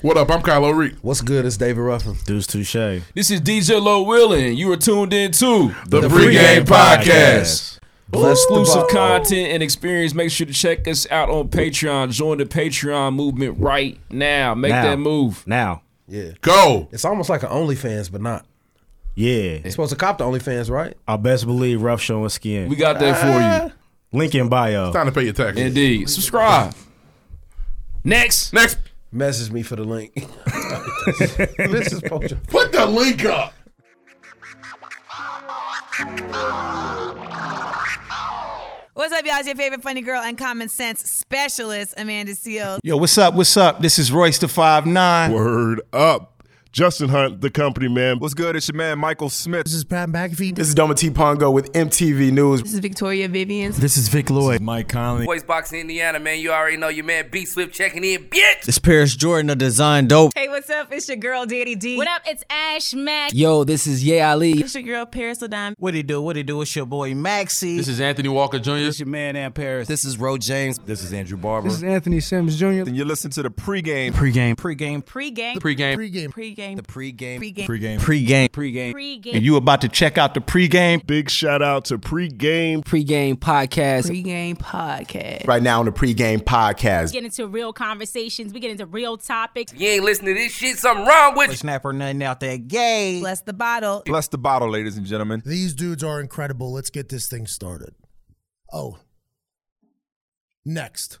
What up? I'm Kylo Reed. What's good? It's David Ruffin. Deuce Touche. This is DJ Low Willin. You are tuned in to The, Pregame Podcast. Bless the exclusive Bible. content and experience. Make sure to check us out on Patreon. Join the Patreon movement right now. Make Now. that move. Now. Yeah. Go. It's almost like an OnlyFans, but not. Yeah. It's supposed to cop the OnlyFans, right? I best believe rough showing skin. We got that for Ah. Link in bio. Time to pay your you. taxes. Indeed. Subscribe. Next. Next, Message me for the link. this is Poacher. put the link up. What's up, y'all? It's your favorite funny girl and common sense specialist, Amanda Seals. Yo, what's up? What's up? This is Royce the Five Nine. Word up. Justin Hunt, the company man. What's good? It's your man Michael Smith. This is Pat McAfee. This is Doma T Pongo with MTV News. This is Victoria Vivian. This is Vic Lloyd. Mike Conley. Voice Boxing Indiana, man. You already know your man B Swift checking in, bitch. This Paris Jordan of Design Dope. Hey, what's up? It's your girl, Daddy D. What up? It's Ash Mack. Yo, this is Ye Ali. It's your girl, Paris Ladon. What he do? What he do? It's your boy Maxi. This is Anthony Walker Jr. This is your man Ann Paris. This is Ro James. This is Andrew Barber. Anthony Sims Jr. and you listen to the pregame. Pre-game. Pre-game. Pre-game. Pre-game. The pre-game. Pre-game. Pre-game. Pre-game. Pre-game. And you about to check out the pregame. Big shout out to pregame. Pre-game podcast. Pre-game podcast. Right now on the pregame podcast. Get into real conversations. We get into real topics. You ain't listening to this shit. Something wrong with you. Snapper nothing out that gay. Bless the bottle. Bless the bottle, ladies and gentlemen. These dudes are incredible. Let's get this thing started. Oh. Next.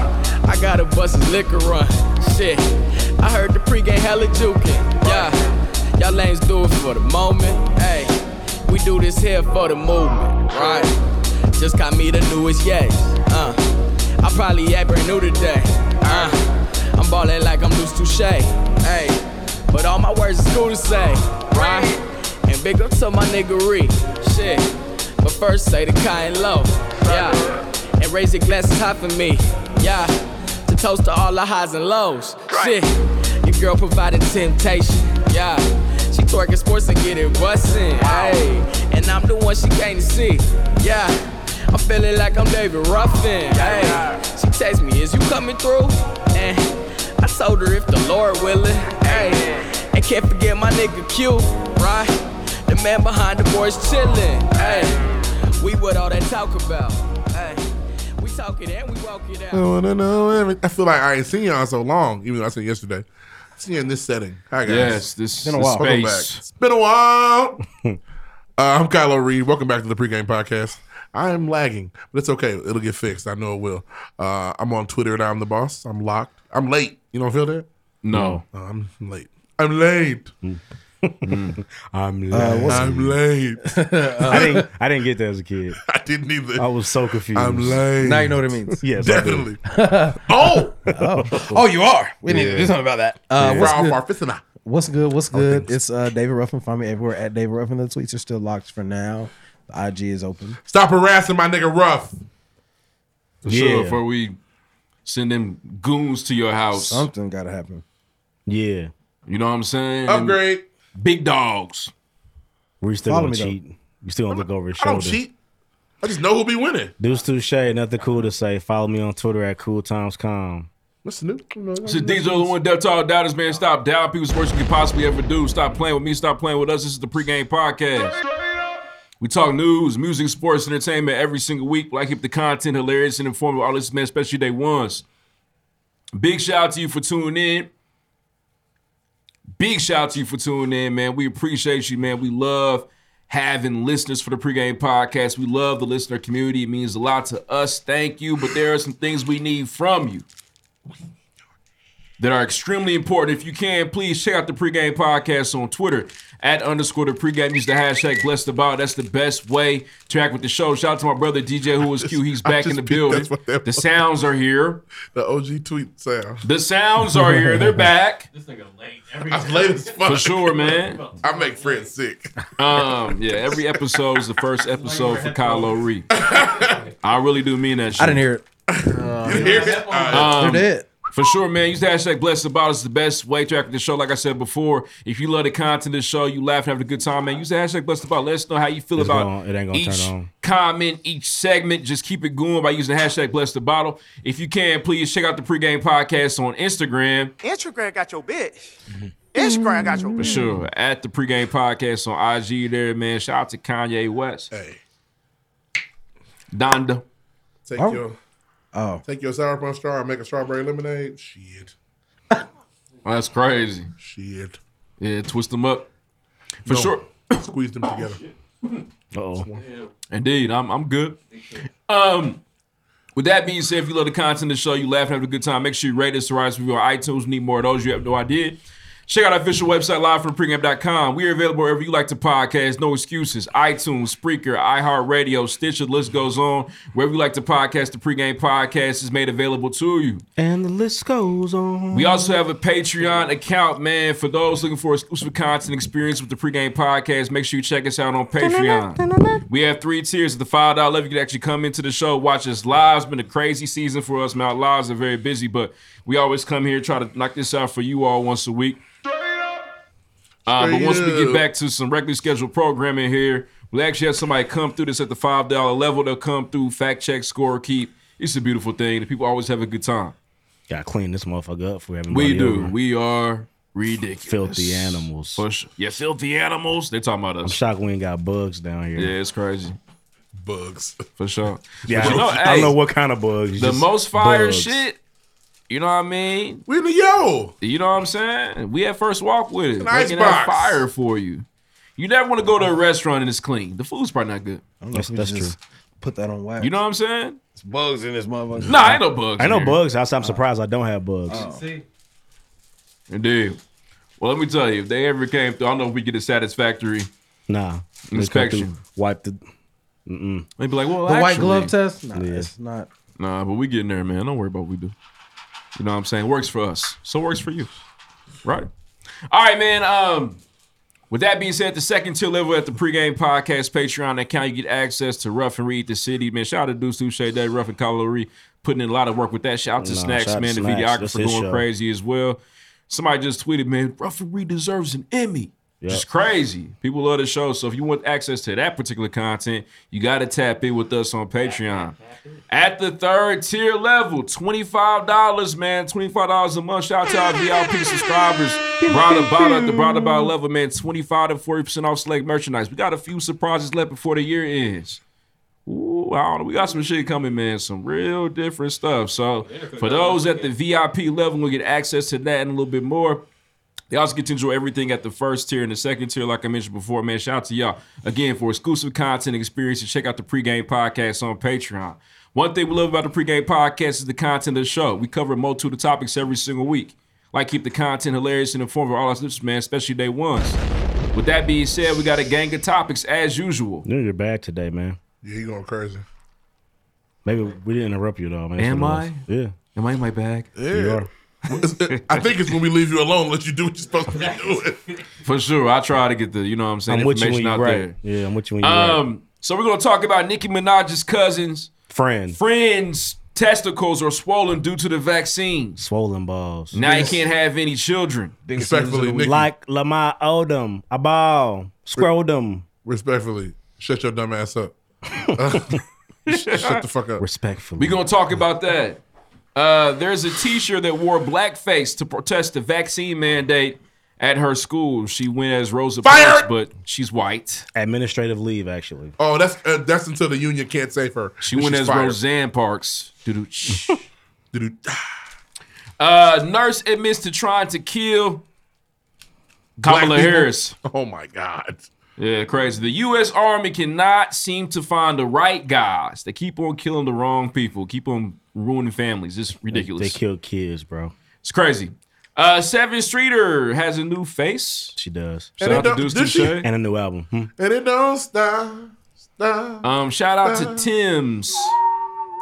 I got a bust his liquor run. Shit. I heard the pregame hella jukin'. Yeah. Y'all lanes do it for the moment. Hey, we do this here for the movement. Right. Just got me the newest yes. Uh, I probably act brand new today. Uh, I'm ballin' like I'm loose touche. Hey, but all my words is cool to say, right? And big up to my niggery, shit. But first say the kind low, yeah. And raise your glasses high for me, yeah. To toast to all the highs and lows, shit. Your girl provided temptation, yeah. She twerking sports and get it bustin', hey. And I'm the one she came to see, yeah. I'm feeling like I'm David Ruffin. Hey, she text me, is you coming through? And I told her if the Lord willing. Hey, and can't forget my nigga Q, right? The man behind the boys chillin'. Hey, we what all that talk about. Hey, we talk it and we walk it out. I wanna know every- I feel like I ain't seen y'all in so long, even though I seen yesterday. See you in this setting. Hi guys. this It's Welcome back. It's been a while. uh, I'm Kylo Reed. Welcome back to the pregame podcast. I am lagging, but it's okay. It'll get fixed. I know it will. Uh, I'm on Twitter and I'm the boss. I'm locked. I'm late. You don't feel that? No. Oh, I'm late. I'm late. Mm. Uh, I'm I'm late. I didn't I didn't get that as a kid. I didn't either. I was so confused. I'm late. Now you know what it means. Yes. I do. Definitely. oh, Oh, you are. We need to do something about that. Uh, what's, Ralph good? Arficina. what's good? What's good? It's uh, David Ruffin. Find me everywhere at David Ruffin. The tweets are still locked for now. The IG is open. Stop harassing my nigga Ruff. Yeah. we send them goons to your house. Something got to happen. yeah. you know what I'm saying? Mm. Upgrade. Big dogs. We still Follow gonna me, cheat. You still gonna look over his I don't shoulder. cheat. I just know who'll be winning. Deuce Touche, nothing cool to say. Follow me on Twitter at cooltimescom. What's new? So these are the one depth all doubters, man. Stop doubting people's worst you could possibly ever do. Stop playing with me. Stop playing with us. This is the pregame podcast. We talk news, music, sports, entertainment every single week. Like keep the content hilarious and informative. All this man, especially day ones. Big shout out to you for tuning in. Big shout out to you for tuning in, man. We appreciate you, man. We love having listeners for the pregame podcast. We love the listener community. It means a lot to us. Thank you. But there are some things we need from you. that are extremely important. If you can, please check out the pregame podcast on Twitter at underscore the pregame. Use the hashtag blessed about. That's the best way to interact with the show. Shout out to my brother DJ who was Q. He's back in the building. The sounds are here. The OG tweet sound. The sounds are here. They're back. I'm late as fuck. For sure, man. I make friends sick. Um, yeah, every episode is the first episode for Kylo Ree. I really do mean that shit. I didn't hear it. Oh, you hear it? Um, They're dead. For sure, man. Use the hashtag blessed about is the best way to act the show. Like I said before, if you love the content of the show, you laugh and have a good time, man. Use the hashtag blessed about. Let us know how you feel It's about gonna- it ain't gonna each turn on. comment, each segment. Just keep it going by using the hashtag blessed the bottle. If you can, please check out the pregame podcast on Instagram. Instagram got your bitch. Mm-hmm. Instagram got your For bitch. sure. At the pregame podcast on IG there, man. Shout out to Kanye West. Um, Hey. Donda. Take Oh. your oh. take your sour punch jar and make a strawberry lemonade. Shit. That's crazy. Shit. Yeah, twist them up. For No. sure. Squeeze them together. oh. Indeed, I'm I'm good. Um, with that being said, if you love the content of the show, you laugh and have a good time, make sure you rate us, write us a review on iTunes. We need more of those. You have no idea. Check out our official website, live from pregame.com. We are available wherever you like to podcast. No excuses. iTunes, Spreaker, iHeartRadio, Stitcher, list goes on. Wherever you like to podcast, the pregame podcast is made available to you. And the list goes on. We also have a Patreon account, man. For those looking for exclusive content experience with the pregame podcast, make sure you check us out on Patreon. We have three tiers at the five dollar level. You can actually come into the show, watch us live. It's been a crazy season for us, man. Our lives are very busy, but we always come here try to knock this out for you all once a week. Uh, but Straight once we get up. back to some regularly scheduled programming here, we'll actually have somebody come through this at the five dollar level. They'll come through, fact check, score, keep. It's a beautiful thing. The people always have a good time. Gotta clean this motherfucker up for everybody. We do. over. We are ridiculous. Filthy animals. Push. Yeah, filthy animals. They're talking about I'm us. shocked we ain't got bugs down here. Yeah, it's crazy. Bugs. For sure. Yeah, But you know, I don't hey, know what kind of bugs. The just most fire bugs. shit. You know what I mean? We in the yo. You know what I'm saying? We at first walk with it. An Making that icebox. fire for you. You never want to go to a restaurant and it's clean. The food's probably not good. I don't know if we just Put that on wax. You know what I'm saying? It's bugs in this motherfucker. Nah, ain't no bugs. I in know here. bugs. Outside, I'm surprised I don't have bugs. Oh. Indeed. Well, let me tell you, if they ever came through, I don't know if we get a satisfactory Nah. They come Inspection. through, Wipe the. Mm-mm. They'd be like, well, the white actually- glove test? Nah, Yeah. it's not. Nah, but we getting there, man. Don't worry about what we do. You know what I'm saying? Works for us. So works for you. Right. All right, man. Um, with that being said, the second tier level at the pregame podcast Patreon account, you get access to Rough and Read the City. Man, shout out to Deuce Touche Day, Rough and Calorie, putting in a lot of work with that. Shout out to Nah, Snacks, shout out man, to the Snacks. That's videographer his going show. crazy as well. Somebody just tweeted, man, Rough and Read deserves an Emmy. Yep. Just crazy. People love the show. So if you want access to that particular content, you got to tap in with us on Patreon. At the third tier level, $25, man. $25 a month. Shout out to our VIP subscribers. Brought about at the brought about level, man. 25 to 40% off select merchandise. We got a few surprises left before the year ends. Ooh, I don't know. We got some shit coming, man. Some real different stuff. So for those at the VIP level, we'll get access to that and a little bit more. They also get to enjoy everything at the first tier and the second tier, like I mentioned before, man. Shout out to y'all again for exclusive content experience. And check out the pregame podcast on Patreon. One thing we love about the pregame podcast is the content of the show. We cover a multitude of topics every single week. Like keep the content hilarious and informative for all our listeners, man, especially day ones. With that being said, we got a gang of topics as usual. Dude, you're bad today, man. Yeah, you going crazy. Maybe we didn't interrupt you though, man. That's Am what it I? was. Yeah. Am I in my bag? You Yeah. are. I think it's when we leave you alone, let you do what you're supposed to be doing. For sure. I try to get the, you know what I'm saying, I'm with you information when you're out right. there. Yeah, I'm with you when you're right. Um, so we're gonna talk about Nicki Minaj's cousins, Friend, friends' testicles are swollen due to the vaccines. swollen balls. Now you can't have any children. like Lamar Odom, a ball, scrotum. Respectfully, shut your dumb ass up. Uh, shut the fuck up. Respectfully. We're gonna talk about that. Uh, there's a teacher that wore blackface to protest the vaccine mandate at her school. She went as Rosa Parks, but she's white. Administrative leave, actually. Oh, that's uh, that's until the union can't save her. She Then went she's as fired. Roseanne Parks. Doo-doo-ch. Uh, nurse admits to trying to kill Black Kamala people? Harris. Oh my God. Yeah, crazy. The U.S. Army cannot seem to find the right guys. They keep on killing the wrong people. Keep on ruining families. It's ridiculous. They killed kids, bro. It's crazy. Uh, Seven Streeter has a new face. She does. Shout out to Deuce Touche. And a new album. Hmm. And it don't stop. stop. Um, shout out Uh-huh. to Tim's.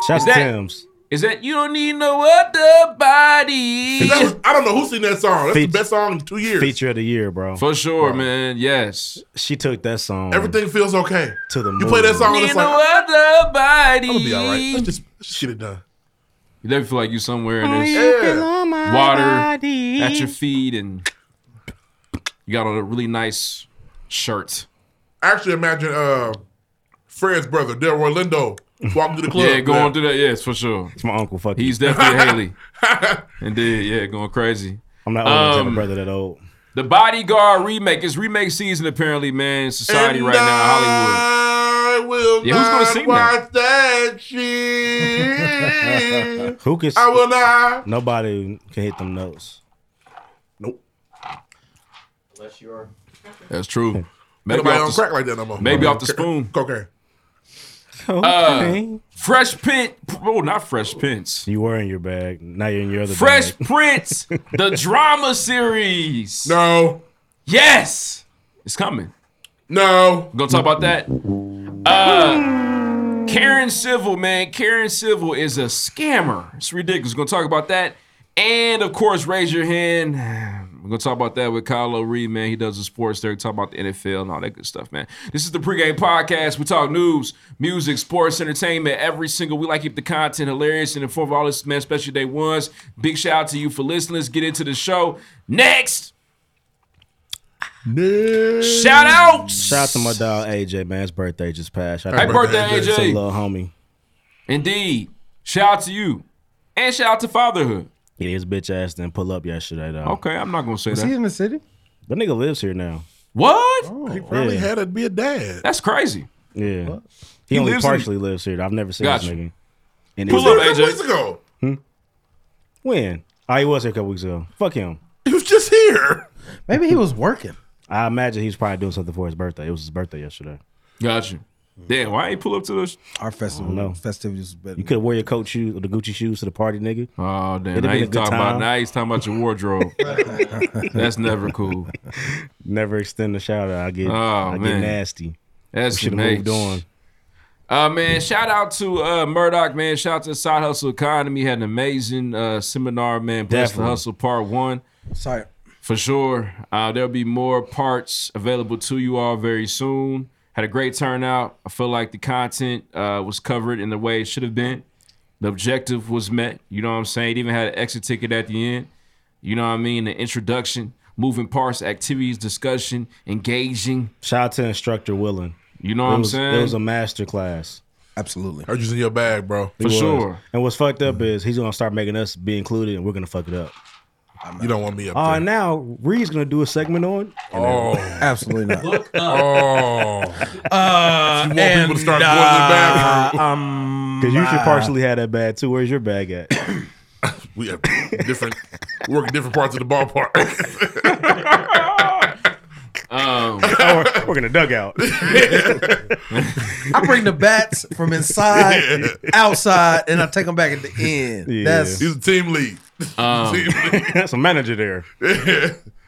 Shout out Is to that- Tim's. Is that you don't need no other body? That was- I don't know who seen that song. That's Feat- the best song in two years. Feature of the year, bro. For sure, man. Yes. She took that song Everything feels okay. to the moon. You play that song, and Need it's no Oh, like, other body. I'm gonna be all right. Let's just let's just get it done. You definitely feel like you somewhere and there's my water body. at your feet, and you got on a really nice shirt. I actually imagine uh, Fred's brother, Delroy Lindo, walking through the club. yeah, going man. through that. Yes, for sure. It's my uncle. Fuck He's you. definitely Haley. Indeed, yeah, going crazy. I'm not old um, enough to have a brother that old. The Bodyguard remake. It's remake season apparently, man. in Society And right now, I will Yeah, who's gonna not sing that? watch that shit. Who can? I will not. Nobody can hit them notes. Nope. Unless you are. Hollywood. That's true. Maybe off Nobody on the- crack like that no more. Maybe off the Coca- spoon. Cocaine. Uh, Fresh Pint. Oh, not Fresh Prince. You were in your bag. Now you're in your other Fresh bag. Prince, the drama series. No. Yes. It's coming. No. We're gonna talk about that. Uh Karen Civil, man. Karen Civil is a scammer. It's ridiculous. We're gonna talk about that. And of course, raise your hand. We're gonna talk about that with Kyle O'Ree, man. He does the sports there, talk about the NFL and all that good stuff, man. This is the pregame podcast. We talk news, music, sports, entertainment every single week. Like keep the content hilarious and informative. All this, man, especially day ones. Big shout out to you for listening. Let's get into the show. Next, shout out. Shout out to my dog AJ, man. His birthday just passed. Shout out Happy to my birthday, AJ. It's a little homie. Indeed. Shout out to you. And shout out to fatherhood. Yeah, his bitch ass didn't pull up yesterday, though. Okay, I'm not gonna say Is he that. in the city? That nigga lives here now. What? He probably Oh, Yeah. had to be a dad. That's crazy. Yeah. He He, only lives in- partially lives here. I've never seen this Gotcha. nigga. Pull it's- up, A couple AJ. weeks ago. When? Oh, he was here a couple weeks ago. Fuck him. He was just here. Maybe he was working. I imagine he was probably doing something for his birthday. It was his birthday yesterday. Gotcha. Damn, why ain't pull up to those? Our festival know. festivities was better. You could have wore your coat shoes or the Gucci shoes to the party, nigga. Oh damn! It'd have Now been a he's good talking about time. now he's talking about your wardrobe. That's never cool. Never extend a shout out. I get, Oh, I man. get nasty. That's should have nice. moved on. Uh man, shout out to uh Murdoch, man. Shout out to Side Hustle Economy. Had an amazing uh seminar, man. Bless the Definitely. Hustle Part One. Sorry. For sure. Uh, there'll be more parts available to you all very soon. Had a great turnout. I feel like the content uh, was covered in the way it should have been. The objective was met. You know what I'm saying? It even had an exit ticket at the end. You know what I mean? The introduction, moving parts, activities, discussion, engaging. Shout out to instructor Willing. You know what It I'm was- saying? It was a master class. Absolutely. Heard you in your bag, bro. It was. And what's fucked up is he's gonna start making us be included, and we're gonna fuck it up. You don't want me up Uh, there. now Reed's gonna do a segment on. Oh, absolutely not. oh. Uh, You want people to start going to the bathroom. um, Cause you should uh, partially have that bag too. Where's your bag at? we have different we work in different parts of the ballpark. um, oh, we're, we're gonna dugout. I bring the bats from inside, outside, and I take them back at the end. Yeah. That's He's a team lead. Um, team lead. That's a manager there.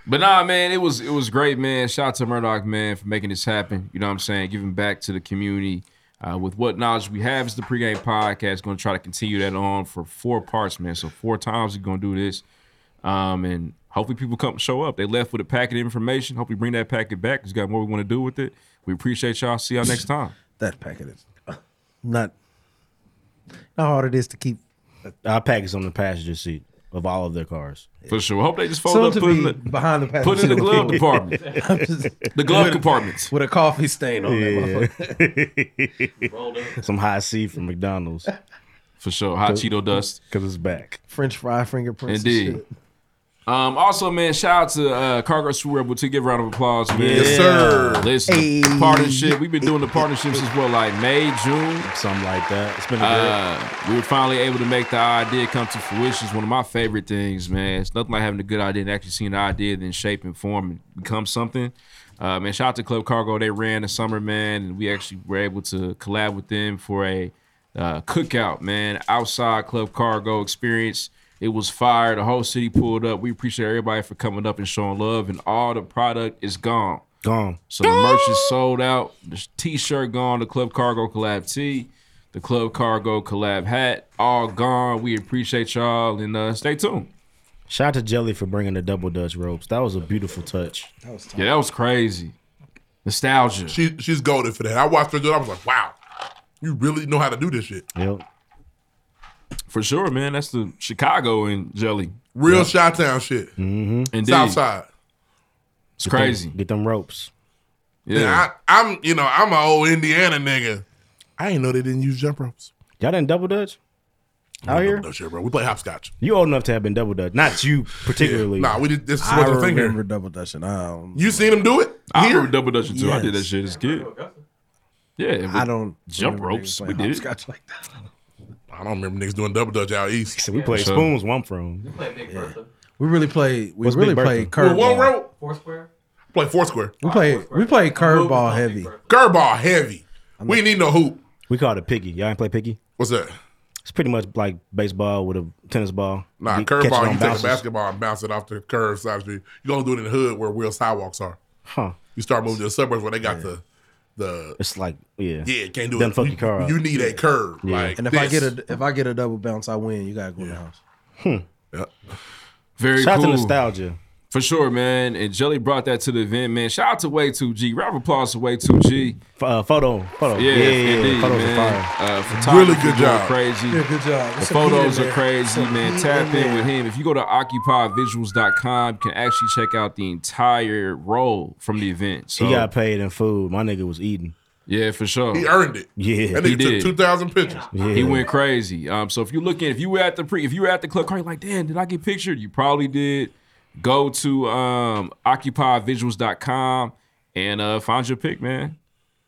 But nah, man, it was it was great, man. Shout out to Murdoch, man, for making this happen. You know what I'm saying? Giving back to the community uh, with what knowledge we have is the pregame podcast. Going to try to continue that on for four parts, man. So four times we're going to do this, um, and hopefully people come show up. They left with a packet of information. Hope we bring that packet back. 'cause We got more we want to do with it. We appreciate y'all. See y'all next time. that packet is uh, not not hard it is to keep. I package on the passenger seat of all of their cars. For sure. Hope they just fold Soon up, to put in be the, behind the passenger put in the seat. glove department. I'm just- The glove compartments. with a coffee stain on that Yeah. Some high C from McDonald's. For sure. Hot Cheeto dust. Cause it's back. French fry fingerprints. and Indeed. shit. Um, also, man, shout out to uh, Cargo Screw Rebel to give a round of applause, man. Yes, sir. Listen, Hey. partnership. We've been doing the partnership since what, like May, June, something like that. It's been a uh, we were finally able to make the idea come to fruition. It's one of my favorite things, man. It's nothing like having a good idea and actually seeing the idea then shape and form and become something. Uh, man, shout out to Club Cargo. They ran the summer, man, and we actually were able to collab with them for a uh, cookout, man. Outside Club Cargo experience. It was fire. The whole city pulled up. We appreciate everybody for coming up and showing love. And all the product is gone. Gone. So the merch is sold out. The t-shirt gone. The Club Cargo collab tee, the Club Cargo collab hat, all gone. We appreciate y'all and uh, stay tuned. Shout out to Jelly for bringing the double Dutch ropes. That was a beautiful touch. That was Yeah, that was crazy. Nostalgia. She she's golden for that. I watched her do it. I was like, wow, you really know how to do this shit. Yep. For sure, man. That's the Chicago and Jelly. Real Chi Town shit. Mm-hmm. Indeed. Southside. It's crazy. get them ropes. Yeah. I, I'm you know I'm an old Indiana nigga. I ain't know they didn't use jump ropes. Y'all didn't double Dutch? Out here? No shit, bro. We play hopscotch. You old enough to have been double Dutch. Not you particularly. Yeah. Nah, we did- this is I what the thing here. remember double um, dutching. I don't. You seen him do it? I Here? remember double dutching too. I did that Yes. shit as a kid. Yeah, I don't jump remember ropes. niggas We playing did it. hopscotch I don't remember niggas doing double dutch out east. we played So- spoons. Where I'm from. We really played. We What's really Big Bertha? played Well, one curveball. rope. Foursquare. Play foursquare. We played. We played curveball heavy. Curveball heavy. We ain't need no hoop. We called it picky. Y'all ain't play picky? What's that? It's pretty much like baseball with a tennis ball. Nah, Be- catch it on curveball. You take bounces. a basketball and bounce it off the curve side of the street. You gonna do it in the hood where real sidewalks are. Huh. You start moving to the suburbs where they got the the It's like, yeah. yeah can't do Doesn't it. fuck you, your car up. you need a curve. Yeah. Like And if I get a if I get a double bounce, I win. You gotta go to the house. Hmm. Very Shout out to cool. nostalgia. For sure, man. And Jelly brought that to the event, man. Shout out to Way 2G. Round of applause to Way 2G. F- uh, photo. Photo. Yeah, yeah, indeed, Photos are man. fire. Uh, photography doing Crazy. Yeah, good job. The It's a photos heat in there. are crazy, It's a man. heat Tap in there. with him. If you go to occupyvisuals.com, you can actually check out the entire roll from the event. So, He got paid in food. My nigga was eating. yeah, for sure. He earned it. Yeah. That nigga He did. took two thousand pictures. He went crazy. Um, so if you looking, if you were at the pre, if you were at the club car, you're like, damn, did I get pictured? You probably did. Go to um, occupyvisuals.com and uh, find your pick, man.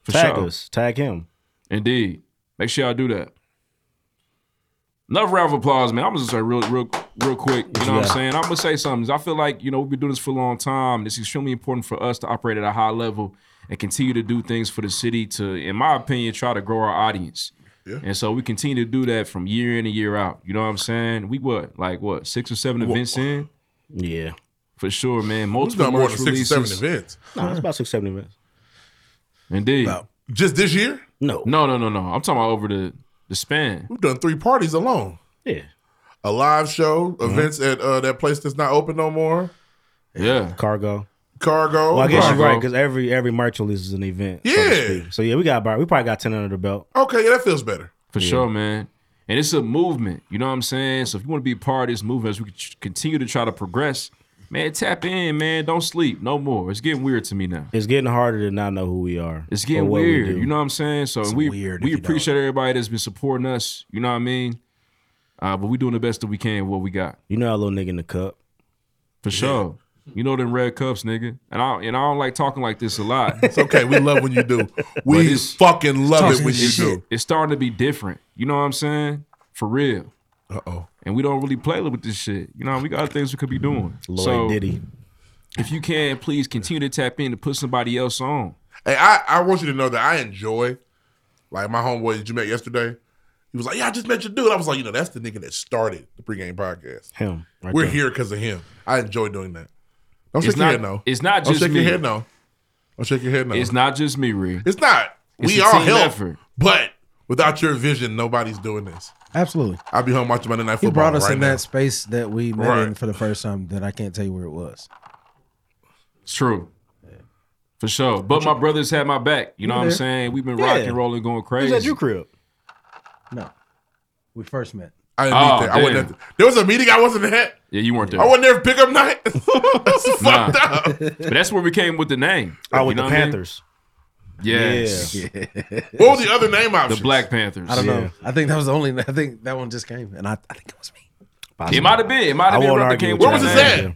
For Tag sure. us. Tag him. Indeed. Make sure y'all do that. Another round of applause, man. I'm gonna just say real, real, real quick. You know what I'm Yeah. saying? I'm gonna say something. I feel like you know we've been doing this for a long time. and It's extremely important for us to operate at a high level and continue to do things for the city to, in my opinion, try to grow our audience. Yeah. And so we continue to do that from year in and year out. You know what I'm saying? We what like what six or seven events in? Yeah, for sure, We've man. Multiple done more than merch six or seven releases. events. Nah, it's about six, seven events. Indeed. Just this year? No. No, no, no, no. I'm talking about over the the span. We've done three parties alone. Yeah. A live show, Mm-hmm. events at uh, that place that's not open no more. Yeah. Cargo. Cargo. Oh, Well, I guess you're Cargo. right because every every merch release is an event. so to Yeah. speak. So yeah, we got about we probably got ten under the belt. Okay, yeah, that feels better. For sure, man. And it's a movement. You know what I'm saying? So if you want to be a part of this movement as we c- continue to try to progress, man, tap in, man. Don't sleep. No more. It's getting weird to me now. It's getting harder to not know who we are. It's getting or what Oh, we weird. do. you know what I'm saying? So It's we weird if we you don't. appreciate everybody that's been supporting us. You know what I mean? Uh, but we doing the best that we can with what we got. You know, our little nigga in the cup. For sure. You know them red cups, nigga. And I and I don't like talking like this a lot. It's okay. We love when you do. But We it's- fucking love it when you It's- do. It's starting to be different. You know what I'm saying? For real. Uh oh. And we don't really play with this shit. You know, we got other things we could be doing. Lloyd so, Diddy. If you can, please continue to tap in to put somebody else on. Hey, I, I want you to know that I enjoy, like my homeboy that you met yesterday. He was like, "Yeah, I just met your dude." I was like, "You know, that's the nigga that started the pregame podcast. Him, right We're there. here because of him. I enjoy doing that. Don't It's shake your not- head no. it's not Don't just shake me. your head no. Don't shake your head no. It's not just me, Ree. It's not. It's we a all team help, effort. but without your vision, nobody's doing this. Absolutely. I'll be home watching Monday Night He Football. brought us right in now. that space that we met in Right. for the first time. That I can't tell you where it was. It's true. For sure. But my brothers had my back. You know You what I'm there. saying? We've been Yeah. rocking, rolling, going was crazy. at your crib. No, we first met. I didn't Oh, meet that. I wasn't damn. at the- there was a meeting I wasn't at. Yeah, you weren't there. I wasn't there for pickup night. that's Nah. fucked up. but that's where we came with the name. Oh, with You know the what I mean? Panthers. Yes. Yeah. What was the other name options? The Black Panthers. I don't know. I think that was the only. I think that one just came, and I, I think it was me. It might have been. It might I have been. won't Rutger argue King with you. Where was Wilson. this at?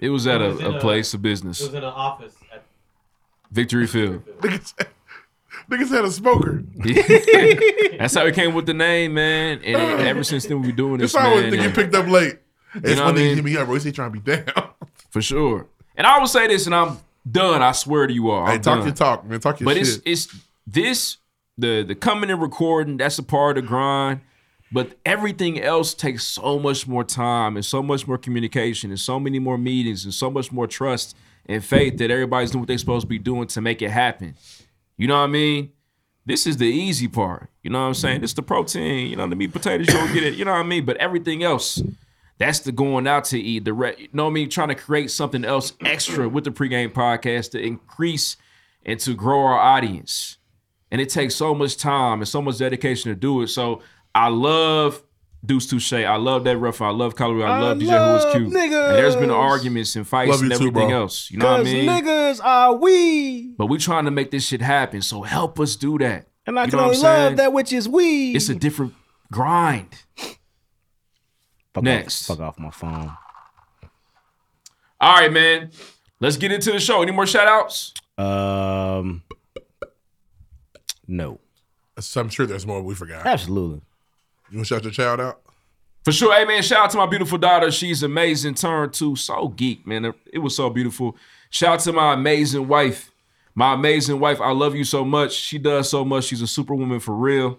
It was at It was in a, a a- place of business. It was in an office. At, Victory Field. Niggas had a smoker. That's how it came with the name, man. And it- ever since then, we've been doing this. It's always man, the thing you and- picked up late. You It's when know what I they mean? hit me up, Royce. He trying to be down. For sure. And I will say this, and I'm done. I swear to you all. I'm Hey, talk done. your talk, man. Talk your but shit. it's it's this the the coming and recording. That's a part of the grind. But everything else takes so much more time and so much more communication and so many more meetings and so much more trust and faith that everybody's doing what they're supposed to be doing to make it happen. You know what I mean? This is the easy part. You know what I'm saying? This is the protein. You know, the meat, potatoes, you go get it. You know what I mean? But everything else, that's the going out to eat. The re- you know what I mean? Trying to create something else extra with the pregame podcast to increase and to grow our audience. And it takes so much time and so much dedication to do it. So I love Deuce Touche. I love that rough. I love Colorado. I, I love DJ Who is love Cute. And there's been niggas. arguments and fights Love and you too, everything bro. else. You know what I Cause mean? Niggas are we, But we're trying to make this shit happen. So help us do that. and I You can know what only I'm love saying? that which is we. It's a different grind. Next. fuck off my phone. All right, man. Let's get into the show. Any more shout outs? Um, no, So I'm sure there's more we forgot. absolutely. You want to shout your child out? For sure. Hey, man, shout out to my beautiful daughter. She's amazing. Turn two. So geek, man. It was so beautiful. Shout out to my amazing wife. My amazing wife. I love you so much. She does so much. She's a superwoman for real.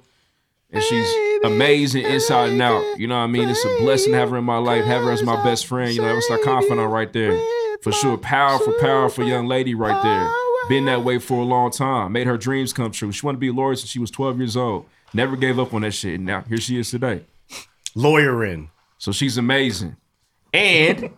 And she's amazing inside and out. You know what I mean? It's a blessing to have her in my life. Have her as my best friend. You know, that was like confidant right there. For sure. Powerful, powerful young lady right there. Been that way for a long time. Made her dreams come true. She wanted to be a lawyer since she was 12 years old. Never gave up on that shit. And now here she is today Lawyering. So she's amazing. And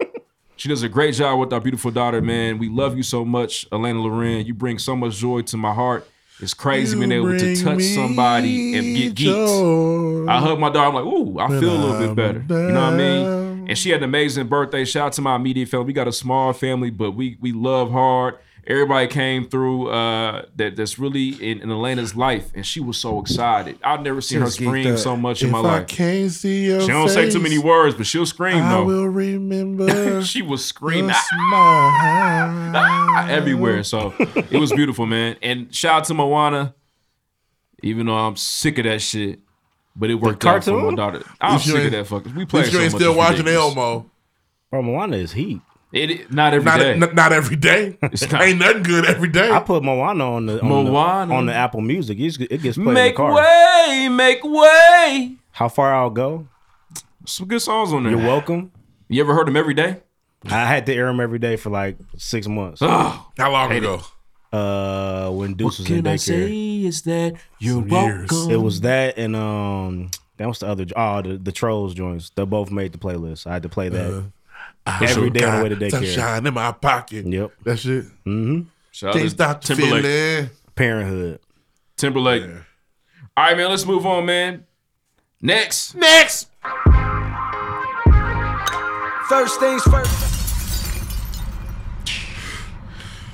she does a great job with our beautiful daughter, man. We love you so much, Elena Loren. You bring so much joy to my heart. It's crazy being able to touch somebody and get geeked. I hug my daughter. I'm like, ooh, I feel a little bit better. You know what I mean? And she had an amazing birthday. Shout out to my immediate family. We got a small family, but we we love hard. Everybody came through uh, that that's really in, in Elena's life, and she was so excited. I've never seen her Just geeked scream up. so much in my If I life. can't see your She don't say too face, many words, but she'll scream I though. will remember. she was your screaming smile. "Ah!" everywhere. So it was beautiful, man. And shout out to Moana, even though I'm sick of that shit, but it worked out for my cartoon? daughter. I'm If you sick of ain't- that fucking. We if play you so ain't much, still it's watching ridiculous. Elmo. Bro, Moana is heat. It, it not every Not- day. n- not every day. It's not. Ain't nothing good every day. I put Moana on the on Moana. the, on the Apple Music. It's, it gets played in the make car. way, make way. How far I'll go? Some good songs on there. You're welcome. You ever heard them every day? I had to air them every day for like six months. Ugh. How long Hate ago? Uh, when Deuce was in Can I daycare. say is that you're Years. welcome? It was that and um, that was the other. Oh, the, the trolls joints. They both made the playlist. I had to play Uh-huh. that I Uh, every sure day on the way to got daycare. Sunshine in my pocket. Yep. That shit. Mm-hmm. Shout Can't out stop to the Timberlake. feeling. Parenthood. Timberlake. All right, man. Let's move on, man. Next. Next. First things first.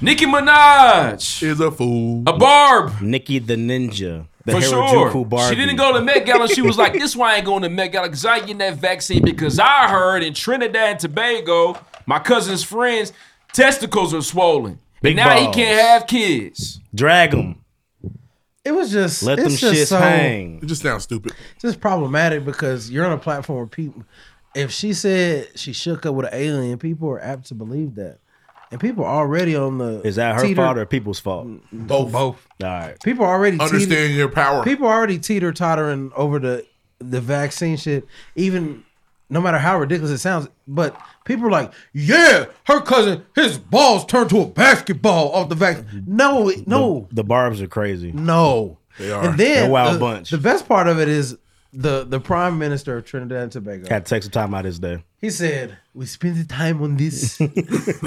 Nicki Minaj is a fool. A barb. Nikki the Ninja. The For Harold sure. Juku Barbie. She didn't go to Met Gala. She was like, this why I ain't going to Met Gala because I ain't getting that vaccine because I heard in Trinidad and Tobago, my cousin's friends, testicles are swollen. Big and now balls. he can't have kids. Drag them. It was just Let it's them just shits so, hang. It just sounds stupid. It's just problematic because you're on a platform where people. If she said she shook up with an alien, people are apt to believe that, and people are already on the. Is that her teeter- fault or people's fault? Both. Both. All right. People are already Understand teeter- your power. People are already teeter tottering over the the vaccine shit. Even no matter how ridiculous it sounds, but people are like, "Yeah, her cousin, his balls turned to a basketball off the vaccine." No, it- no, The Barbs are crazy. No. They are. And then They're a wild the, bunch. The best part of it is the the prime minister of Trinidad and Tobago. Had to take some time out of his day. He said, "We spent the time on this.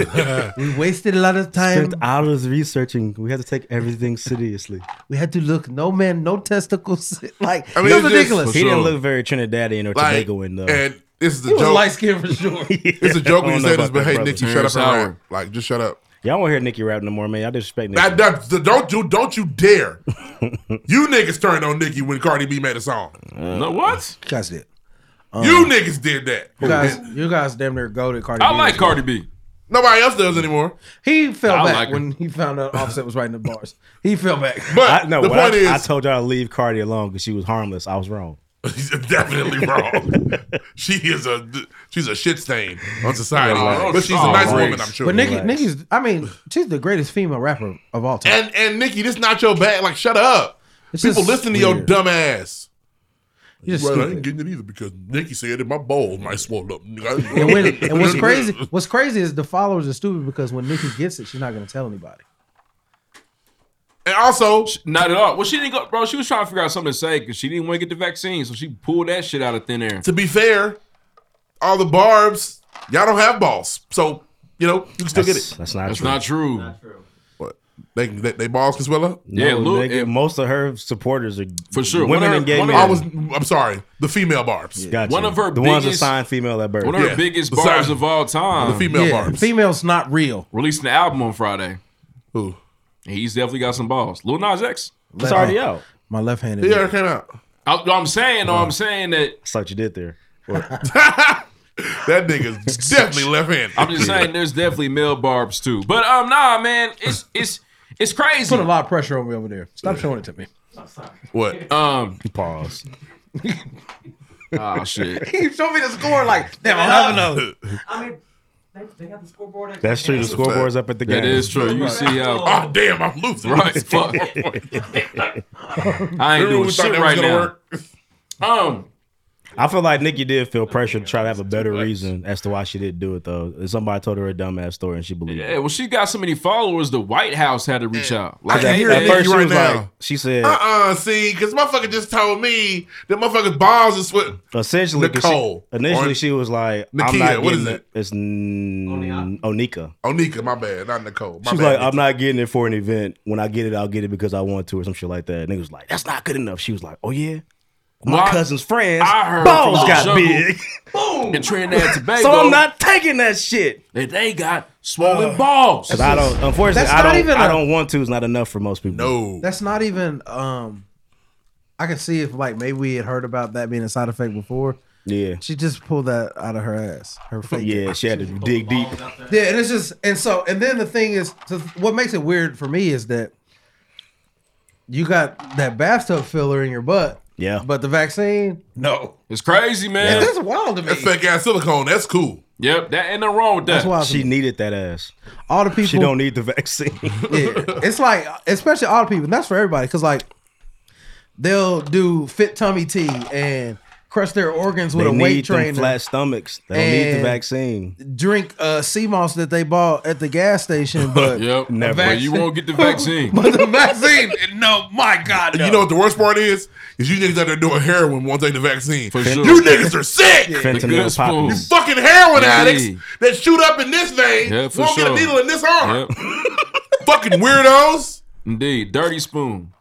we wasted a lot of time. hours researching. We had to take everything seriously. we had to look. No man, no testicles. like I mean, it was it's just- ridiculous. For He didn't sure. look very Trinidadian or Like, Tobagoan though. and this is a He was joke. light skinned for sure. It's a joke when I you don't know say this, but about that, hey, brother. Nikki, shut up Sour. and rap. Like, just shut up. Y'all won't hear Nicki rap no more, man. Y'all disrespect Nicki. That, that, that- don't you don't you dare. you niggas turned on Nikki when Cardi B made a song. Uh, No, what? You guys did. you niggas did that. You guys, you guys damn near goaded Cardi. I B. like Cardi B. Nobody else does anymore. He fell I back like her. when he found out Offset was writing the bars. He fell back. But I, no, the when I- point is, I told y'all to leave Cardi alone because she was harmless. I was wrong. She's definitely wrong. she is a she's a shit stain on society, Right. but she's a Oh, nice right. woman, I'm sure. But Nikki, Nikki's. I mean, she's the greatest female rapper of all time. and and Nikki, this not your bag. Like, shut up. It's People just listen to your weird. dumb ass. You're just Right, I stupid. didn't get it either because Nikki said that my balls might swell up. and, when, and what's crazy? What's crazy is the followers are stupid because when Nikki gets it, she's not going to tell anybody. And also, not at all. Well, she didn't go, bro. She was trying to figure out something to say because she didn't want to get the vaccine, so she pulled that shit out of thin air. To be fair, all the barbs, y'all don't have balls, so you know you can still That's- get it. that's not That's That's true. not not true. What? They, they they balls can swell up. No, nigga, most of her supporters are for sure. One Women of and her- gay one men. of- I was. I'm sorry. The female barbs. Gotcha. One of her the ones biggest- assigned female at birth. One of her biggest bars of all time. The female Yeah, barbs. Female's not real. Releasing the album on Friday. Who? He's definitely got some balls. Lil Nas X. Left- My left handed. Yeah, came out. I, am saying, no, I'm saying that. That's what you did there. that nigga's definitely left-handed. I'm just saying, there's definitely male barbs too. But um, nah, man, it's it's it's crazy. Put a lot of pressure on me over there. Stop showing it to me. What? Um. Pause. oh shit. He showed me the score like, damn, I'm having Ah, a. I mean, they, they have the scoreboard. at- That's true. The That's a scoreboard's fact. up at the game. That is true. You see how? Oh damn, I'm losing. Right. Fuck. I ain't doing Everyone thought that shit was right gonna now. work. Um. I feel like Nikki did feel pressure to try to have a better reason as to why she didn't do it though. And Somebody told her a dumbass story and she believed it. Yeah, well, she got so many followers. The White House had to reach out. At- at hey, first you she right was now. Ah! like, she said Uh uh See, because motherfucker just told me that motherfucker's balls is sweat. essentially 'cause Nicole. She, initially Or she was like, Nakia, I'm not what is getting it? It's n- Onika. Onika, my bad, not Nicole. My She was bad, like, I'm not getting it for an event. When I get it, I'll get it because I want to, or some shit like that. Nigga was like, that's not good enough. She was like, oh yeah, my Well, I- cousin's friends I heard balls from the got jungle big, Boom. In Trinidad Tobago. so I'm not taking that shit. That they got swollen balls. Because I don't, unfortunately, That's I not don't, even I a- don't want to. Is not enough for most people. No, That's not even. um I can see if like maybe we had heard about that being a side effect before. Yeah. She just pulled that out of her ass. Her fake. yeah, she had to dig deep. Yeah, and it's just and so and then the thing is, to, what makes it weird for me is that you got that bathtub filler in your butt. Yeah, but the vaccine, no. It's crazy, man. that's wild to me. That fake ass silicone. That's cool. Yep, that ain't nothing wrong with that. That's wild to She me. needed that ass. All the people She don't need the vaccine. yeah, it's like especially all the people, and that's for everybody, because like they'll do fit tummy tea and crush their organs with they a need weight them trainer, flat stomachs. They don't need the And- vaccine. drink uh, sea moss that they bought at the gas station, but Yep. a Never. But you vaccine- won't get the vaccine. but the vaccine, no, my God, no. You know what the worst part is? Is you niggas out there doing heroin won't take the vaccine. For sure. You niggas are sick. Fentanyl The good poppies. You spoon. fucking heroin Indeed. addicts that shoot up in this vein, Yeah, for won't get a sure. needle in this arm. Yep. fucking weirdos. Indeed. Dirty spoon.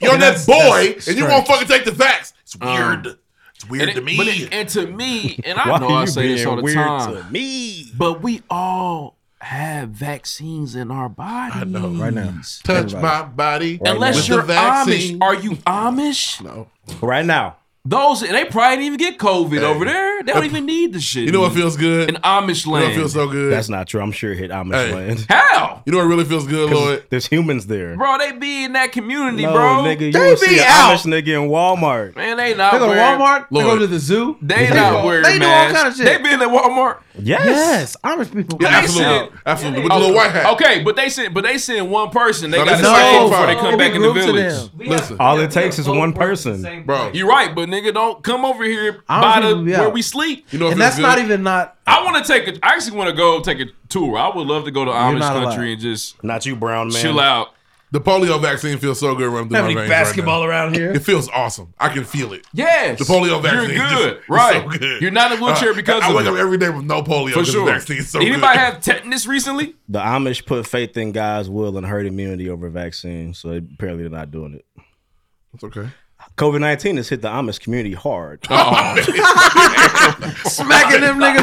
You're And that that's- boy, that's and you strange. won't fucking take the vax. It's Um, weird. it's weird and to it- me. but it- and to me, and Why I know are I you say this being all the weird time. to me. But we all have vaccines in our bodies. I know. Right now. Touch my body. Unless with the you're vaccine. Amish. Are you Amish? No. Right now. Those they probably didn't even get COVID over there. They don't even need the shit. You know what feels good? In Amish You know what land. feels so good? That's not true. I'm sure it hit Amish Hey. land. How? You know what really feels good, 'Cause Lloyd? There's humans there. Bro, they be in that community, no, bro. nigga, you they will see an Amish nigga in Walmart. Man, they not They go to wearing- Walmart. They go Lord. to the zoo. They do- not wearing They do all masks. kind of shit. They been at Walmart. Yes. Yes. Amish people. Yeah, They absolutely. said- Absolutely. With the little white hat. Okay, but they send, but they send one person. They No, got to that's not stay so before far. they come It be back in the groups of village. them. Listen. All it takes is one person. Bro. You're right, but nigga, don't come over here I by don't the, think we out. where we sleep. You know what and feels that's not good? even not. I want to take a. I actually want to go take a tour. I would love to go to Amish not country allowed. and just Not you, brown man. chill out. The polio vaccine feels so good running through Have my any veins basketball right now. around here? It feels awesome. I can feel it. Yes, The polio vaccine. You're is good, just- right? it's so good. You're not in a wheelchair Uh, because I of wake it. up every day with no polio For because sure. the vaccine is so Anybody good. have tetanus recently? The Amish put faith in God's will and herd immunity over vaccine, so they apparently they're not doing it. It's okay. COVID nineteen has hit the Amish community hard. Oh, smacking them niggas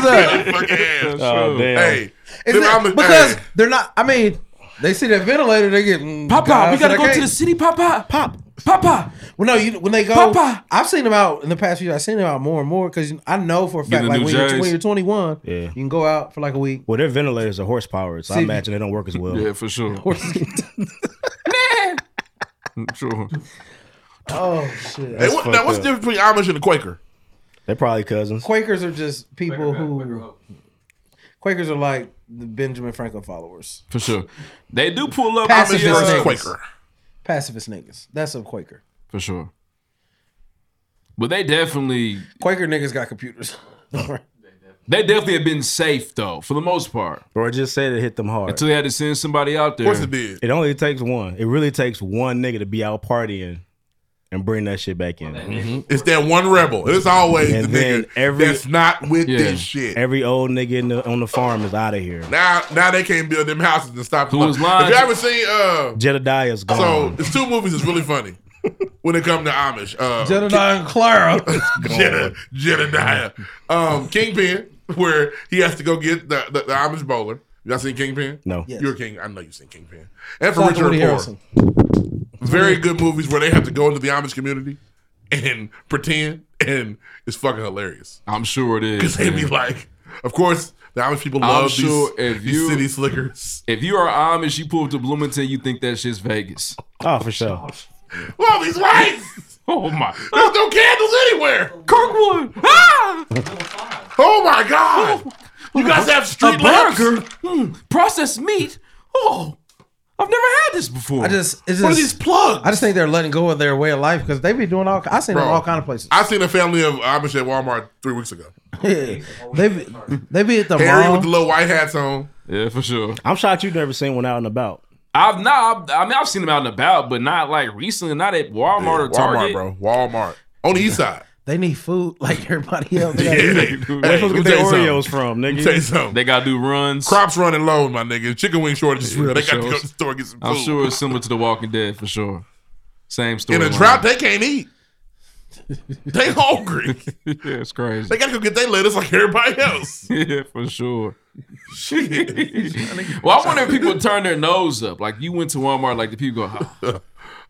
up. Oh, damn. Hey, Is them it- Amish- because hey, they're not. I mean, they see that ventilator, they get mm, God, Papa, we I gotta said I go to can't. the city. Papa, pop, Papa. Well, no, you when they go, Papa. I've seen them out in the past few. years. I've seen them out more and more because I know for a Get fact, the like new when you're, J's. when you're 21, Yeah. you can go out for like a week. Well, their ventilators are horsepower, so I See- imagine they don't work as well. Yeah, for sure. sure. Oh shit! Hey, what, now, what's the difference between Amish and a Quaker? They're probably cousins. Quakers are just people who Quakers are like the Benjamin Franklin followers, For sure. They do pull up. Pacifist I see, uh, niggas. pacifist niggas. That's a Quaker. For sure. But they definitely Quaker niggas got computers. they definitely have been safe though, for the most part. Or just say it hit them hard. Until they had to send somebody out there. It only takes one. It really takes one nigga to be out partying and bring that shit back in. It's that one rebel. It's always And the then nigga that's not with Yeah. this shit. Every old nigga in the, on the farm is out of here. Now, now they can't build them houses and stop. Who lying. was lying? If you ever seen, uh, Jedediah's gone. so there's two movies that's really funny when it comes to Amish. Uh, Jedediah and Clara. Jedi- Jedediah, um, Kingpin, where he has to go get the, the, the Amish bowler. Y'all seen Kingpin? No. you're a king. I know you've seen Kingpin. And for Talk Richard to Woody Poor, Harrelson. very good movies where they have to go into the Amish community and pretend, and it's fucking hilarious. I'm sure it is. Because they be man. like, of course, the Amish people Mm. I'm love these, sure if these you- city slickers. If you are Amish, you pull up to Bloomington, you think that shit's Vegas. Oh, for sure. Well, these lights! Oh my! There's no candles anywhere. Kirkwood. Ah! Oh my god! You guys have street lamps. Hmm. processed meat. Oh, I've never had this before. I just it's just, What are these plugs? I just think they're letting go of their way of life because they be doing all. I seen them Bro. all kind of places. I seen a family of Amish at Walmart three weeks ago. Yeah. they be, they be at the Harry mall. with the little white hats on. Yeah, for sure. I'm shocked you've never seen one out and about. I've not. I mean, I've seen them out and about, but not like recently. Not at Walmart or Walmart, Target, bro. Walmart on the east side. they need food like everybody else. Yeah, they do. Hey, let me tell you something. Let me tell you something. They gotta do runs. Crops running low, my nigga. Chicken wing shortage is real. They For got to go sure. to the store and get some food. I'm sure it's similar to The Walking Dead for sure. Same story. In a drought, they can't eat. They hungry. yeah, it's crazy. They gotta go get their lettuce like everybody else. yeah, for sure. Well, I wonder if people turn their nose up. Like you went to Walmart, like the people go, "Oh,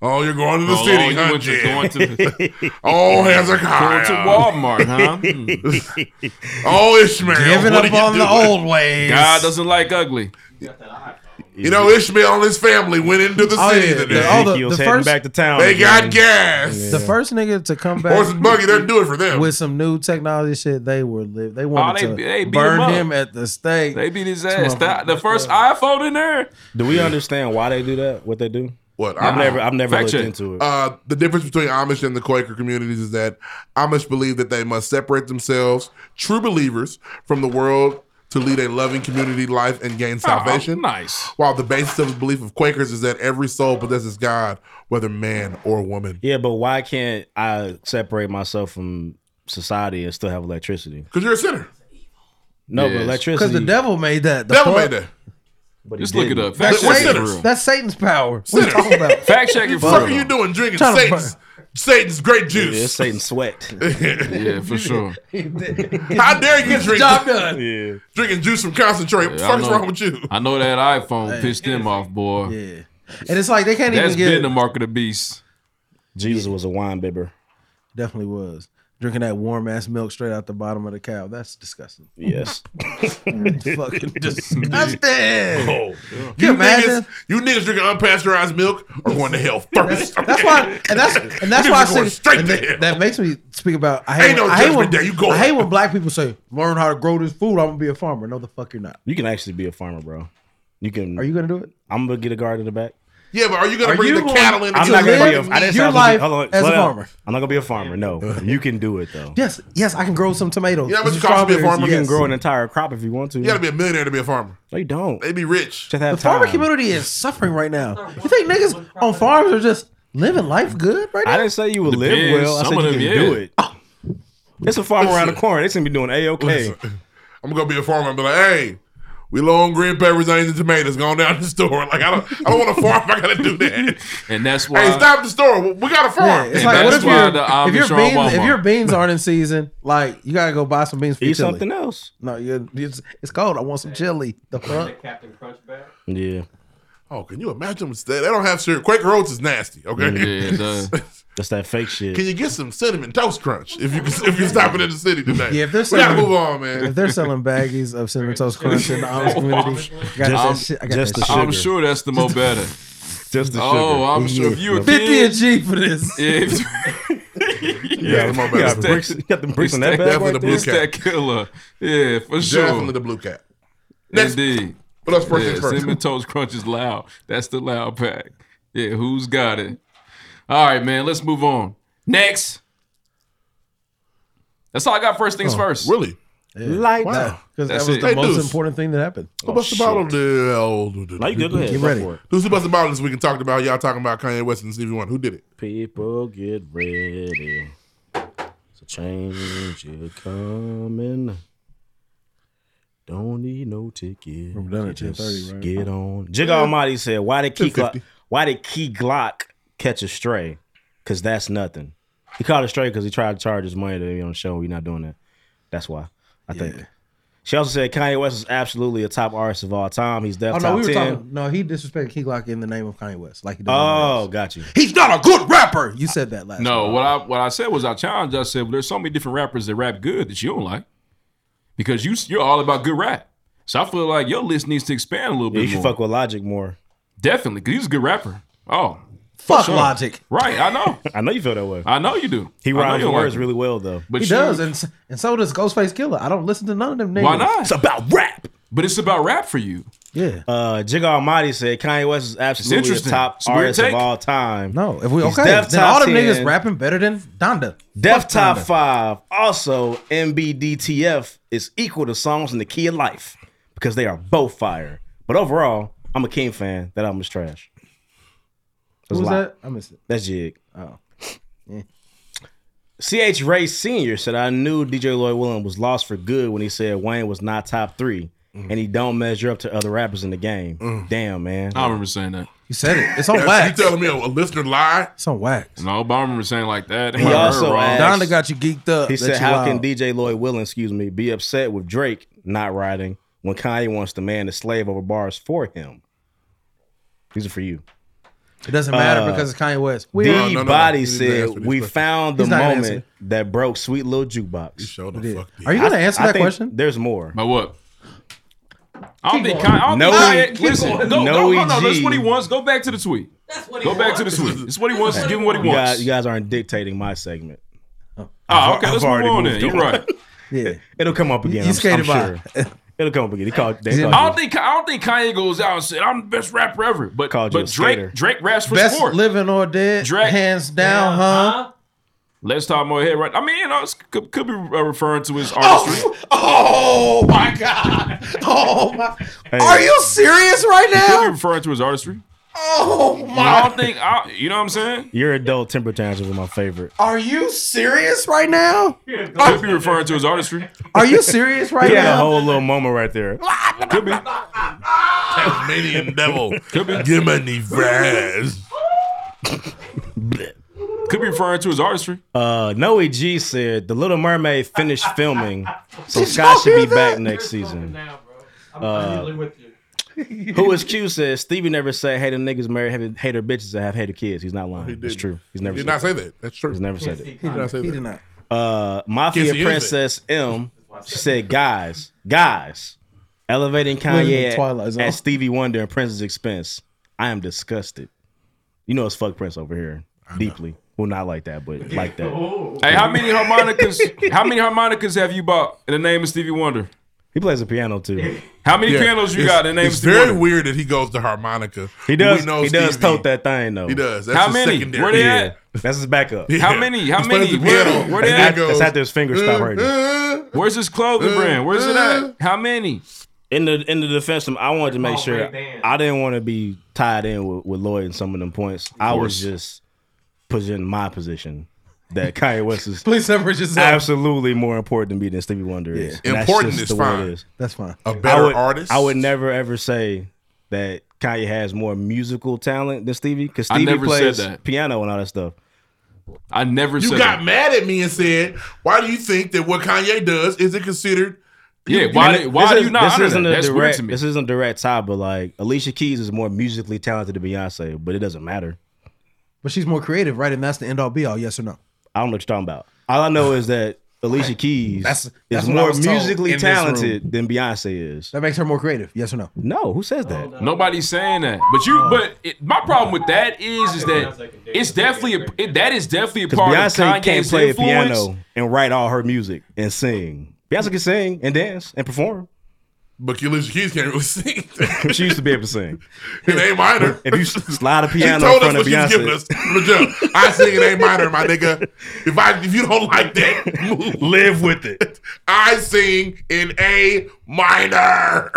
oh you're going to the oh, city, you huh, went to- Jen?" going to the- Oh, Hezekiah. going to Walmart, huh? Hmm. Oh, Ishmael, Giving what up are you on the doing? old ways. God doesn't like ugly. You know, Ishmael and his family went into the Oh, city yeah. today. The- all the- Ezekiel's the heading first- back to town They again. got gas. The first nigga to come back, Horse and buggy, they're doing it for them. with some new technology shit. They were live. They wanted they- to they beat him burn up. him, at the stake. They beat his This ass. The, the first iPhone in there. Do we understand why they do that? What they do? What I've Amish? never I've never looked into it. Uh, the difference between Amish and the Quaker communities is that Amish believe that they must separate themselves, true believers, from the world to lead a loving community life and gain salvation. nice. While the basis of the belief of Quakers is that every soul possesses God, whether man or woman. yeah, but why can't I separate myself from society and still have electricity? Because you're a sinner. No, Yes. but electricity. because the devil made that. The Devil plug- made that. But Just look it up. That's, Fact check it Satan's, real. that's Satan's power. What Sinners. you talking about? Fact check it What the fuck for are real. you doing drinking Tryna Satan's, Satan's great juice? Yeah, it's Satan sweat. yeah, for sure. How dare you drink job done. Yeah. drinking juice from concentrate? What the I fuck is know- wrong with you? I know that iPhone pissed them off, boy. Yeah. And it's like they can't That's even get been the mark of the beast. Jesus was a wine bibber. Definitely was. Drinking that warm ass milk straight out the bottom of the cow. That's disgusting. Yes. Fucking disgusting. Oh. you You, niggas, imagine? you niggas drinking unpasteurized milk are going to hell first. That's why, and that's and that's You why I niggas going say straight and to that, hell. that makes me speak about. I hate Ain't when, no I hate judgment when, day, you go. I hate when black people say, "Learn how to grow this food. I'm gonna be a farmer." No, the fuck you're not. You can actually be a farmer, bro. You can. Are you gonna do it? I'm gonna get a garden in the back. Yeah, but are you going Are to bring you the going- cattle in? To I'm not gonna be live a, I didn't say your I was gonna be- life as a slow down. farmer. I'm not gonna be a farmer. No, you can do it though. Yes, yes, I can grow some tomatoes. Yeah, but some you cost me a strawberries. farmer. You can Yes. grow an entire crop if you want to. You got to be a millionaire to be a farmer. No, you don't. They be rich. Just have The farmer time. community is suffering right now. You think niggas on farms are just living life good right now? I didn't say you would live Depends. well. I said Some you of can them, do yeah. it. It's a farm around the corner. They gonna be doing a okay. I'm going to be a farmer and be like, hey, we low on green peppers, onions, and tomatoes. Going down to the store. Like, I don't, I don't want to farm. I got to do that. And that's why. hey, stop the store. We- We got a farm. It's And like, what that's if, why your- the if Amish your are on beans if Walmart. your beans aren't in season, like you gotta go buy some beans for Eat your chili. something else. No, you it's, it's cold. I want some chili. The fuck? Captain Crunch back. Yeah. Oh, can you imagine? what's that? They don't have cereal. Quaker Oats is nasty, okay? That's that fake shit. Can you get some cinnamon toast crunch if you can, if you're stopping in the city today? Yeah, if they're we gotta selling, move on, man. If they're selling baggies of cinnamon toast crunch in the Amish community, I got that I'm- shit. I got just that the shit. I'm sure that's the mo better. just the Oh, I'm sure if you a kid, G for this. Yeah, if- Yeah, come on, It's baby. that- Bricks- you got them bricks it's in that bag Definitely right the there? blue cat killer. Yeah, for sure. Definitely the blue cat. Indeed. What else first yeah, things first? Cinnamon Toast Crunch is loud. That's the loud pack. Yeah, who's got it? All right, man. Let's move on. Next. That's all I got. First things Oh, first. Really? Like wow. Because That's that was it. the Hey, most dudes. important thing that happened. Who bust the bottle? No, you good. Go ahead. Get Go ready. for it. Who's who bust the bottle this week and talked about y'all talking about Kanye West and Stevie Wonder? Who did it? People get ready. It's a change is coming. Don't need no ticket. We're done at Just 10:30, right? Get on. Jig Almighty said, "Why did Key Glock, Why did Key Glock catch a stray? Because that's nothing. He caught a stray because he tried to charge his money to be on the show. We're not doing that. That's why. I think." She also said Kanye West is absolutely a top artist of all time. He's Oh definitely no, top we were ten. talking. No, he disrespected Key Glock in the name of Kanye West, like he did. oh, got you. He's not a good rapper. You said that last. No, what I what I said was I challenged. I said, well, there's so many different rappers that rap good that you don't like because you you're all about good rap. So I feel like your list needs to expand a little Yeah, bit. you should more. fuck with Logic more. Definitely, because he's a good rapper. Oh, Fuck sure. Logic. Right, I know. I know you feel that way. I know you do. He I know rhymes you don't words like him. really well though. But he you- does, and s- and so does Ghostface Killer. I don't listen to none of them. Niggas. Why not? It's about rap. But it's about rap for you. Yeah. Uh, Jig Almighty said Kanye West is absolutely the interesting. top It's a weird artist of take. all time. No, if we He's okay, Def then top all them 10, niggas rapping better than Donda. Def Fuck top Donda. five. Also, MBDTF is equal to songs in the key of life because they are both fire. But overall, I'm a King fan. That album is trash. Who That's a was lot. that? I missed it. That's Jig. Oh. CH Ray Sr. said, I knew DJ Lloyd Willen was lost for good when he said Wayne was not top three Mm. and he don't measure up to other rappers in the game. Damn, man. I remember saying that. You said it. It's on That's- wax. You telling me a, a listener lie? It's on wax. No, but I remember saying like that. He also asked, Donda got you geeked up. He Let said, you "How can wild." DJ Lloyd Willen, excuse me, be upset with Drake not riding when Kanye wants the man to slave over bars for him?" These are for you. It doesn't matter Uh, because it's Kanye West. D No, no, no, no. Body He's not answering said, this "We question. found the He's not moment answering. that broke Sweet Little Jukebox." Are you gonna answer I that think question? There's more. By what? I don't Keep think. going. Kanye- I don't No, think Kanye- keep listen, going. No no, no, no, no, That's EG. what he wants. Go back to the tweet. That's what he Go back to the tweet. It's what he wants. Give him what he You wants. guys, you guys aren't dictating my segment. Oh, Ah, okay, let's move on then. You're right. yeah, it'll come up again. you I'm- skated I'm sure. It'll come up again. He called. They I called you. don't think I don't think Kanye goes out and said I'm the best rapper ever. But Called you a but Drake skater. Drake raps for Best sport. living or dead, Drake. hands down, huh? Let's talk more here. Right? I mean, you know, it's, could, could be uh, referring to his artistry. Oh my god! Oh my! Are you serious right He could be now? referring to his artistry. Oh I my! don't think. I, you know what I'm saying? Your adult temper tantrums were my favorite. Are you serious right now? Could be referring to his artistry. Are you serious right he had a now? whole little moment right there. Could be. Tasmanian devil. Could be. Give me the fries. Could be referring to his artistry. Uh, Noe G said the Little Mermaid finished filming, so Scott should be back next season. Uh, with you. who is Q says Stevie never said hater niggas marry hater, hater bitches that have hater kids. He's not lying. it's didn't. true. He's never He did said not say that. That's true. He's never said it. He did not say that. Uh, Yes, Mafia he is Princess M. She said, "Guys, guys, elevating Living in Kanye Twilight at, Zone. at Stevie Wonder and Prince's expense. I am disgusted. You know it's fuck Prince over here deeply. Well, not like that, but like that. Hey, how many harmonicas? how many harmonicas have you bought in the name of Stevie Wonder? He plays the piano too. How many pianos you got in the name of It's Stevie very Wonder? weird that he goes to harmonica. He does. We know He does Stevie. tote that thing though. He does. That's How his many? secondary. Where they at? That's his backup. Yeah. How many? How He's playing many? the piano. Where And they he at? goes, That's after his fingers stop hurting. Where's his clothing Uh, brand? Where's it uh. at? How many? In the in the defense, I wanted to make sure Ray-Ban. I didn't want to be tied in with, with Lloyd in some of them points. I was course. just presenting my position that Kanye West is Please separate yourself. absolutely more important to me than Stevie Wonder is. And that's Important just is the way it fine. That's fine. A better I would, artist. I would never ever say that Kanye has more musical talent than Stevie because I Stevie never said plays that. piano and all that stuff. I never You said got that. mad at me and said, "Why do you think that what Kanye does isn't considered?" Yeah, You- why? you- did- why this are is- you not this honor that? isn't a That's weird direct, to me. This isn't a direct tie, but like Alicia Keys is more musically talented than Beyonce, but it doesn't matter. But she's more creative, right? And that's the end all be all. Yes or no? I don't know what you're talking about. All I know is that Alicia Keys That's- is that's what I more was told musically in this room. talented than Beyonce is. That makes her more creative. Yes or no? No. Who says that? Nobody's saying that, but you. But it, my problem with that is, is that it's definitely a, it, that is definitely a Because part Beyonce of Kanye's can't play a influence. piano and write all her music and sing. Beyonce can sing and dance and perform. But Alicia Keys can't really sing. she used to be able to sing. It ain't minor. If you slide a piano she told in front us of what Beyonce, she's giving us. Legit. I sing it ain't minor, my nigga. If I if you don't like that, move. live with it. I sing in A minor.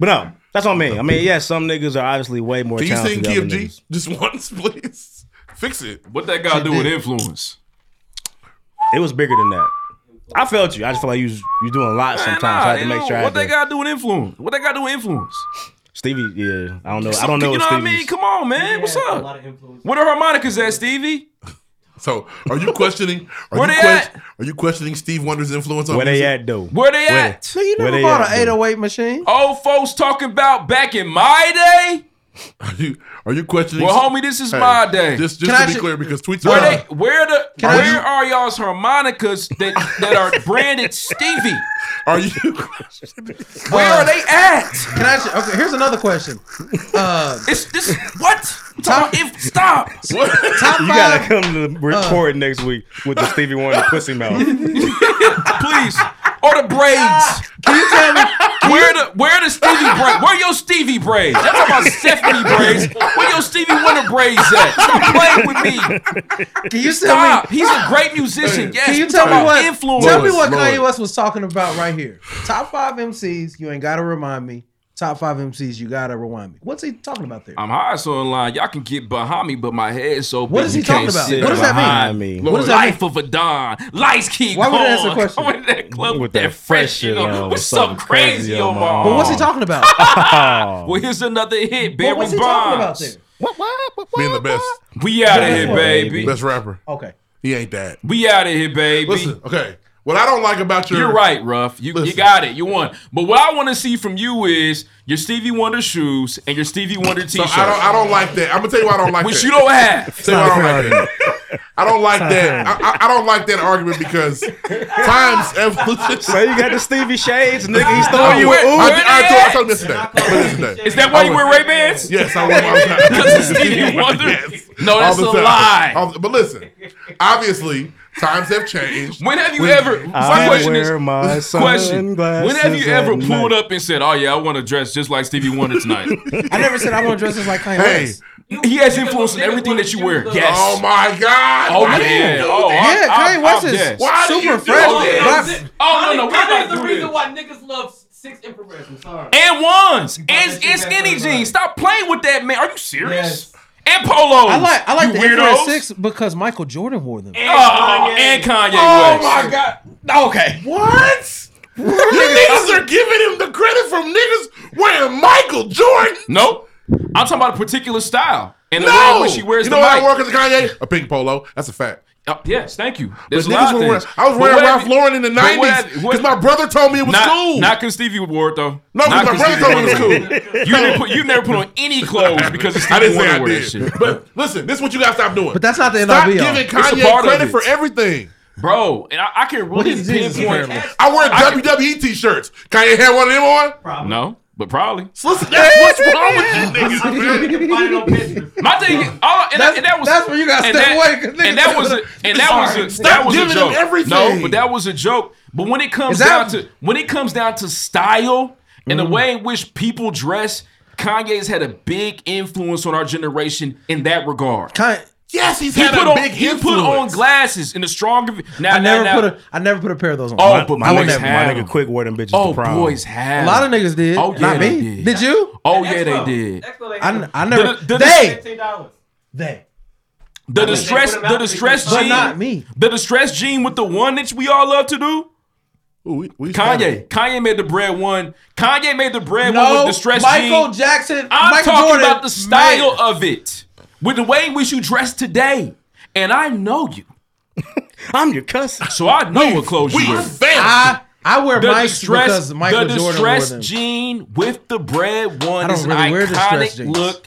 But no, that's what I mean. I mean, yeah, some niggas are obviously way more Can you talented sing Key than of other G niggas. just once, please? Fix it. What that got to do with influence? It was bigger than that. I felt you. I just felt like you was, you doing a lot sometimes. Nah, so I had they to make don't- sure. I What had they to, got to do with influence? What they got to do with influence? Stevie, yeah, I don't know. I don't know. You if know what I Stevie's- mean? Come on, man. What's up? Where the harmonicas at, Stevie? So are you questioning are Where you they are you questioning Steve Wonder's influence on Where they music? at, though? Where they at? So you never bought oh an 808 machine? Old folks talking about back in my day. Are you are you questioning? Well, homie, this is my day. Just, just Can to I be ju- clear, because tweets Where are they? Where the? Can I where ju- are y'all's harmonicas that that are branded Stevie? Are you? Where are they at? Can I? ask you- Okay, here's another question. Uh, it's this what? Top, if, stop. you gotta come to Uh. the record next week with the Stevie Wonder pussy mouth. please. Or the braids. Can you tell me where the where the Stevie braid? Where your Stevie braids? I'm talking about Stephanie braids. Where your Stevie Wonder braids at? Stop playing with me. Can you tell Stop. me? He's a great musician. Yes. Can you we tell talking me about what? influence? Tell me what Kanye West was talking about right here. Top five MCs. You ain't gotta remind me. Top five MCs. You gotta remind me. What's he talking about there? I'm high, so in line. Y'all can get behind me, but my head's so big. What is he you can't talking about? sit What does that mean? behind Me. What does that Life of a Don. Lights keep Why would on. that answer the question? Come in that club with, that fresh fresh shit shit on. on. What's something Something crazy on my But what's he talking about? arm? Well, here's another hit. Barry What was he Bonds. talking about there? being the best. We out of here, baby. Best rapper. Okay. He ain't that. We out of here, baby. Listen, okay. What I don't like about your You're right, Ruff. You, you Listen. got it. You won. But what I want to see from you is your Stevie Wonder shoes and your Stevie Wonder So t-shirt. I don't I don't like that. I'm gonna tell you why I don't like Which that. you don't have. Tell you why I don't like that. I don't like that. I, I- I don't like that argument because times evolution. So you got the Stevie shades, nigga. He's throwing you I, an oop. I, I, told, I told him yesterday. I told him yesterday. Is that why I you went- wear Ray Bans? Yes, I wear my Because Stevie Wonder. No, All that's a the time. lie. All the- but listen, obviously times have changed. When have you ever? My I question wear is. my Question: When have sunglasses you ever at night. pulled up and said, "Oh yeah, I want to dress just like Stevie Wonder tonight"? I never said I want to dress this like Kanye Hey. West. he has influence in everything that you wear. Yes. Oh my God! Oh Why do you yeah. do Oh, that? I- Yeah, I- Kanye West I- is yes. Why do you super do fresh. that? Black- Oh no, no, we're Kanye's not the doing reason this. why niggas love six infrared. I'm sorry. And ones and, that and shit back skinny on the line. jeans. Stop playing with that, man. Are you serious? Yes. And polos. I like I like you the infrared weirdos. six because Michael Jordan wore them. And, oh, Kanye. and Kanye Oh West. my God! Okay. What? You niggas are giving him the credit from niggas wearing Michael Jordan. Nope. I'm talking about a particular style. And the No, way when she wears you the know what I mic. wore because of Kanye? A pink polo. That's a fact. Oh, yes, thank you. But There's a niggas lot of were wearing, things. I was But wearing what Ralph have you- Lauren in the but what nineties have- what- because my brother told me it was not, cool. Not because Stevie wore it though. No, 'cause Not my brother Stevie told me it wore was cool. You never put you never put on any clothes because of Stevie I didn't say Wonder I wore that did. shit. But listen, this is what you guys stop doing. But that's not the end all Stop be all. giving It's a Kanye part of credit it. for everything. Bro, and I, I can What really is Jesus pinpoint. apparently? I wear I can- WWE t-shirts. Kanye had one of them on. No, but probably. So listen, that's what's wrong with you niggas, man. My thing, all, and, that, That's- and that was that's where you gotta and step that- away, 'cause niggas And that was a, and that was a, Stop that was a giving joke. them everything. No, but that was a joke. But when it comes Is that- down to when it comes down to style and Mm. the way in which people dress, Kanye's had a big influence on our generation in that regard. Kanye, Yes, he's He had put a on big he influence. put on glasses in the stronger. Now, I never now, now, put a I never put a pair of those on. Oh, My, but my, boys nigga, my have nigga them. quick wore them bitches Oh, to prom. boys have a lot of them. niggas did. Oh, yeah, not they me. did. Did, you? Oh yeah, they did. I, I never. The- the- they $15. they. The distress, put 'em the out distress But gene, not me. the distress gene with the one that we all love to do. Ooh, we- we started. Kanye. Kanye made the bread one. Kanye made the bread one No, with the stress Michael jean. Jackson. I'm Michael talking Jordan, about the style man. of it. With the way in which you dress today. And I know you. I'm your cousin. So I know what clothes We you wear. failed. I I wear The Mike distress, because Michael the Jordan wore distress them. jean with the bread I one don't is an really wear distress iconic jeans. look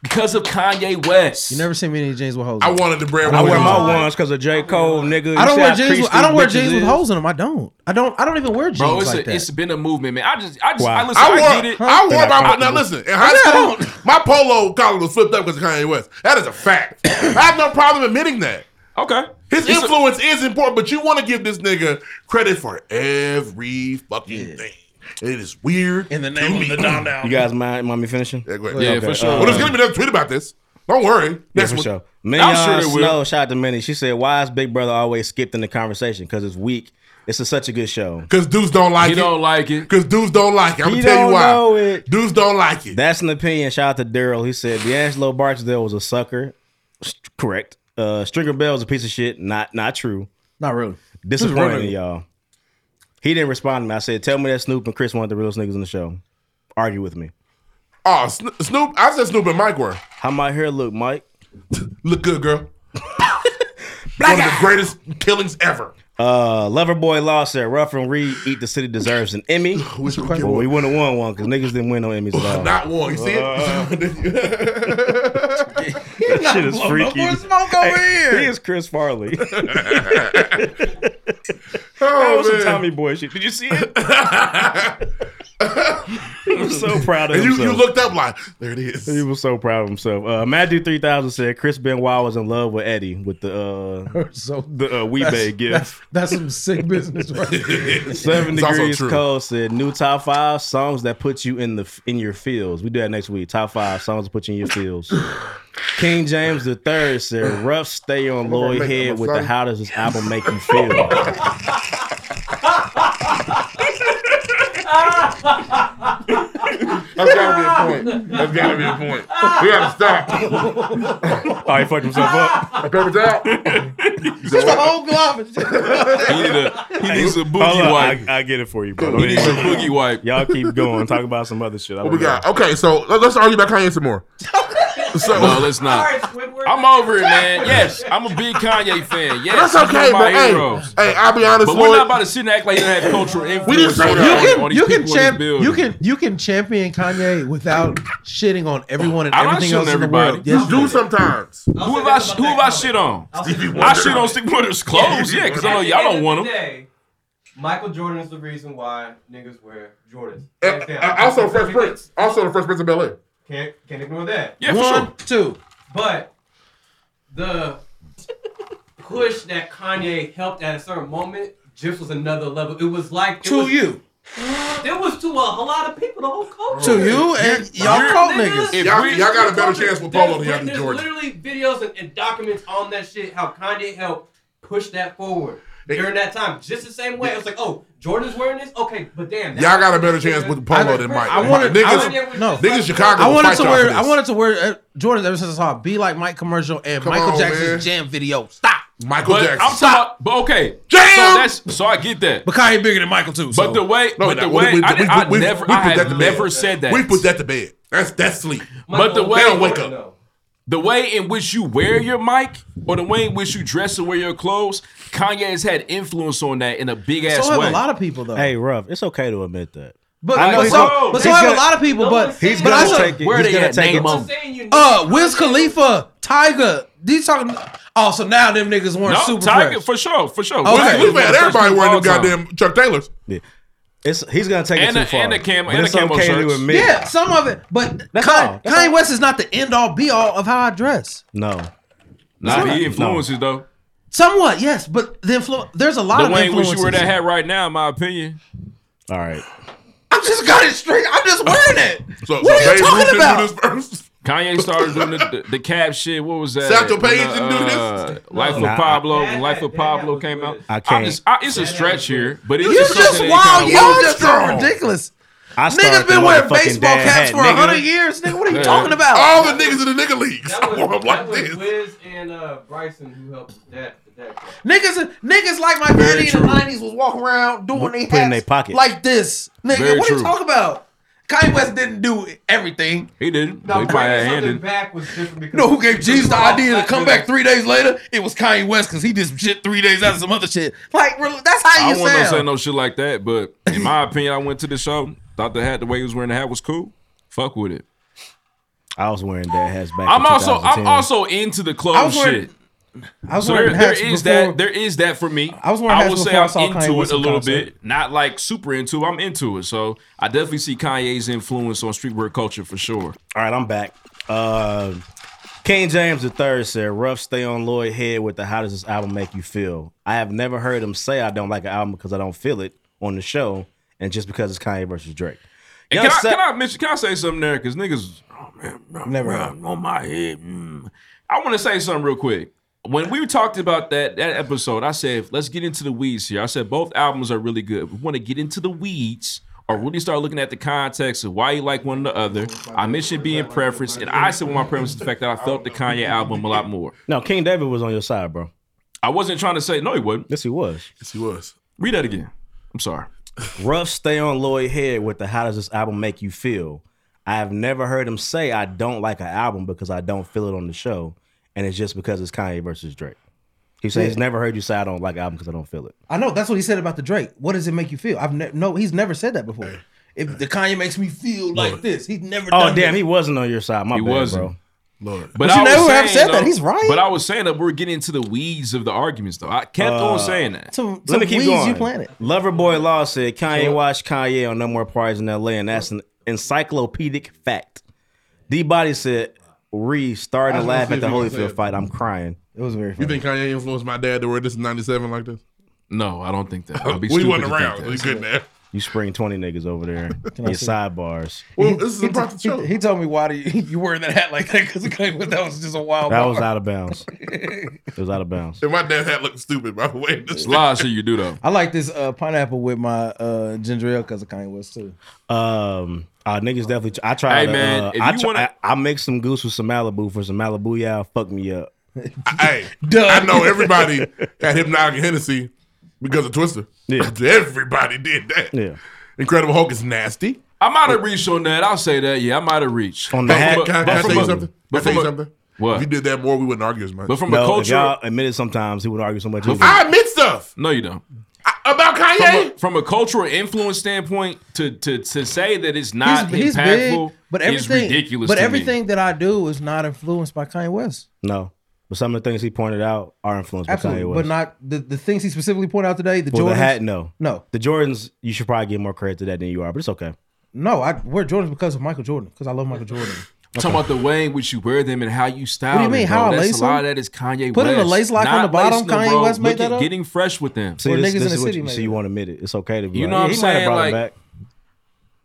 because of Kanye West. you never seen me in any jeans with holes. I in them. wanted the bread. I with wear him. my ones because of J. Cole, nigga. I You don't see wear how jeans. creased With, I don't these wear bitches jeans with is? holes in them. I don't. I don't. I don't even wear jeans Bro, it's, like a, that. it's been a movement, man. I just, I just, Wow. I listen, I, I get wore, it. I wore They're not my popular. now. Listen, in high school, my polo collar was flipped up because of Kanye West. That is a fact. I have no problem admitting that. okay. His It's a- influence is important, but you want to give this nigga credit for every fucking thing. It is weird. In the name of the down down. You guys mind, mind me finishing? Yeah, ahead. Yeah, for sure. Well, there's gonna be another tweet about this. Don't worry. Yeah, Next for one. sure. Minnie I'm sure they will. Snow, shout out to Minnie. She said, "Why is Big Brother always skipped in the conversation? Because it's weak. It's a, such a good show. Because dudes don't like He it. don't like it. Because dudes don't like it. I'm gonna tell you why. Dudes don't like it. That's an opinion. Shout out to Daryl. He said D'Angelo Barksdale was a sucker. St- correct. Uh, Stringer Bell was a piece of shit. Not not true. Not really. This is Disappointing real. y'all. He didn't respond to me. I said, "Tell me that Snoop and Chris wanted the realest niggas in the show. Argue with me. Oh, Sno- Snoop. I said Snoop and Mike were. How my hair look, Mike? look good, girl. One of the greatest killings ever. Uh, Loverboy Law said, "Rough and Reed eat the city deserves an Emmy." well, we wouldn't have won one because niggas didn't win no Emmys at all. Not one. You see Uh, it? Oh, that shit is blowing no freaky. more smoke over here. He is Chris Farley. Oh, that was man. some Tommy Boy shit. Did you see it? he was so proud of And you, himself. you looked up like, there it is. he was so proud of himself. Uh, Magic three thousand said Chris Benoit was in love with Eddie with the uh, so the uh, That's- Weebay gift. That's, that's some sick business right there. Seven It's also degrees true. cold said new top five songs that put you in the in your fields. We do that next week. Top five songs that put you in your fields. King James the Third said rough stay on gonna Lloyd make them Head with the excited. how does this album make you feel? That's gotta be a point. That's gotta be a point. We gotta stop. Oh, he fucked himself up. Paper out. Just the whole garbage. He need a he needs a Hold boogie on, wipe. I, I get it for you, bro. He needs a boogie wipe. Y'all keep going. Talk about some other shit. I What we don't know. got? Okay, so let- let's argue about Kanye some more. So, No, let's not. I'm over it, man. Yes, I'm a big Kanye fan. Yes, That's okay, he's one but of my hey, heroes. hey, I'll be honest, But we're Lloyd. not about to sit and act like you don't have cultural influence. We didn't say on, that. You can, on these you can, people in this champ, building. you can you can champion Kanye without shitting on everyone and I'm not everything shitting else in the everybody. world. You do sometimes. Who have I who have I shit on? I shit on Stevie Wonder's clothes. Yeah, because I know y'all don't want them. Michael Jordan is the reason why niggas wear Jordans. Eh, And, and also Fresh Prince. Also the Fresh Prince of Bel Air. Can't can't ignore that. Yeah, for One, sure. two. But the push that Kanye helped at a certain moment just was another level. It was like it To was- you. It was to a, whole lot of people, the whole culture. To you and y'all cult niggas. Y'all, y'all got a better chance with Polo than y'all do There's Jordan. literally videos and, and documents on that shit how Kanye helped push that forward during that time. Just the same way, it was like, oh, Jordan's wearing this. Okay, but damn, Y'all got a better chance with Polo than Mike. I wanted niggas, I, wanted- no. niggas Chicago. I wanted fight to y'all wear for I this. wanted to wear uh, Jordans ever since I saw a "Be Like Mike" commercial and Come Michael on, Jackson's man. Jam video. Stop, Michael but Jackson. I'm talking. But okay, Jam! So that's so I get that. But Kanye bigger than Michael too. But the way, No, but no, the we- way, we- I, we- did, I we- never, we I put that have to bed. never said that. We put that to bed. That's that's sleep. But the way they don't wake up. The way in which you wear your mic or the way in which you dress and wear your clothes, Kanye has had influence on that in a big ass way. of people though. Hey, rough. It's okay to admit that. But, I know but he's so, gonna- but so he's have a gonna- lot of people. But he's but gonna I said- take it. Where He's they gonna at? take Name it. 'em. Uh, Wiz Khalifa, Tiger. These talking. Oh, so now them niggas wearing No, super Tiger fresh. for sure, for sure. Okay. Wiz- Wiz We've had was the everybody freshman of wearing all the time. goddamn Chuck Taylors. It's he's gonna take And it a- too far. and a cam- but and a it's camo okay shirts. to admit. Yeah, some of it, but That's all. Kanye, That's Kanye West is not the end all be all of how I dress. No, Nah, No. he influences though. Somewhat, yes, but the influ- there's a lot The of way in which influences. you wear that hat right now, in my opinion. All right. I'm just got it straight. I'm just wearing it. So, What are you Babe Ruth talking didn't do about? this first? Kanye started doing the, the, the cap shit. What was that? Satchel When, uh, Paige didn't do this? Life of Nah, I- Pablo. When Life of Pablo came out. I can't. I'm just, I, it's a stretch here, but it's You just, just something wild, that kinda you just works. so ridiculous. I Niggas started been the wearing motherfucking baseball dad caps hat, for nigga. hundred years, nigga. What are you Yeah. talking about? All the niggas in the nigga leagues. That was, wore 'em like that was this. Wiz and uh, Bryson who helped with that. with that. Niggas, niggas like my daddy in the nineties was walking around doing their Put in hats their pocket. like this, nigga. Very what are you true. talking about? Kanye West didn't do everything. He didn't. No, he probably had a hand Something in. it. back was different because You know who gave Jesus the idea to come back three days later? It was Kanye West because he did some shit three days after some other shit. Like really, that's how you I wasn't gonna say sound. no shit like that, but in my opinion, I went to the show, thought the hat, the way he was wearing the hat was cool. Fuck with it. I was wearing dad hats back. I'm in also I'm 2010. also into the I clothes was wearing- shit. I was So wearing there, there hats is before- that there is that for me. I was wearing hats will say before I I'm saw Kanye into West it a in little concert. bit, not like super into. it, I'm into it, so I definitely see Kanye's influence on streetwear culture for sure. All right, I'm back. Uh, King James III said, "Rough stay on Lloyd Head with the how does this album make you feel? I have never heard him say I don't like an album because I don't feel it on the show, and just because it's Kanye versus Drake. And Young can, I, Sa- can I mention? Can I say something there? Because niggas, oh man, bro, Never bro, happened. on my head. mm. I want to say something real quick. When we talked about that that episode, I said let's get into the weeds here. I said both albums are really good. We want to get into the weeds. Or really start looking at the context of why you like one or the other. I mentioned being preference, and I said one of my preference is the fact that I felt the Kanye album a lot more. no, King David was on your side, bro. I wasn't trying to say no, he wasn't. Yes, he was. Yes, he was. Read that again. I'm sorry. Ruff stay on Lloyd Head with the How Does This Album Make You Feel? I have never heard him say I don't like an album because I don't feel it on the show, and it's just because it's Kanye versus Drake. He says he's Yeah. never heard you say I don't like an album because I don't feel it. I know that's what he said about the Drake. What does it make you feel? I've ne- no, he's never said that before. If the Kanye makes me feel like this, he's never. Oh done damn, that. he wasn't on your side. My He bad, wasn't. bro. Lord. But, But I you was never have saying, said that. though- He's right. But I was saying that we're getting into the weeds of the arguments, though. I kept Uh, on saying that. Let me keep going. planted. Loverboy Law said Kanye watched Kanye on No More Parties in L.A. and that's an encyclopedic fact. D Body said Reed starting I was to gonna laugh see at the if he was Holyfield saying- fight. I'm crying. It was very. You think Kanye influenced my dad to wear this in '97 like this? No, I don't think that. I'd be we stupid wasn't to think around. that. We couldn't have. You spring twenty niggas over there. I Your see- sidebars. Well, this is a prop- he, he told me why do you, you wearing that hat like that because that was just a wild. That bar. was out of bounds. It was out of bounds. And my dad had looked stupid by the way. This It's a lot of shit you do though. I like this uh, pineapple with my uh, ginger ale because of Kanye West too. Um, uh, niggas definitely. I tried. Hey, to, man, uh, if I, you tr- wanna- I, I mixed some goose with some Malibu for some Malibu. Y'all fuck me up. Hey, I know everybody had hypnotic and Hennessy because of Twister. Yeah. everybody did that. Yeah. Incredible Hulk is nasty. I might have reached on that. I'll say that. Yeah, I might have reached. On But the hat. Can, I- can but I from tell you a- something? Can I but tell from you a- something? What? If you did that more, we wouldn't argue as much. But from No, a if culture, y'all admitted sometimes he would argue so much. either. I admit stuff no, you don't. about Kanye. From a, from a cultural influence standpoint, to to to say that it's not He's- he's impactful big, but is everything, ridiculous. But to me. everything that I do is not influenced by Kanye West. no, but some of the things he pointed out are influenced by Absolutely, Kanye West. but not the, the things he specifically pointed out today. The well, Jordans, the hat. No, No. The Jordans. You should probably give more credit to that than you are, but it's okay. No, I wear Jordans because of Michael Jordan because I love Michael Jordan. Talking about the way in which you wear them and how you style What do you mean, them. how I bro. That's lace a lot them? of that is Kanye Putting West. a lace lock on Not the bottom, lacing them, Kanye bro. West made Look that at up? Getting fresh with them. See, Or this, niggas this in the is what city you, made so it. you won't admit it. It's okay to be. You like, know what yeah, I'm he might have saying? brought it Like- back.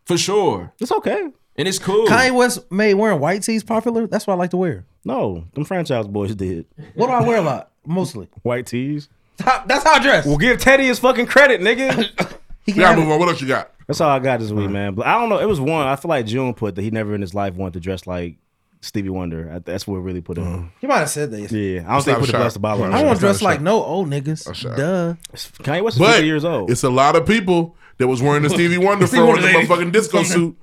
For sure. It's okay. And it's cool. Kanye West made wearing white tees popular. That's what I like to wear. No, them franchise boys did What do I wear a lot? Mostly. white tees. That's how I dress. Well, give Teddy his fucking credit, nigga. He We gotta move on. What else you got? That's all I got this week, man. But I don't know. It was one. I feel like June put that he never in his life wanted to dress like Stevie Wonder. I- That's what really put it. He might have said that. Yeah, I don't think he put the blessed Bible. on I it. want That's to not dress a like shot. no old Oh, niggas. Duh. Kanye West is But 50 years old. it's a lot of people that was wearing the Stevie Wonder Stevie fro in the Wonder motherfucking disco suit.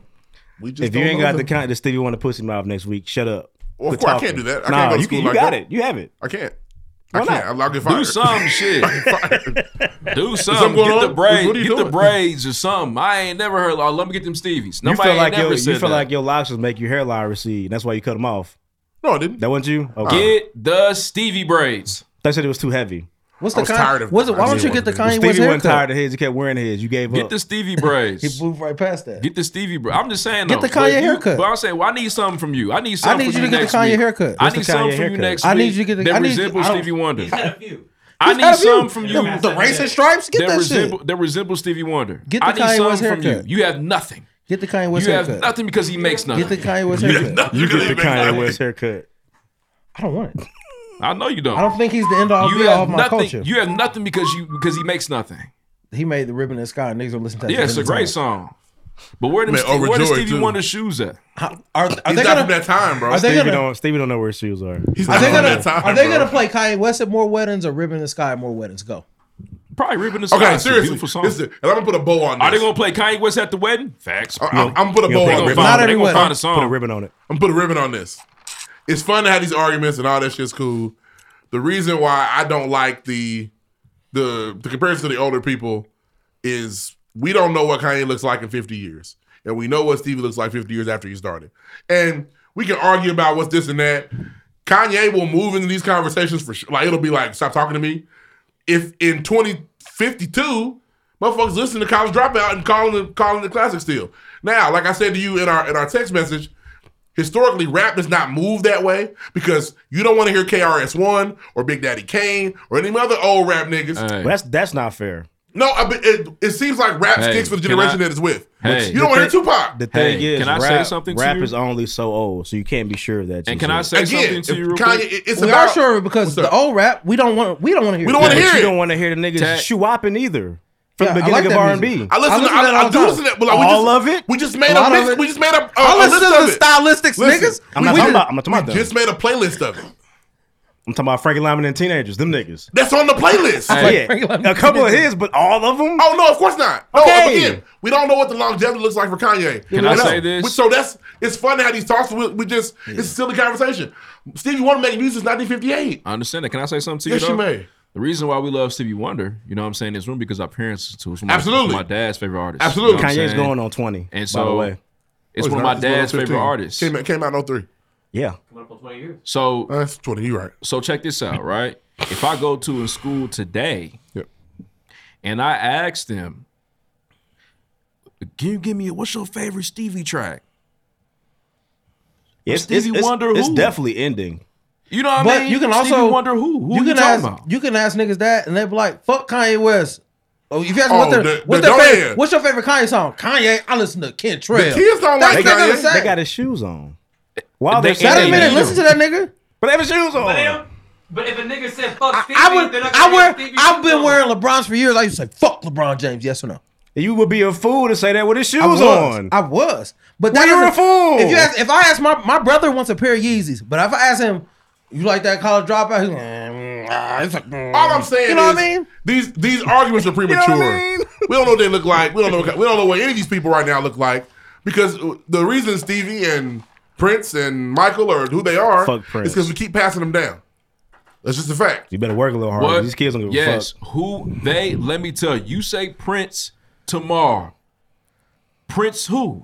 We just If you don't ain't know got the them. kind the Stevie Wonder pussy mouth next week, shut up. Well, of Quit course I can't talking. do that. I nah, can't go to you, school you like got that. it. You have it. I can't. Why I can't. not? I'm not getting fired. Do some shit. Do something. going Get the on? braids. What are you Get the doing? braids or something. I ain't never heard. Oh, let me get them Stevies. Nobody you feel like ain't your never you said feel that. like your locks make your hairline recede. and That's why you cut them off. No, I didn't. That wasn't you. uh, Get the Stevie braids. They said it was too heavy. What's the Kanye? what's it, why don't you get the Kanye Stevie West wasn't haircut? tired of his. He kept wearing his. You gave Get up. the Stevie braids. He blew right past that. Get the Stevie braids. I'm just saying. Get though, the Kanye but you- haircut. But I'm saying, well, I need something from you. I need I something. need from you to get the next Kanye week. haircut. I What's the need something Kanye from you haircut? next week. I need you to get the- that I need- resembles I don't- Stevie Wonder. I He's need had a few. something from you. The, the race and stripes. Get that, that resemble, shit. that resembles Stevie Wonder. Get the I need Kanye something West from you. haircut. You have nothing. Get the Kanye West you have haircut. nothing because he makes nothing. Get the Kanye West You have haircut. nothing you because get he the makes Kanye nothing. West haircut. I don't want it. I know you don't. I don't think he's the end all you be all have of my nothing. culture. You have nothing because you because he makes nothing. He made the ribbon in the sky. and Niggas don't listen to that. Yeah, it's a great song. But where them Man, Steve, where the overjoyed, Stevie too. Wonder shoes at? Are, are He's they not gonna? from that time, bro. Are they Stevie gonna? don't Stevie don't know where his shoes are. He's Are not they from gonna? that time. are they bro. gonna play Kanye West at more weddings or ribbon in the sky at more weddings? Go. Probably Ribbon the Sky. Okay, It's a seriously. beautiful song. Listen, and I'm gonna put a bow on this. Are they gonna play Kanye West at the wedding? Facts. I- I'm, I'm gonna put a bow You'll on pick a this. ribbon. Not they everywhere. gonna find a Put a song. ribbon on it. I'm gonna put a ribbon on this. It's fun to have these arguments and all that shit's cool. The reason why I don't like the the the comparison to the older people is we don't know what Kanye looks like in 50 years, and we know what Stevie looks like 50 years after he started. And we can argue about what's this and that. Kanye will move into these conversations for sure. Like it'll be like, stop talking to me. If in 2052, motherfuckers listening to college dropout and calling it calling the classic still. Now, like I said to you in our in our text message, historically rap does not move that way because you don't want to hear KRS One or Big Daddy Kane or any other old rap niggas. Hey, But that's that's not fair. No, I mean, it, it seems like rap Hey, sticks for the can generation I- that it's with. Hey. you don't The want to thing- hear Tupac. The thing Hey, is, can I say rap, something to Rap you? is only so old, so you can't be sure of that. And you can I said. say Again, something to if you real Kanye- quick? we are sure because the old rap we don't want we don't want to hear. We don't wanna Yeah, hear but you it. don't want to hear the niggas shoe whopping either. From Yeah, I the beginning like of that R and B. music. I listen to- I- I do listen to that, but like, we all just- of it. We just made a a, lot of mix. it. We just made a. a I a list listen to of the it. stylistics, Listen, niggas. I'm we- not we talking did- about- I'm not talking we about them. Just made a playlist of it. I'm talking about Frankie Lyman and teenagers. Them niggas. That's on the playlist. Yeah. a couple of his, but all of them. Oh no, of course not. No, Okay. again, we don't know what the longevity looks like for Kanye. Can I And that's- say this? we- So that's it's fun to have these talks. We, we just it's a silly conversation. Stevie Wonder making music since 1958. I understand that. Can I say something to Yes, you? you though? may. The reason why we love Stevie Wonder, you know what I'm saying, is room because our parents listened to him. It's my- it's Absolutely. my dad's favorite artist. Absolutely. You know what I'm Kanye's saying? going on 20, by And so the way. it's Oh, one not- of my it's going on dad's favorite 15. artists. Came, out- came out in 03. Yeah. Coming up on 20 years. So that's 20. You right. So check this out, right? if I go to a school today, and I ask them, "Can you give me a, what's your favorite Stevie track?" Yeah, It's, Stevie it's, it's, Wonder It's who? definitely ending. You know what I but mean? you can Stevie also wonder who. Who you you can talking ask. about? You can ask niggas that, and they be like, "Fuck Kanye West." Oh, if you ask them Oh, what their, the- what's, the their Dorian. favorite, what's your favorite Kanye song? Kanye, I listen to Kentrell. That's They what got, I'm saying. they got his shoes on. Why They- Shut up a minute. Listen to that nigga. But they have his shoes on. But if a nigga said fuck Stevie, I would. then I, I wear. I've been wearing LeBrons for years. I used to say, "Fuck LeBron James." Yes or no? You would be a fool to say that with his shoes I was, on. I was. But that Well, you're a doesn't- fool. If you ask, if I ask my my brother wants a pair of Yeezys, but if I ask him, "You like that college dropout?" He's like, "Mm, ah," it's like, mm. All I'm saying, you know is what I mean? These these arguments are premature. You know what I mean? We don't know what they look like. We don't know. What, we don't know what any of these people right now look like because the reason Stevie and Prince and Michael are who they are Fuck Prince. is because we keep passing them down. That's just a fact. You better work a little harder. What? These kids don't give yes, a fuck. who they? Let me tell you. You say Prince tomorrow. Prince who?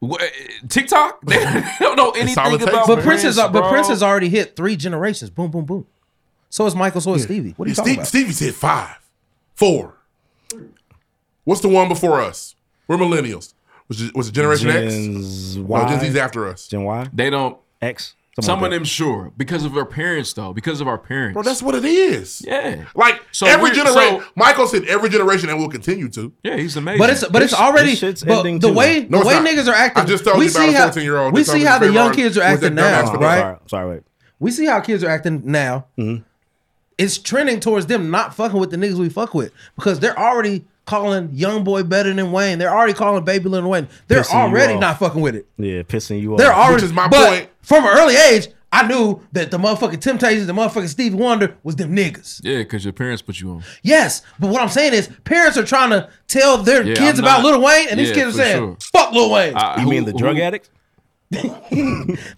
What, TikTok? They don't know anything about. but Prince is but bro. Prince has already hit three generations. Boom, boom, boom. So is Michael. So is Stevie. What are you Steve- talking about? Stevie's hit five, four. What's the one before us? We're millennials. Was it, was it Generation Gens X? Y. Oh, No, Gen Z's after us. Gen Y. They don't. X. Some like of that. them sure because of our parents though, because of our parents. Bro, that's what it is. Yeah. Like So every we're- generation, so- Michael's hit every generation and will continue to. Yeah, he's amazing. But it's but it's already but the way the No, it's way not. niggas are acting. I just told we you see about a how- 14 year old. We see how the young kids are acting now, right? Oh, Sorry, sorry, wait. We see how kids are acting now. Mm-hmm. It's trending towards them not fucking with the niggas we fuck with because they're already calling young boy better than Wayne. They're already calling Baby Lil Wayne. They're Pissing you already off. not fucking with it. Yeah, pissing you off. They're already. but From an early age, I knew that the motherfucking Temptations, the motherfucking Stevie Wonder was them niggas. Yeah, because your parents put you on. Yes, but what I'm saying is parents are trying to tell their Yeah, kids I'm about not- Lil Wayne, and Yeah, these kids are for saying, sure. "Fuck Lil Wayne." Uh, You mean who- the drug who- addict?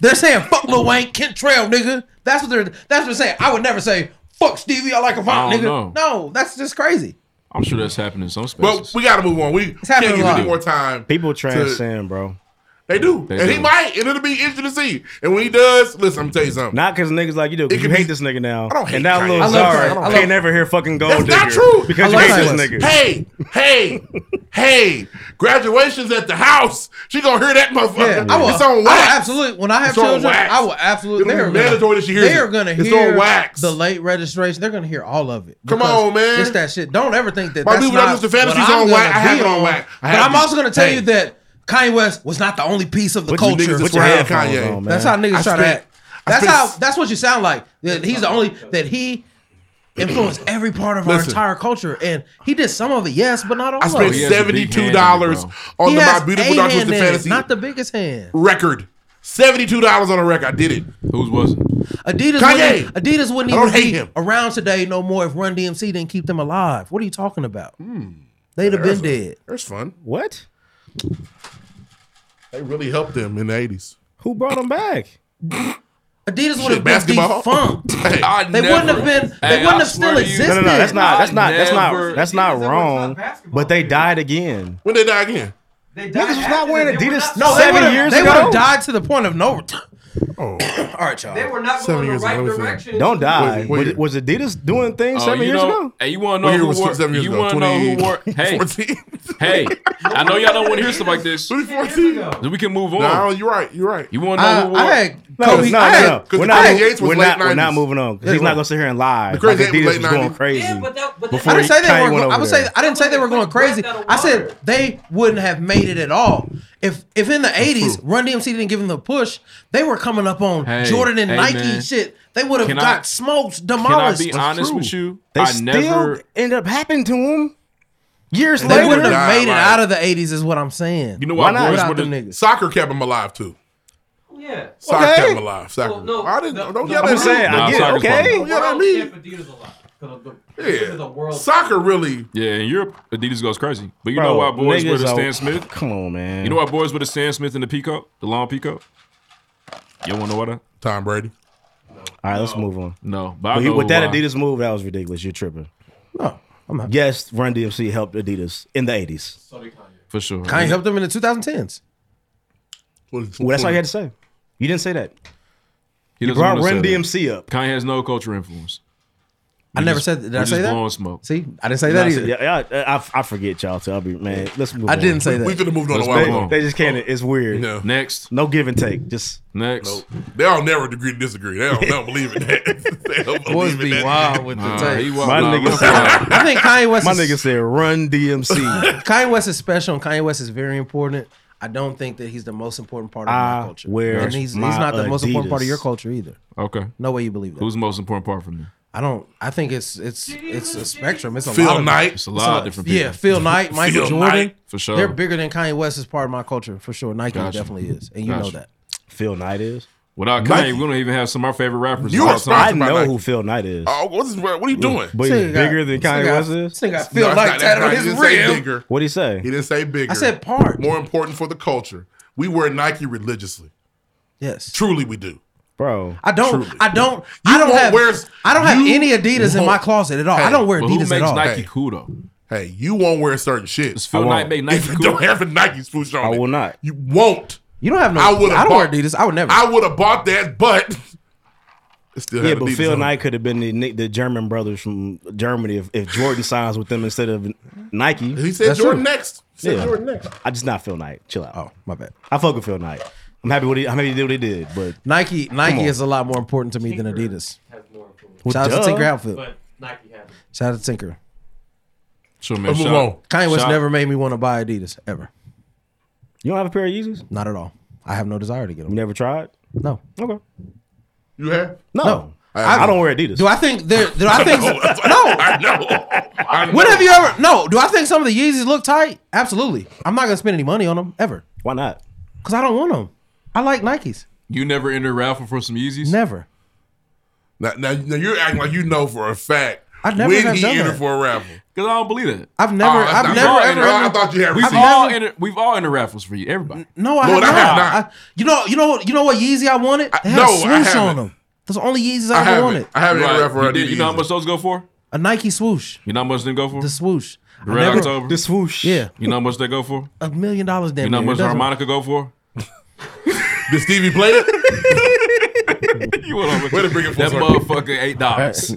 they're saying, "Fuck Lil Wayne, Kentrell, nigga." That's what they're. That's what they're saying. I would never say, "Fuck Stevie, I like a I vibe, don't nigga." know. No, that's just crazy. I'm sure that's happening in some spaces. Well, we got to move on. We can't happening give a any lot. more time. People to- transcend, bro. They do, They and he do. might, and it'll be interesting to see. And when he does, listen, I'm gonna tell you something. Not because niggas like you do. Because you hate this nigga now. I don't hate And now Kanye. Lil I love Kanye. Zara I don't can't love- never hear fucking gold That's digger. not true. Because you I hate love this Kanye. nigga. Hey, hey, hey! Graduation's at the house. She gonna hear that motherfucker. I will. It's on wax. I will absolutely. When I have It's on children, wax. I will absolutely. It'll They're be mandatory that she hears They are it. gonna It's hear on wax. the late registration. They're gonna hear all of it. Come because on, man. It's that shit. Don't ever think that. My that's dude, when I not listen to fantasies what I'm on wax, gonna I have be it on wax. I But have I'm it. also gonna tell Hey. you that Kanye West was not the only piece of the But you culture. niggas is Put your around headphones Kanye. on, man. That's how I niggas try to spent- act. I That's spent- how. That's what you sound like. That he's the only that he. Influenced every part of our Listen. entire culture, and he did some of it, yes, but not all. I of spent it. seventy two dollars on He the has My Beautiful a Dark Twisted hand in it, Fantasy not the biggest hand. record. Seventy two dollars on a record. I did it. Whose was it? Adidas Kanye. wouldn't, Adidas wouldn't I don't even hate be him. around today no more if Run DMC didn't keep them alive. What are you talking about? They'd have There's been Hmm. a- dead. There's fun. What? They really helped them in the eighties. Who brought them back? Adidas would Shit, have been basketball. defunct. Hey, I They wouldn't have been. They Hey, I wouldn't have swear still to you. existed. No, no, no. That's not. That's not. That's Never. not. That's not wrong. But they died again. When they die again? They died Niggas was not wearing Adidas No, they seven would've- years They ago. would've died to the point of no return. Oh. All right, y'all. They were not Seven going in years the ago, right it was, uh, direction. Don't die. What year? Was, was Adidas doing things Oh, seven you years know, ago? Hey, you want What to year know who was wore? seven years You ago? want to know who wore? 20 Hey, 14. Hey, I know y'all don't want to hear stuff like this. 2014. Then we can move on. No, you're right. You're right. You want to know I- I who won? had Kobe- I had- 'cause We're not, Kanye mov- Yates was we're, late not, we're not 90s. moving on. 'cause Yeah, He's not well, going to sit here and lie. the Crazy like Eight was Adidas was late going 90s. crazy. I before didn't say they Kanye weren't. Go- went I over would there. say I didn't say they were going crazy. I said they wouldn't have made it at all if if in the '80s Run DMC didn't give them the push. They were coming up on Hey, Jordan and hey, Nike man. shit. They would have Can I- got smoked, Can I demolished. be honest with you? They I still never. end up happening to him years They later. would have Nah, made it like- out of the '80s, is what I'm saying. You know Why what? not? boys, Without what them is- niggas. Soccer kept him alive too. Yeah. Soccer Okay. kept him alive. Soccer. I didn't. don't yell at me. Don't yell at me. Yeah. Soccer really. Yeah, in Europe, Adidas goes crazy. But you Bro, know why boys niggas wear the are- Stan Smith? Come on, man. You know why boys wear the Stan Smith and the peacoat, the long peacoat? You all want to know why? that? Tom Brady. All right, let's move on. No, but I but you- know with that why. Adidas move, that was ridiculous. You're tripping. No, I'm not. Yes, Run DMC helped Adidas in the '80s. For sure. Kanye helped them in the 2010s. Well, that's all you had to say. You didn't say that. He You doesn't brought wanna say Run that. DMC up. Kanye has no culture influence. I We never just- said. Did we I just say that? blowing smoke. See, I didn't say Nah, that either. Yeah, yeah, I, I, I forget y'all. So I'll be man. Let's move. I on. didn't say We- that. we could've moved on a Let's while move ago. They just can't. It's weird. No. Next, no give and take. Just next. They all never agree to disagree. They don't, they don't believe in that. They don't Boys believe in be that. wild with the Uh, Nah, tape. he wild. My Nah, nigga my said. fault. I think Kanye West My is- nigga said Run DMC. Kanye West is special, and Kanye West is very important. I don't think that he's the most important part of I my culture. wear and he's, he's my not the most important part of your Adidas. culture either. Okay. No way you believe that. Who's the most important part for me? I don't. I think it's it's it's a spectrum. It's a Phil lot of Knight. It's a lot of different people. Yeah, Phil Knight, Michael Phil Jordan, Knight, for sure. Oh. They're bigger than Kanye West is part of my culture for sure. Nike Gotcha. definitely is, and you know Gotcha. that. Phil Knight is. Without Kanye, Nike. we don't even have some of our favorite rappers. You of all are time. I know who Phil Knight is. Oh, what's this, what are you doing? But he's bigger than Kanye West This is. nigga No, Phil it's Knight not- tatted on that's his not- he didn't say rib. bigger. What would he say? He didn't say bigger. I said part. More important for the culture. We wear Nike religiously. Yes. Truly, we do. Bro, I don't. Truly. I don't. You I don't won't have. wear- I don't have you any Adidas in won't- my closet at all. I Hey, don't wear but who Adidas at makes all. Nike Nike cool though. Hey, you won't wear certain shit. Does Phil Knight make Nike if you cool? don't have a Nike swoosh on I it. will not. You won't. You don't have no. I would've I don't wear bought- Adidas. I would never. I would have bought that, but it still Yeah, had but Adidas Phil on it. Knight could have been the Nick- the German brothers from Germany if, if Jordan signs with them instead of Nike. He said That's Jordan true. next. He said Yeah. Jordan next. I just not Phil Knight. Chill out. Oh, my bad. I fuck with Phil Knight. I'm happy what he, I'm happy he did what he did, but Nike Come Nike on. is a lot more important to me than Adidas. Well, Shout out duh. to Tinker Outfit. But Nike has it. Shout out to Tinker. Sure, man. Let's move Shout- on. Kanye West shout- never made me want to buy Adidas ever. You don't have a pair of Yeezys? Not at all. I have no desire to get them. You never tried? No. Okay. You have? No. I- I, I don't wear Adidas. Do I think there? Do I think? no. I know. I know. When have you ever? No. Do I think some of the Yeezys look tight? Absolutely. I'm not gonna spend any money on them ever. Why not? Cause I don't want them. I like Nikes. You never entered raffle for some Yeezys? Never. Now, now, now you're acting like you know for a fact I never when have he done entered that. for a raffle. Because I don't believe that. I've never. Oh, that's I've not- never Oh, I ever. thought you had We've receipts. all, never- entered, we've all entered raffles for you, everybody. No, I Lord, have I have not. not. I- you know, you know what? You know what Yeezy I wanted? They had no, a I swoosh haven't. on them. Those are the only Yeezys I, I ever haven't. wanted. I haven't entered raffle for You, did- Adidas. you know how much those go for? A Nike swoosh. You know how much they go for? The swoosh. The I Red never- October. The swoosh. Yeah, You know how much they go for? a million dollars. Damn. You know how near. It much the doesn't- harmonica go for? Did Stevie play it? You went over Way to bring it full that circle. motherfucker eight dollars.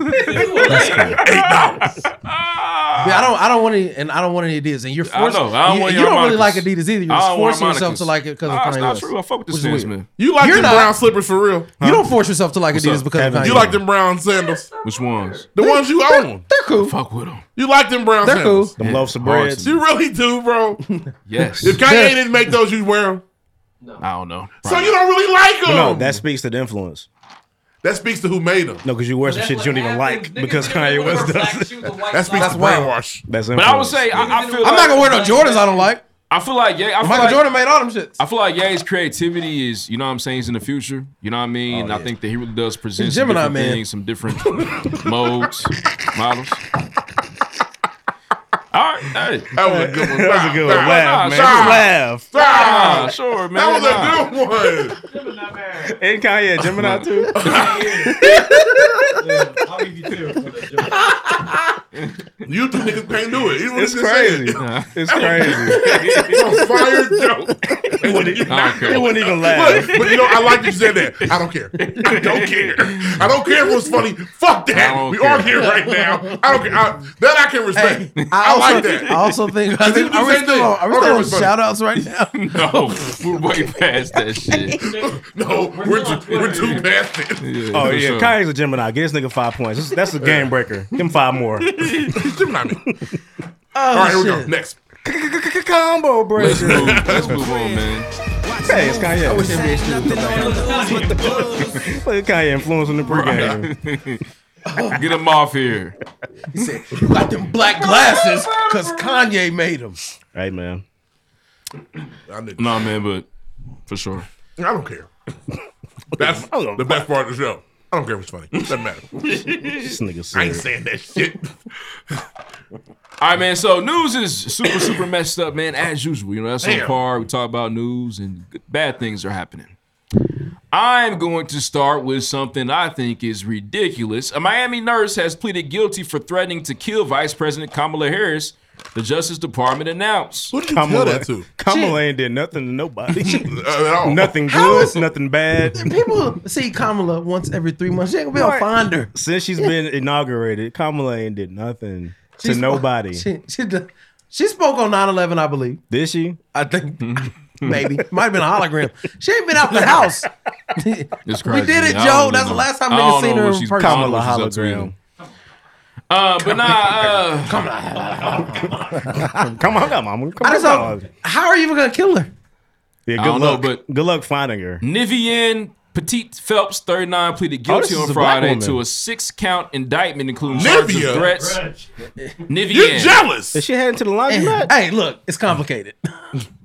Yeah, I don't. I don't want any, and I don't want any Adidas. And you're I know. forced. I don't you, want you your don't really harmonicas. like Adidas either. You're I just don't want forcing yourself harmonicas. to like it because of Nah, it's Kanye not West. true. I fuck with the which is Stan weird. Smith. You like You're them not. brown slippers for real? You don't force yourself to like What's Adidas up, because of Kevin? Kanye. You like them brown sandals? Which ones? The ones you they're- own. They're cool. Fuck with them. You like them brown They're sandals? Them loaves of bread. Hard to- You really do, bro. Yes. If Kanye didn't make those, you wear them. I don't know. So you don't really like them. No, that speaks to the influence. that speaks to who made them. No, because you wear some That's shit what you don't even happens. like Niggas because didn't Kanye wear West black does. it. shoes and white That speaks socks. to brainwash. That's But I would influence. say I, I feel. I'm like, not gonna wear no Jordans I don't like. I feel like yeah. I feel Michael like, Jordan made all them shits. I feel like Ye's creativity is, you know what I'm saying, is in the future. You know what I mean? And I think that he really does present He's some Gemini different man. things, some different modes, models. All right, hey. That was a good one. That was a good Nah, one. nah, Laugh, nah, man. Just nah, laugh. nah. Ah, sure, man. nah. That was a good one. And Kanye, Gemini too. I'll give you two. for the Jordan. You two niggas can't do it. You know what It's I'm crazy. saying? Nah, it's It's a fire joke. It wouldn't, care. It wouldn't even laugh. But, but you know, I like that you said that. I don't care. I don't care. I don't care if it was funny. Fuck that. We are here right now. I don't care. I, that I can respect. I, also, like that. I also think I think are we still on, are we still on shout outs right now? No, we're way past that shit. No, we're too, we're too past it. oh for yeah, sure. Kanye's a Gemini. Get this nigga five points. That's, that's a game breaker. Give him five more. Gemini me. All right, here we go. Next. Combo breaker. Let's move on, man. Hey, it's Kanye. I wish NBA shit was Look at Kanye influence in the pregame. Get him off here. He said, "You got them black glasses because Kanye made them." Right, man. Nah, man, but for sure. I don't care. That's the best part of the show. I don't care if it's funny. Doesn't matter. this nigga I ain't serious. saying that shit. All right, man. So news is super, super messed up, man. As usual, you know that's on Damn. par. We talk about news and bad things are happening. I'm going to start with something I think is ridiculous. A Miami nurse has pleaded guilty for threatening to kill Vice President Kamala Harris. The Justice Department announced. What did you Kamala ain't did nothing to nobody. Uh, all. Nothing How good, is- nothing bad. People see Kamala once every three months. She ain't gonna be able to find her. Since she's been inaugurated, Kamala ain't did nothing She to spoke- nobody. She, she, d- she spoke on 9 11, I believe. Did she? I think maybe. Might have been a hologram. She ain't been out the house. It's We crazy. did it, I don't Joe. really That's the know. last time I niggas don't seen know her what in she's- person. I don't know what she's up to either. Uh, but nah. Uh, Come on. Come on, come on, come I just on. don't, how are you even gonna kill her? Yeah, I good don't know, luck. but- good luck finding her. Nivian Petite Phelps, 39, pleaded Oh, this guilty is on a black Friday woman. to a six count indictment, including charges of Nivea? threats. Nivian. Is she heading to the laundromat? Hey, look, it's complicated.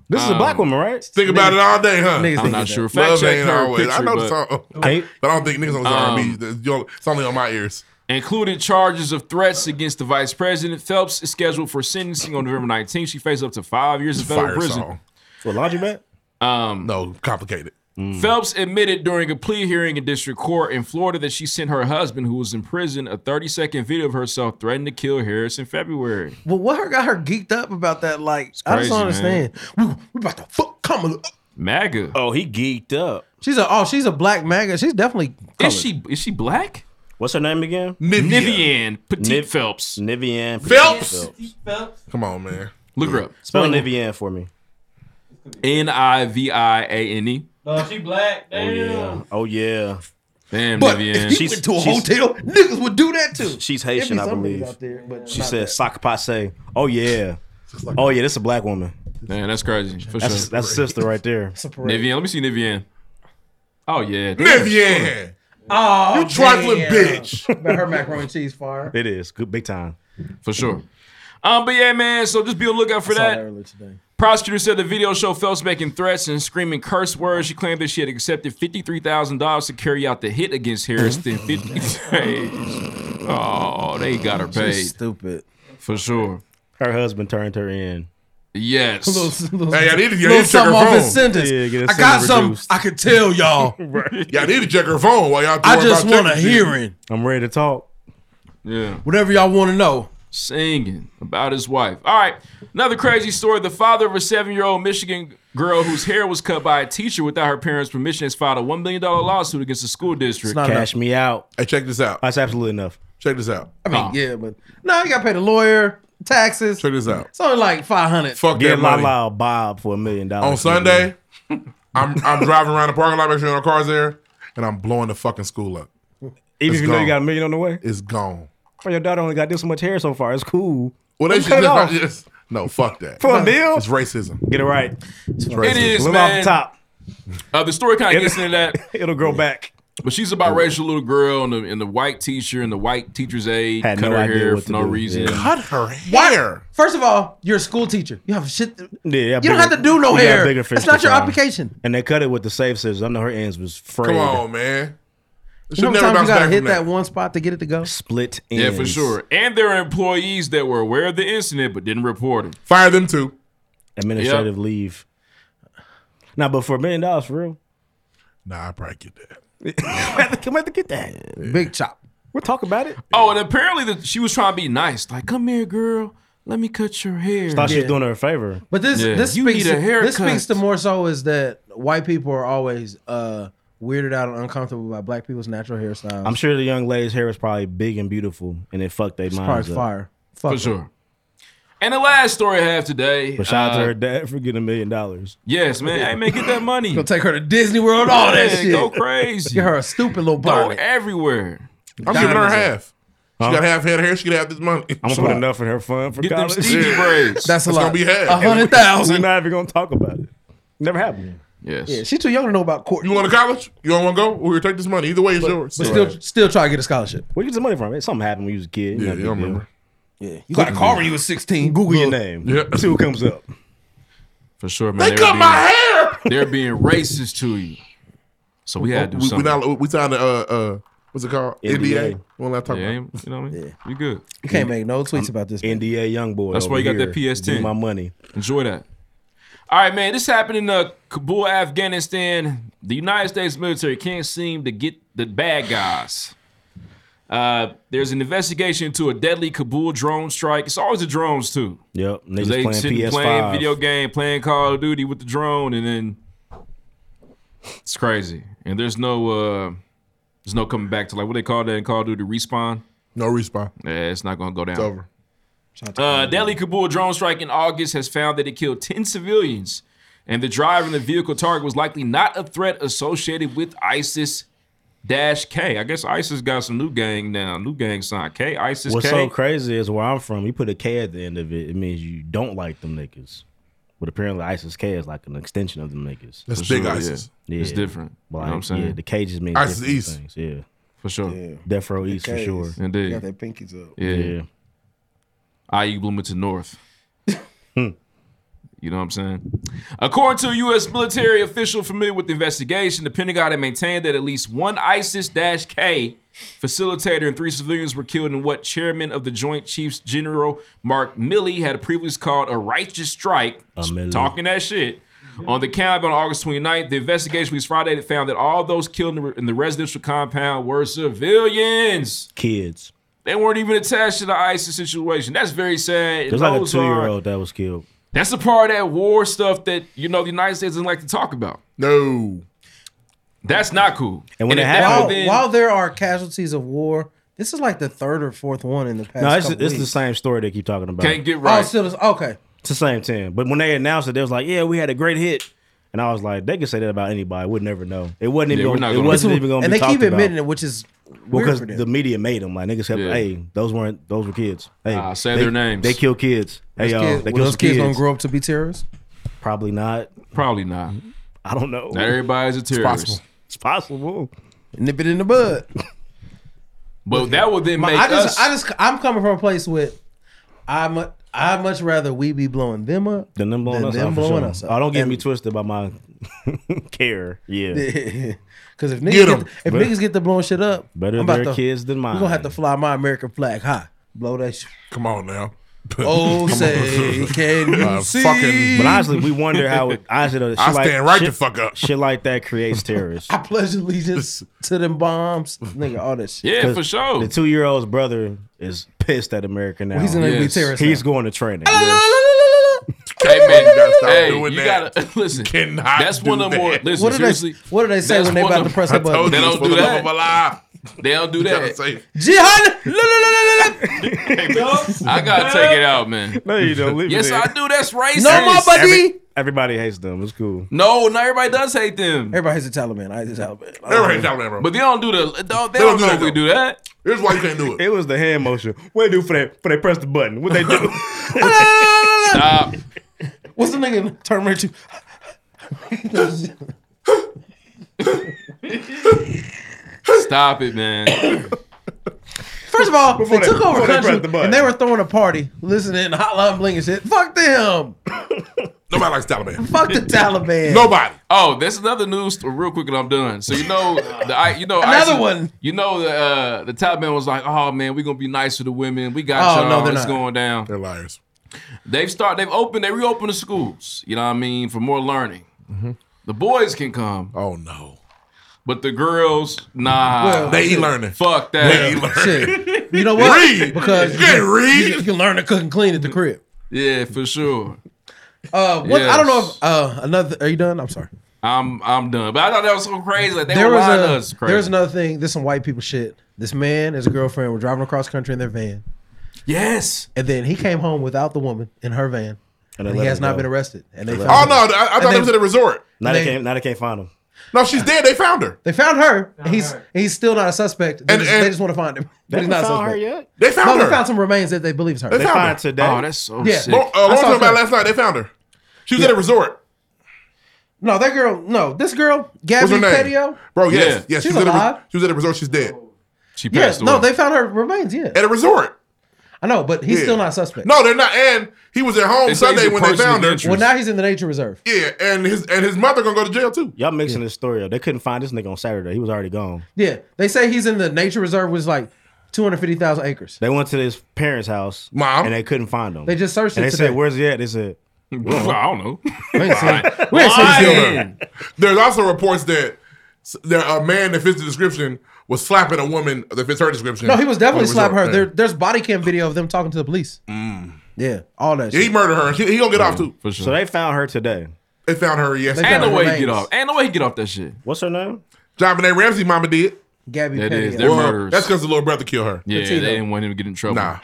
This is a black woman, right? Think about it all day, huh? Niggas I'm not sure. Fact Love check ain't her always. I picture, know the but- song, Hey. but I don't think niggas on Um, um, R&B. It's on- It's only on my ears. Included charges of threats against the vice president. Phelps is scheduled for sentencing on November 19th. She faced up to five years oh, of federal Fire prison. song. For laundromat? Um, no, complicated. Mm. Phelps admitted during a plea hearing in district court in Florida that she sent her husband, who was in prison, a 30 second video of herself threatening to kill Harris in February. Well, what her got her geeked up about that? Like, I just crazy, don't understand. We, we about to fuck Kamala. up. MAGA. Oh, he geeked up. She's a oh, she's a black maggot. She's definitely colored. Is she is she black? What's her name again? Nivian Petite Niv- Mm. Phelps. Nivian Phelps! Phelps. Come on, man. Look her up. Spell Nivian for me. N I V I A N E. No, she black. Oh Damn. yeah. Oh yeah. Damn, But Nivian. if you went to a hotel, niggas would do that too. She's It'd be Haitian, I some niggas believe. out there, but She not said that. sock passe. Oh yeah. Oh yeah, this is a black woman. Man, that's crazy. For That's sure. that's sister right there. Nivian, let me see Nivian. Oh yeah. Nivian. "Oh, You trifling damn. bitch. But her macaroni and cheese fire. It is good big time. For sure. Um, but yeah, man, so just be on the lookout for that. Prosecutor said the video showed Phelps making threats and screaming curse words. She claimed that she had accepted fifty-three thousand dollars to carry out the hit against Harris. Then fifty days. Oh, they got her paid She's stupid. for sure. Her husband turned her in. Yes. Hey, I need to, y'all need to check Little her something off his phone. sentence. Yeah, get his I got sentence something reduced. I could tell y'all. Y'all need to check her phone while y'all. I worried just about want a checking shit. hearing. I'm ready to talk. Yeah. Whatever y'all want to know. singing about his wife. All right, another crazy story. The father of a seven-year-old Michigan girl whose hair was cut by a teacher without her parents' permission has filed a one million dollar lawsuit against the school district. Cash me out. Hey, check this out. That's absolutely enough. Check this out. I mean, yeah, but no, you got to pay the lawyer, taxes. Check this out. It's only like five hundred. Fuck Get that money. Lala a Bob for a million dollars. On Sunday, I'm I'm driving around the parking lot, making sure no cars there, and I'm blowing the fucking school up. Even It's if you know you gone. got a million on the way. It's gone. Oh, your daughter only got this much hair so far. It's cool. Well, they Let's should cut it just, off. just- no. Fuck that. For a bill? It's racism. Get it right. It's racism. It is Little man. off the top. Uh, the story kind of gets into that, It'll grow back. but she's Oh. about racial little girl and the, and the white teacher and the white teacher's aide Had cut no her idea hair what for to no do. reason. Yeah. Cut her Why- hair. First of all, you're a school teacher. You have shit. Yeah, you don't have to do no hair. That's not your application. And they cut it with the safe scissors. I know her ends was frayed. Come on, man. It You know should how never many times you bounce gotta back hit from that that. one spot to get it to go? Split ends. Yeah, for sure. And there are employees that were aware of the incident but didn't report it. Fire them too. Administrative leave. Now, but for a million dollars, for real, Nah, I probably get that. I'm gonna have to get that. Big chop. We'll talk about it. Oh, and apparently the, she was trying to be nice. Like, come here, girl. Let me cut your hair. Thought she was doing her a favor. But this Yeah. this You speaks need a to, haircut. this speaks to more so is that white people are always uh, weirded out and uncomfortable by black people's natural hairstyles. I'm sure the young lady's hair was probably big and beautiful, and it fucked their minds probably up. fire. Fuck For it. sure. And the last story I have today. But shout out to uh, her dad for getting a million dollars. Yes, man. Hey, man, get that money. Gonna take her to Disney World, all that Yeah, shit. Go crazy. Get her a stupid little Go bonnet. everywhere. I'm giving her half. She got half head of hair. She got half this money. I'm gonna put enough in her fund for Get them college. Stevie Yeah. braids. That's a It's lot. gonna be half. A hundred thousand. We're not even gonna talk about it. Never happened. Yes. Yeah, she's too young to know about court. You want to college? You don't want to go? Well, here, take this money. Either way, it's yours. But still, still try to get a scholarship. Where you get the money from? It something happened when you was a kid. Yeah, I remember. Yeah, you got a car when you was 16. Google your name. Yeah. See what comes up. For sure, man. cut my hair! They're being racist to you. So we had to do we, we, something. not, we signed a, uh, uh, what's it called? NDA. NDA. We'll not talk yeah, about ain't- you know what I mean? You good. You can't make no tweets about this. man. NDA young boy. That's why you got that PS10. Give my money. Enjoy that. All right, man. This happened in uh, Kabul, Afghanistan. The United States military can't seem to get the bad guys. Uh, there's an investigation into a deadly Kabul drone strike. It's always the drones too. Yep. Niggas 'Cause they playing sitting PS5. playing video game, playing Call of Duty with the drone, and then it's crazy. And there's no uh, there's no coming back to like what they call that in Call of Duty respawn. No respawn. Yeah, it's not gonna go down. It's over. Uh, Delhi Kabul drone strike in August has found that it killed 10 civilians, and the driver and the vehicle target was likely not a threat associated with ISIS dash K. I guess ISIS got some new gang now, new gang sign K. ISIS What's K. so crazy is where I'm from. You put a K at the end of it, it means you don't like them niggas. But apparently, ISIS K is like an extension of them niggas. That's For big sure, ISIS. yeah. It's different. You know Like, what I'm saying? Yeah, the K just means ISIS ISIS East. Things. Yeah, for sure. Death Row East for Ks. sure. Indeed. Got their pinkies up. Yeah. IU Bloomington E North. you know what I'm saying? According to a U.S. military official familiar with the investigation, the Pentagon had maintained that at least one ISIS K facilitator and three civilians were killed in what chairman of the Joint Chiefs General Mark Milley had previously called a righteous strike. Talking that shit. On the camp on August 29th, the investigation released Friday that found that all those killed in the- in the residential compound were civilians. Kids. They weren't even attached to the ISIS situation. That's very sad. There's like a Those two year are- old that was killed. That's the part of that war stuff that you know the United States doesn't like to talk about. No, that's not cool. And when it if that happened- While, would've been- Oh, while there are casualties of war, this is like the third or fourth one in the past. No, it's, couple it's the weeks. same story they keep talking about. Can't get right. Oh, still the- okay. It's the same ten. But when they announced it, they was like, "Yeah, we had a great hit," and I was like, "They could say that about anybody. We'd never know. It wasn't even. Yeah, we're gonna, not it gonna- wasn't It's- even going to and be they keep talked about. admitting it, which is Well, weird because for them. the media made them like niggas kept, Yeah. hey, those weren't those were kids. Hey, Nah, say they- their names. They kill kids. Hey, Those y'all, kids- uh, they well, kill those some kids kids. gonna grow up to be terrorists. Probably not. Probably not. I don't know. Not everybody's a terrorist. It's possible. Nip it in the bud. But that would then My- make I just, us. I just, I'm coming from a place with, I mu I much rather we be blowing them up Then them blowing than us them up. for blowing sure. us up. Oh, don't get And- me twisted by my care. Yeah. Because if niggas Get get, 'em. if But- niggas get the blowing shit up, Better I'm about their to- kids than mine. We gonna have to fly my American flag high. Blow that shit. Come on now. Come on. Oh, say can you Uh, see? fucking- But honestly, we wonder how it. Honestly, though, shit I like, stand right shit, the fuck up. Shit like that creates terrorists. I pledge allegiance to them bombs, nigga. All that shit. 'Cause The two year old's brother is pissed at America now. He's gonna be Yes. terrorist He's going to training. hey man, you gotta stop hey, doing you that. gotta listen. cannot that's one do of the more. that. Listen, What do they- seriously, what do they say that's when they one about of- to press the I told button? you, They It's don't for do the love that. of They don't do that. Jihad. I gotta take it out, man. No, you don't. Leave Yes, it there. I do. That's racist. Every- everybody hates them. It's cool. No, not everybody does hate them. Everybody hates the Taliban. I hate the Taliban. Everybody hates Taliban, bro. But they don't do the. Don't, they, They don't don't, do that, know if we do that. Here's why you can't do it. It was the hand motion. What they do for that? For they press the button. What they do? Stop. What's the nigga turn right to? Stop it, man. First of all, Before they, they- took over before they country pressed the button. and they were throwing a party, listening to Hotline Bling and shit. Fuck them. Nobody likes Taliban. Fuck the Taliban. Nobody. Oh, there's another news story real quick, and I'm done. So you know the I- you know Another ISIS- one. You know the uh, the Taliban was like, oh man, we're gonna be nice to the women. We got Oh, y'all. no, they're it's not. going down. They're liars. They've start. They've opened. They reopened the Mm-hmm. schools. You know what I mean for more learning. The boys can come. Oh no. But the girls, nah, Well- They ain't learning. Fuck that. They ain't Shit. You know what? Read. Because You can't read. You, you can learn to cook and clean at the crib. Yeah, for sure. Uh, what, I don't know Yes. if uh, another. Are you done? I'm sorry. I'm I'm done. But I thought that was so crazy. Like they there were was lying a, to us. Crazy. there was another thing. This some white people shit. This man, and his girlfriend, were driving across country in their van. Yes. And then he came home without the woman in her van, and, And they he let has him not go. been arrested. And they They found let him go. Oh, no, I- I thought they was at a resort. Now they, They- can't. Now they can't find him. No, she's dead. They found her. They found her. and he's he's still not a suspect. They, just, they just want to find him. They But he's not a haven't found suspect. her yet? They found no, her. They found some remains that they believe is her. They They found found her. her today. Oh, that's so yeah. Long, uh, I long saw time that. about last night, they found her. She was at a resort. No, that girl. No, this girl, Gabby What's her name? Petio. Bro, yes, yes. she's, at a, alive. re- she was at a resort. She's dead. She Yeah, no, they found her remains. Yeah, at a resort. I know, but he's still not a suspect. No, they're not. And he was at home They say he's Sunday a when they person of found her. interest. Well, now he's in the nature reserve. Yeah, and his and his mother gonna go to jail too. Y'all mixing this story up. They couldn't find this nigga on Saturday. He was already gone. Yeah, they say he's in the nature reserve was like two hundred fifty thousand acres. They went to his parents' house, mom, and they couldn't find him. They just searched And it they today. said, "Where's he at?" They said, "I don't know." We ain't seen Lying. him. There's also reports that s- that a man that fits the description was slapping a woman that fits her description. No, he was on definitely the slapping her. resort. There, there's body cam video of them talking to the police. Yeah, all Mm. that. Yeah, he shit. murdered her. He, he gonna get off too. For sure. So they found her today. They found her. Yes, They found and the her way he remains. get off. And the way he get off that shit. What's her name? John Benet Ramsey, mama did. Gabby That Petio. is. They're Well, murderers. That's because the little brother killed her. Yeah, they didn't want him to get in trouble. Nah.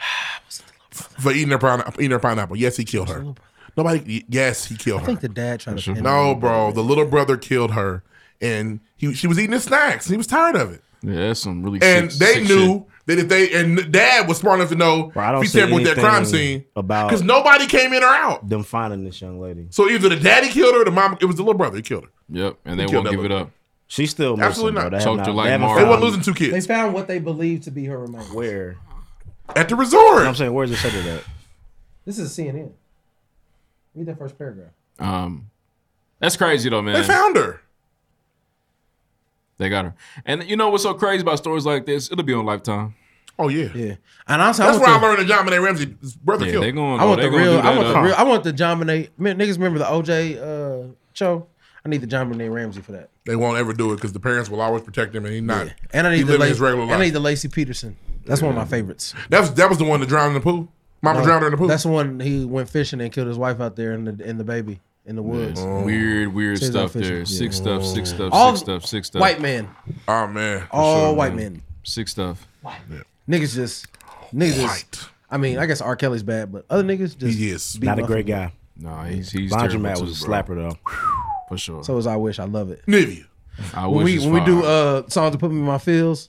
For eating her, pine, eating her pineapple. Yes, he killed her. Nobody. y- Yes, he killed I her. think the dad trying to. pin No, him. bro. The little brother killed her, and he she was eating his snacks. He was tired of it, Yeah, that's some really. and sick- they sick knew shit. that if they and Dad was smart enough to know I don't if see he tampered with that anything crime scene about because nobody came in or out. them finding this young lady. So either the daddy killed her, or the mom. It was the little brother. He killed her. Yep, and He they killed won't that give it little- up. She's still missing, Absolutely bro. not. They have Choked not. her like they haven't Mara. They found wasn't losing two They kids found what they believe to be her remains. Where? at the resort. I'm saying, where's the center at? This is CNN. Read that first paragraph. Um, that's crazy though, man. They found her. They got her. And you know what's so crazy about stories like this? It'll be on Lifetime. Oh yeah, yeah. And honestly, That's I where I want learned that John Benet Ramsey's brother Yeah, killed. they her. going. the, I want they the gonna real. do I that, want the uh, real. I want the John Bonet. Man, niggas remember the OJ uh, show? I need the John Bonet Ramsey for that. They won't ever do it because the parents will always protect him, and he's not. And I he need the living Lacy, his regular I life. need the Lacey Peterson. That's one of my favorites. That was that was the one that drowned in the pool. Mama No, drowned her in the pool. That's the one he went fishing and killed his wife out there and the and the baby in the woods. Oh, Weird, weird Says I'm stuff there. fishing. Sick stuff, sick stuff, All sick stuff, sick stuff. White man. Oh man, All white men. Sick stuff. Niggas just niggas just, I mean, I guess R. Kelly's bad, but other niggas just He is. beat Not a my great food. guy. No, he's he's Laundromat was terrible a too, bro. slapper though. for sure. So is I wish. I love it. Nivea. I when wish we it's when we do fire. uh songs to put me in my feels.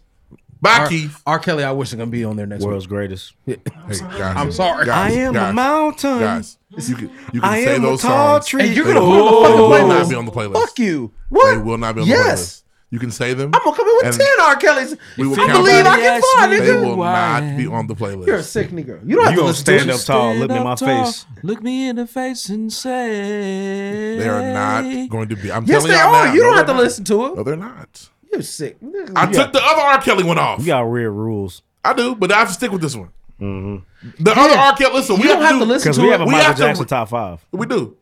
Bye, R- Keith. R. Kelly, I wish is gonna be on there next World's week. greatest. Yeah. Hey, guys, I'm sorry. guys, I am a guys, mountain. Guys, you can you can I say am a those tall songs. tree. And you're They gonna put will- them on the they will playlist. not be on the playlist. Fuck you. What? They will not be on the Yes. playlist. You can say them. I'm gonna come in with And ten R. Kelly's. We will I count believe I them. can fly, They nigga. will not be on the You're a playlist. sick nigga. You don't have to You gonna listen to stand it. up tall, look me in my face. Oh, Look me in the face and say They are not going to be. I'm Yes, telling they y'all are. now. You No, don't have to they're not. listen to it. No, they're not. You sick. nigga. I You took the other R. Kelly one off. You got weird rules. I do, but I have to stick with this one. The other R. Kelly. Listen, we You don't have to do- listen Because to we it. have a We Michael have to- Jackson top five. We do.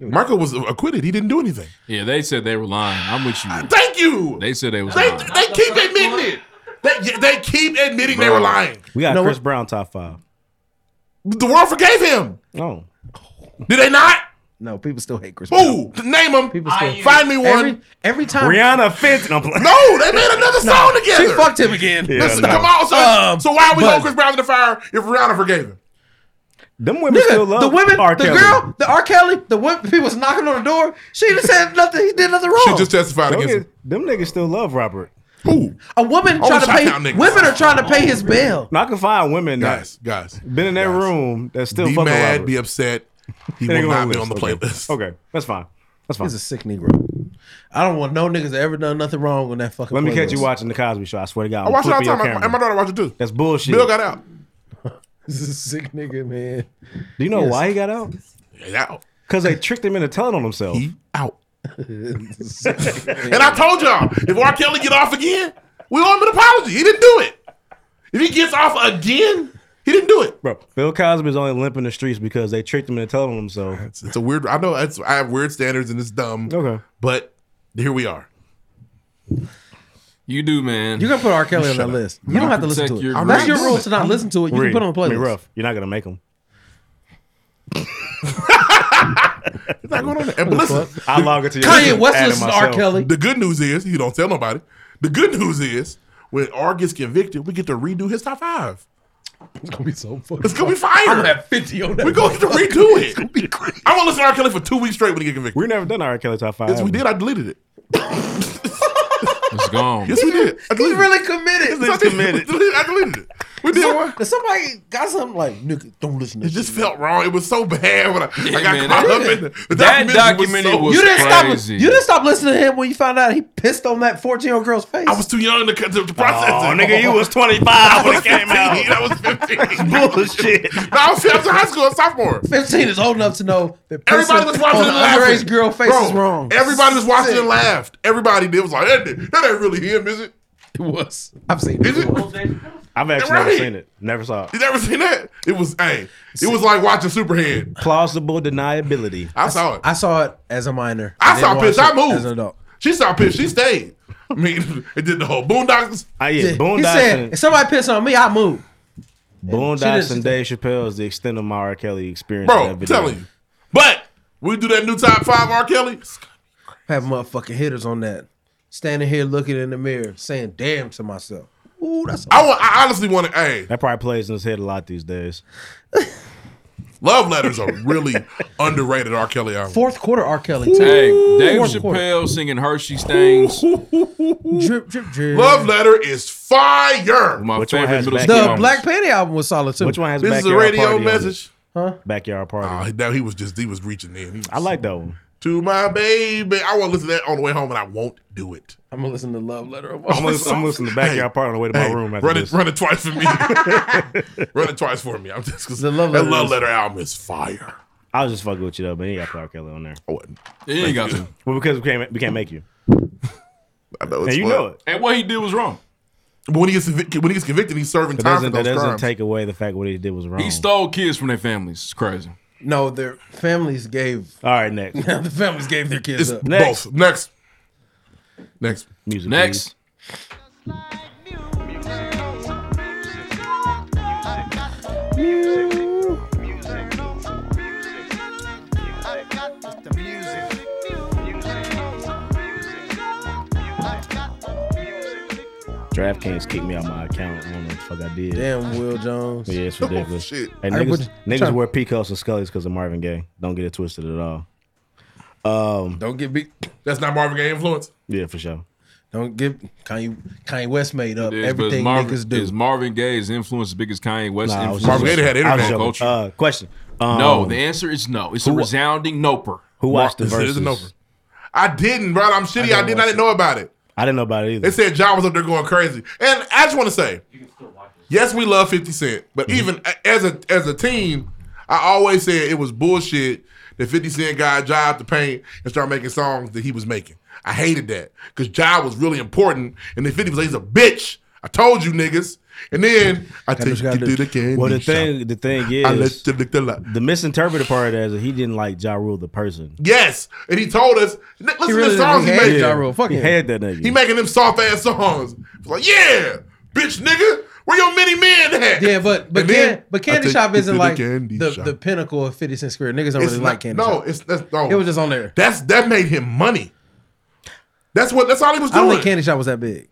Michael was acquitted. He didn't do anything. Yeah, they said they were lying. I'm with you. Thank you. They said they was They, lying. they keep admitting it. They, they keep admitting they were Bro. lying. We got You know Chris what? Brown top five. The world forgave him. Oh. Did they not? No, people still hate Chris. Brown. Boo! Name them. People still Find me one. Every, every time Rihanna Fenton. I'm playing. no, they made another No, song together. She fucked him again. Yeah, Listen, no. come on. So, Um, so why are we but- holding Chris Brown to the fire if Rihanna forgave him? Them women still love the women, R. the Kelly. girl, the R. Kelly, the women, he was knocking on the door. She just said nothing. He did nothing wrong. Oh, She just testified Don't against him. get- them niggas still love Robert. a woman Only trying to pay. Chi-Town niggas. Women are trying to pay his bail. No, I can find women that Guys, guys, been in that room that still be fucking mad, Robert. be upset. He They ain't will gonna not be on the list. Okay. playlist. Okay, that's fine. That's fine. He's a sick Negro. I don't want no niggas that ever done nothing wrong on that fucking. Let me catch playlist. you watching the Cosby Show. I swear to I God, I'm Oh, watch it all the time, flipping your and my- and camera. my daughter watched it too. That's bullshit. Bill got out. This is a sick nigga, man. Do you know Yes. why he got out? He out. Because they tricked him into telling on himself. He out. And I told y'all, if R. Kelly get off again, we owe him an apology. He didn't do it. If he gets off again, he didn't do it. Bro, Bill Cosby's only limping the streets because they tricked him into telling on himself. It's, it's a weird. I know it's, I have weird standards and it's dumb. Okay. But here we are. You do, man. You can put R. Kelly on Shut that up. list. You don't have to listen Protect to it. That's your rule to not I'm- listen to it. You can Reed, put it on the I mean, playlist. rough. You're not gonna make them. It's not going on there. And but listen, I'll log into your Kanye account, West add it listens to R. myself. Kelly. The good news is you don't tell nobody. The good news is when R gets convicted, we get to redo his top five. It's gonna be so fun. It's gonna be fire. I'm gonna have 50 on that. We're gonna get to redo it. I'm gonna listen to R. Kelly for two weeks straight when he get convicted. We've never done R. Kelly top five. Yes, we did. I deleted it. It's gone. Yes, we did. I He's deleted really committed. it. I deleted it. I deleted it. We did one. Somebody got something like, nigga, don't listen to It just felt wrong. It was so bad when I, I got man, caught that- up in the, the that documentary was you didn't crazy. stop. You didn't stop listening to him when you found out he pissed on that fourteen-year-old girl's face. I was too young to, to, to process Oh, it. nigga, you was 25 when it came out. I was 15. Bullshit. No, I was, I was in high school, a sophomore. Fifteen is old enough to know that pissing Everybody was Oh, watching on and the laughing. underage girl face Bro, is wrong. Everybody was watching Sick. and laughed. Everybody did was like, that, that ain't really him, is it? It was. I've seen it. I've actually Right. never seen it. Never saw it. You never seen that? It was, hey, it was like watching Superhead. Plausible deniability. I saw it. I saw it as a minor. I saw didn't Pitch. watch I it moved. as an adult. She saw Pitch. She stayed. I mean, it did the whole Boondocks. I Ah, yeah, He said, if Boondocks. somebody piss on me, I move. And, She Boondocks just- and Dave Chappelle is the extent of my R. Kelly experience. Bro, in that I'm video. telling you. But we do that new top five R. Kelly. Have motherfucking hitters on that. Standing here looking in the mirror, saying damn to myself. Ooh, that's I, want, I honestly want to, hey. That probably plays in his head a lot these days. Love Letters are really underrated R. Kelly album. fourth quarter R. Kelly. Hey, too. Dave Fourth quarter. Chappelle singing Hershey Stains. Drip, drip, drip. Love Letter is fire. My Which one favorite has middle back- school. The moments. Black Panty album was solid too. Which one has This is a backyard radio party on it? message. Huh? Backyard party. Oh, now he was just he was reaching in. He was I like that one. to my baby. I want to listen to that on the way home, and I won't do it. I'm gonna listen to Love Letter. of I'm listening, I'm listening to Backyard Hey, Party on the way to my hey, room after Run it, this. run it twice for me. run it twice for me. I'm just because The Love that Letter love is- letter album is fire. I was just fucking with you though, but you ain't got Clark Kelly on there. I wasn't. Yeah, you ain't got to. Well, because we can't we can't make you. I know And it's you fun. know it. And what he did was wrong. But when he gets convic- when he gets convicted, he's serving That time for doesn't, that those doesn't crimes. take away the fact what he did was wrong. He stole kids from their families. It's crazy. No, their families gave. All right, next. the families gave their It's kids up. Next. both. Next. Next. Music. Next. please. DraftKings kicked me out my account. I don't know what the fuck I did. Damn, Will Jones. Yeah, it's ridiculous. Oh, shit. Hey, I would- niggas, niggas try- wear peacocks and scullies because of Marvin Gaye. Don't get it twisted at all. Um, Don't get beat. That's not Marvin Gaye influence. yeah, for sure. Don't get Kanye. Kanye West made up It is, but everything Marvin, niggas do. Is Marvin Gaye's influence as big as Kanye West's Nah, I was influence? just- Marvin Gaye had I was internet joking. culture. Uh, question. Um, no, the answer is no. It's a resounding noper. who watched the This verses? isn't over. I didn't, bro. I'm shitty. I, didn't. I didn't know about it. I didn't know about it They either. said John was up there going crazy. And I just want to say, yes, we love 50 Cent, but Mm-hmm. even a- as a as a team, I always said it was bullshit that 50 Cent got Job to paint and start making songs that he was making. I hated that because Job was really important, and then 50 was like, he's a bitch. I told you niggas. And then I take you to the candy well, the shop. thing, the thing is, I let you lick the lot. the misinterpreted part is that he didn't like Ja Rule the person. Yes, and he told us. n- Listen really to the songs he didn't hate made. Ja Rule. Fuck he him. had that nigga. He making them soft ass songs. It's like, yeah, bitch, nigga, where your many men at? Yeah, but but And then can, but I Candy take Shop you isn't to like the, candy the, shop. pinnacle of Fifty Cent's career. Niggas don't It's really not- like Candy No, Shop. it's that's no. It was just on there. that's that made him money. That's what. That's all he was I don't doing. think Candy Shop was that big.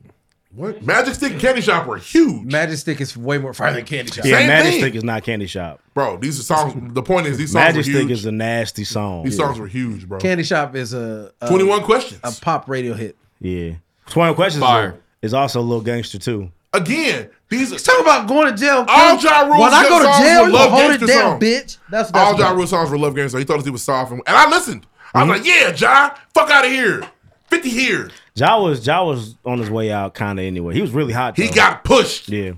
what Magic Stick and Candy Shop were huge, Magic Stick is way more fire than Candy Shop. yeah, Same Magic thing. Stick is not Candy Shop. bro. These are songs. The point is, these songs Magic were Stick huge. is a nasty song. these yeah. songs were huge, bro. Candy Shop is a, a Twenty one questions a pop radio hit. yeah. Twenty questions Fire. is, is also a little gangster too. again. These are He's talking about going to jail. All Kim. Ja Rule's When I go songs to jail, were you love gonna hold it gangster down, songs. bitch. That's what all that's Ja about. Rule songs were love games. So he thought he was soft, and, and I listened. I was Mm-hmm. like, yeah, Ja, fuck out of here. Fifty here. Ja was Ja was on his way out kind of anyway. He was really hot. He though. got pushed. yeah.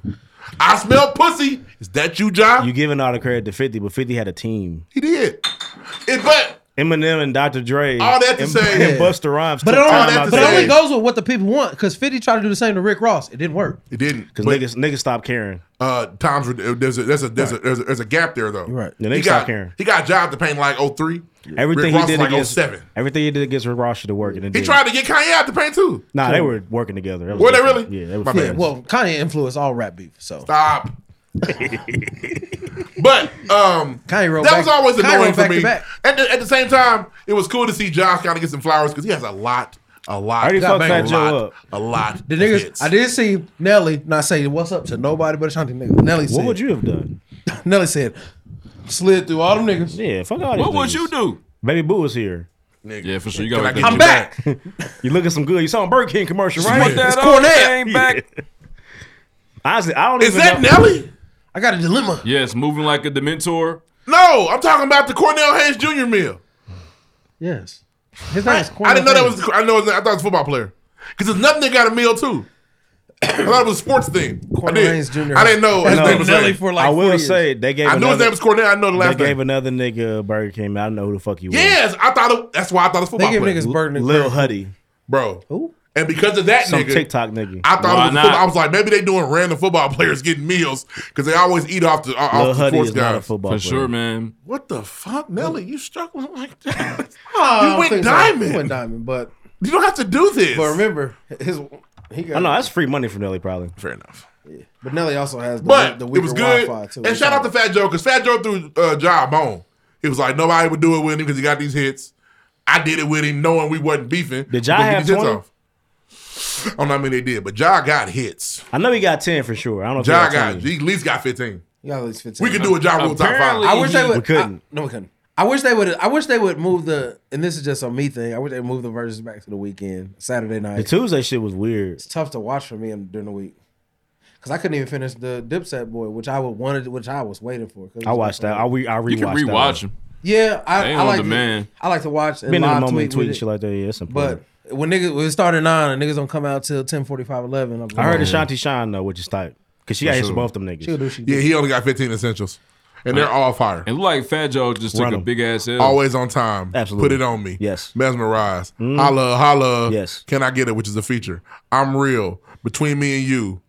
I smell pussy. Is that you, Ja? You giving all the credit to Fifty, but Fifty had a team. He did. It, but Eminem and Dr. Dre. All that to and, say- and Busta Rhymes. But it still only, talking about but it that. only goes with what the people want. Because Fifty tried to do the same to Rick Ross, it didn't work. It didn't. Because niggas, niggas stopped caring. Uh, Tom's there's a there's a there's, a, there's a there's a gap there though. Right. Yeah, they he stopped got caring. he got job to paint like 03. Rick Everything he Ross did like against 07. everything he did against Rick Ross should have worked. And it He didn't. tried to get Kanye out to paint too. Nah, they were working together. That was Were they different. really? Yeah, they were My bad. friends. Well, Kanye influenced all rap beef. So stop. but um, Kanye wrote that back- was always Kanye annoying wrote for back to me. back. At the, at the same time, it was cool to see Josh kind of get some flowers because he has a lot, a lot, already fucked a Fat Joe lot, up. a lot. The of niggas, hits. I did see Nelly not say what's up to nobody but Ashanti nigga. Nelly said, What would you have done? Nelly said, slid through all them niggas. Yeah, fuck all What would you do? Baby Boo was here. Yeah, for sure. You Can got I get you you looking some good. You saw a Burger King commercial, Just right? want that It's old thing back. Yeah. Honestly, I don't Is even that know. Nelly? I got a dilemma. Yes, moving like a Dementor. No, I'm talking about the Cornell Hayes Jr. meal. Yes. His name is I didn't know that Hayes. was. I know. it was- I thought it was a football player because there's nothing that got a meal too. I thought it was a sports thing. I did. Hayes Jr. I didn't know. His No, name was Nelly Nelly for, like, I will 40 years. say, they gave I knew his another- name was Cornell. I know the They last name. gave another nigga a Burger King. I don't know who the fuck he was. Yes, I thought. It, that's why I thought it was football give player. niggas burden Lil Huddy. bro. And because of that Some nigga, TikTok nigga. I thought Why it was not? football. I was like, maybe they doing random football players getting meals because they always eat off the Lil off the Huddy sports is not a guys. football For player. sure, man. What the fuck, Nelly? You struggling like that? I Oh, you don't went think so. diamond. You went diamond, but you don't have to do this. But remember, his he got. I know that's free money for Nelly, probably. Fair enough. But Nelly also has the, But the it weaker was good. Wi-Fi too. And shout out to Fat Joe because Fat Joe threw uh, Job on. He was like nobody would do it with him because he got these hits. I did it with him knowing we wasn't beefing. Did Ja We'll get have these hits 20? off. I don't know how many they did, but Ja got hits. I know he got ten for sure. I don't know. if he Ja got got 20. he at least got fifteen. Yeah, at least 15. We could do a Ja Rule top five. I wish they would. We couldn't. I, no, we couldn't. I wish they would. I wish they would move the. And this is just a me thing. I wish they moved the verses back to the weekend, Saturday night. The Tuesday shit was weird. it's tough to watch for me during the week because I couldn't even finish the Dipset boy, which I would wanted, which I was waiting for. 'cause I watched that. I re I rewatched. You can that rewatch one. him. Yeah, I, They I on like demand. To, I like to watch and Been in the live moment, tweet, tweet with and it. shit like that. Yeah, it's important. But when niggas when it started nine and niggas don't come out till 10, 11. I'm I heard like, Ashanti Shine though, which is tight because she For got hits sure. above them niggas. She'll do she Yeah, he only got fifteen essentials, and they're all fire. It looked like Fat Joe just Run took a him. big ass L. Always on time. Absolutely. Put it on me. Yes. Mm-hmm. Mesmerize. Holla, holla. Yes. Can I get it? Which is a feature. I'm real. Between me and you.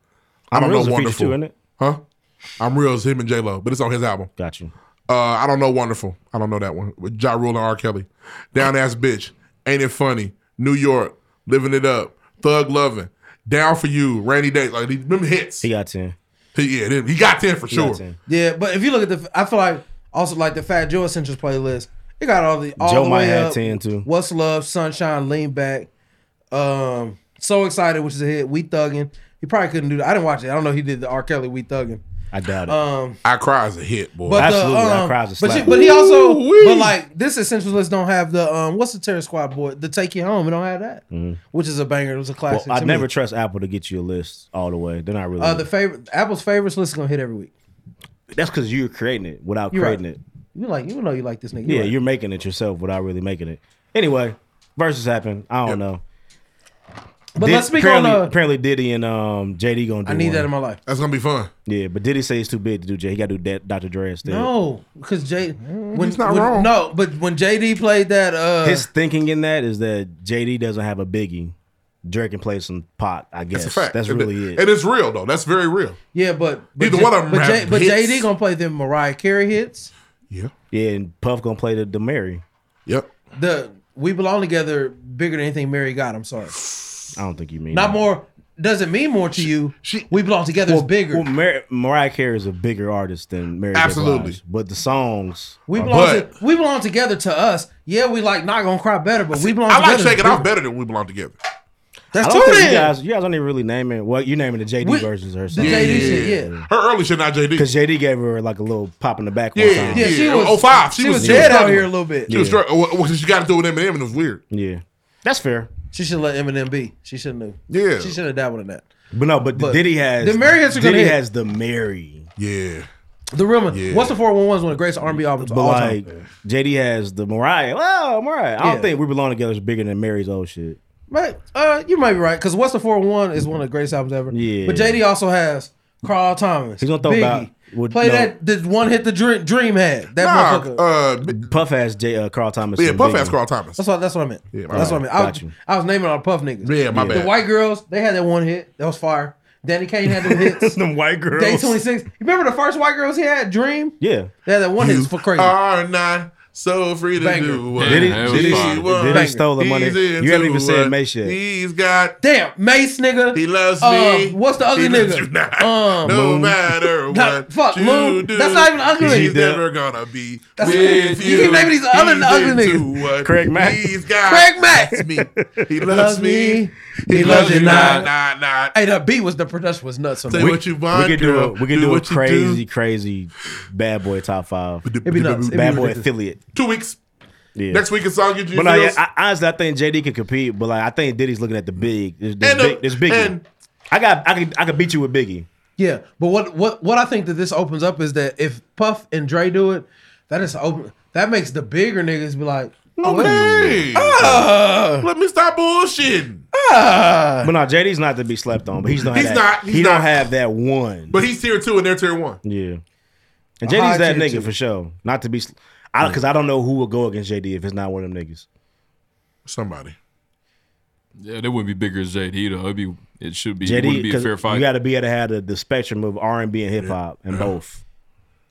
I I'm don't Real is a know feature wonderful. too, isn't it? Huh? I'm real is him and J Lo, but it's on his album. Got you. Uh, I don't know wonderful. I don't know that one. With Ja Rule and R. Kelly. Down ass bitch. Ain't it funny? New York. Living it up. Thug loving. Down for you. Rainy days. Like these them hits. He got ten. He, yeah, them- he got ten for He sure. got 10. Yeah, but if you look at the, I feel like also like the Fat Joe Essentials playlist. It got all the all Joe the might way have up. 10 too. What's love? Sunshine. Lean back. Um, so excited, which is a hit. We thugging. He probably couldn't do that. I didn't watch it. I don't know. if He did the R. Kelly. We thugging. I doubt it. Um, I cry is a hit, boy. but Absolutely, the, I um, cry is a but, slap. she- but he also, Ooh-wee. but like this essentials list don't have the um, what's the Terror Squad boy? The Take You Home. It don't have that, Mhm. which is a banger. It was a Well, classic. I to never me. trust Apple to get you a list all the way. They're not really. Uh, the favorite Apple's favorites list is gonna hit every week. That's because you're creating it without You're creating right. it. You like you know you like this nigga. yeah, right. you're making it yourself without really making it. Anyway, versus happened. I don't know. But Did- let's speak on, apparently, uh, apparently Diddy and um, JD gonna do. I need one. that in my life. That's gonna be fun. Yeah, but Diddy say it's too big to do J. He got to do that Dr. Dre instead. No, because J. When, Mm, he's not when- wrong. No, but when JD played that, uh, His thinking in that is that JD doesn't have a biggie. Dre can play some pot. I guess That's a fact. And really it- it. And it's real though. That's very real. yeah, but, but Neither J- one of 'em But, J, have but hits. JD gonna play them Mariah Carey hits. Yeah, and Puff gonna play the, the Mary. Yep. The We Belong Together bigger than anything Mary got. I'm sorry, I don't think you mean not that. more. Doesn't mean more to you. we belong together is bigger. Well, Mar- Mariah Carey is a bigger artist than Mary. J. Absolutely. Blige, but the songs. we are- belong. to, we belong together to us. Yeah, we like not gonna cry better, but we belong. I like together is Shake It Off bigger. better than We Belong Together. I That's don't two think you then. guys, you guys don't even really name it. Well, you naming the JD versions or The something. JD shit, yeah. Her early shit, not JD. Because JD gave her like a little pop in the back. Yeah, one time. yeah, she yeah. was- oh five. She, she was, was she was dead out struggling. here a little bit. She was Yeah. struggling. Well, she got into it with Eminem, and it was weird. yeah. That's fair. She should let Eminem be. She shouldn't have. Yeah. she should have dabbled in that. But no, but, But Diddy has the Mary hits are gonna Diddy hit. has the Mary. Yeah, The real one. Yeah. What's the 411 is one of the greatest R&B albums of but all like time. JD has the Mariah. Oh, Mariah! I don't Yeah. think we belong together is bigger than Mary's old shit. Right. Uh, you might be right because What's the 411 is one of the greatest albums ever. Yeah. But JD also has Carl Thomas. He's gonna throw Biggie, about Would- Play no. that this one hit the dream, dream had. That Nah, uh, motherfucker. Puff has J. Uh, Carl Thomas. Yeah, and Puff Biggie. has Carl Thomas. That's what that's what I meant. Yeah, my that's what I bad. meant. I, Got was, you. I was naming all the Puff niggas. Yeah, my The bad. white girls, they had that one hit. That was fire. Danny Kane had them hits. them white girls. Day twenty six. You remember the first white girls he had? Dream. Yeah. Yeah, that one You hit for crazy. Are not so free to Banger. do what Diddy- you Diddy- want. Diddy stole the money. He's You haven't into even said what Mace yet. He's got damn Mace nigga. He loves Uh, me. what's the ugly He loves nigga? you not. Um, no Moon. matter what. Nah, fuck, you Moon. do, That's not even ugly. He's He did. never gonna be That's- with you you. keep naming these other He's ugly into niggas. what Craig Mack. He's got. Craig Mack. That's me. He loves me. He, loves you Nah, not. nah, nah. Hey, the beat was the production was nuts. on Say that. what you want, we could do a, girl. we could Do do, a what you do. crazy, crazy bad boy top five. It'd be nuts. It'd be Bad boy ridiculous. affiliate. Two weeks. Yeah. Next week it's all you. But like, I, honestly, I think JD could compete. But like, I think Diddy's looking at the big. This, this And the- big, this biggie. and- I got. I could. I could beat you with Biggie. Yeah, but what what what I think that this opens up is that if Puff and Dre do it, that is open. That makes the bigger niggas be like, "Oh, okay, ah, let me stop bullshitting. ah. But no, JD's not to be slept on. But he's not. He's that, not- he's he not. don't have that one. But he's tier two and they're tier one. Yeah. And A high JD's that tier nigga two. for sure. Not to be. sl- I because I don't know who would go against JD if it's not one of them niggas. Somebody. Yeah, they wouldn't be bigger as JD though. It'd be it should be it JD, wouldn't be a 'cause fair fight. you got to be able to have the, the spectrum of R and B and hip hop and both.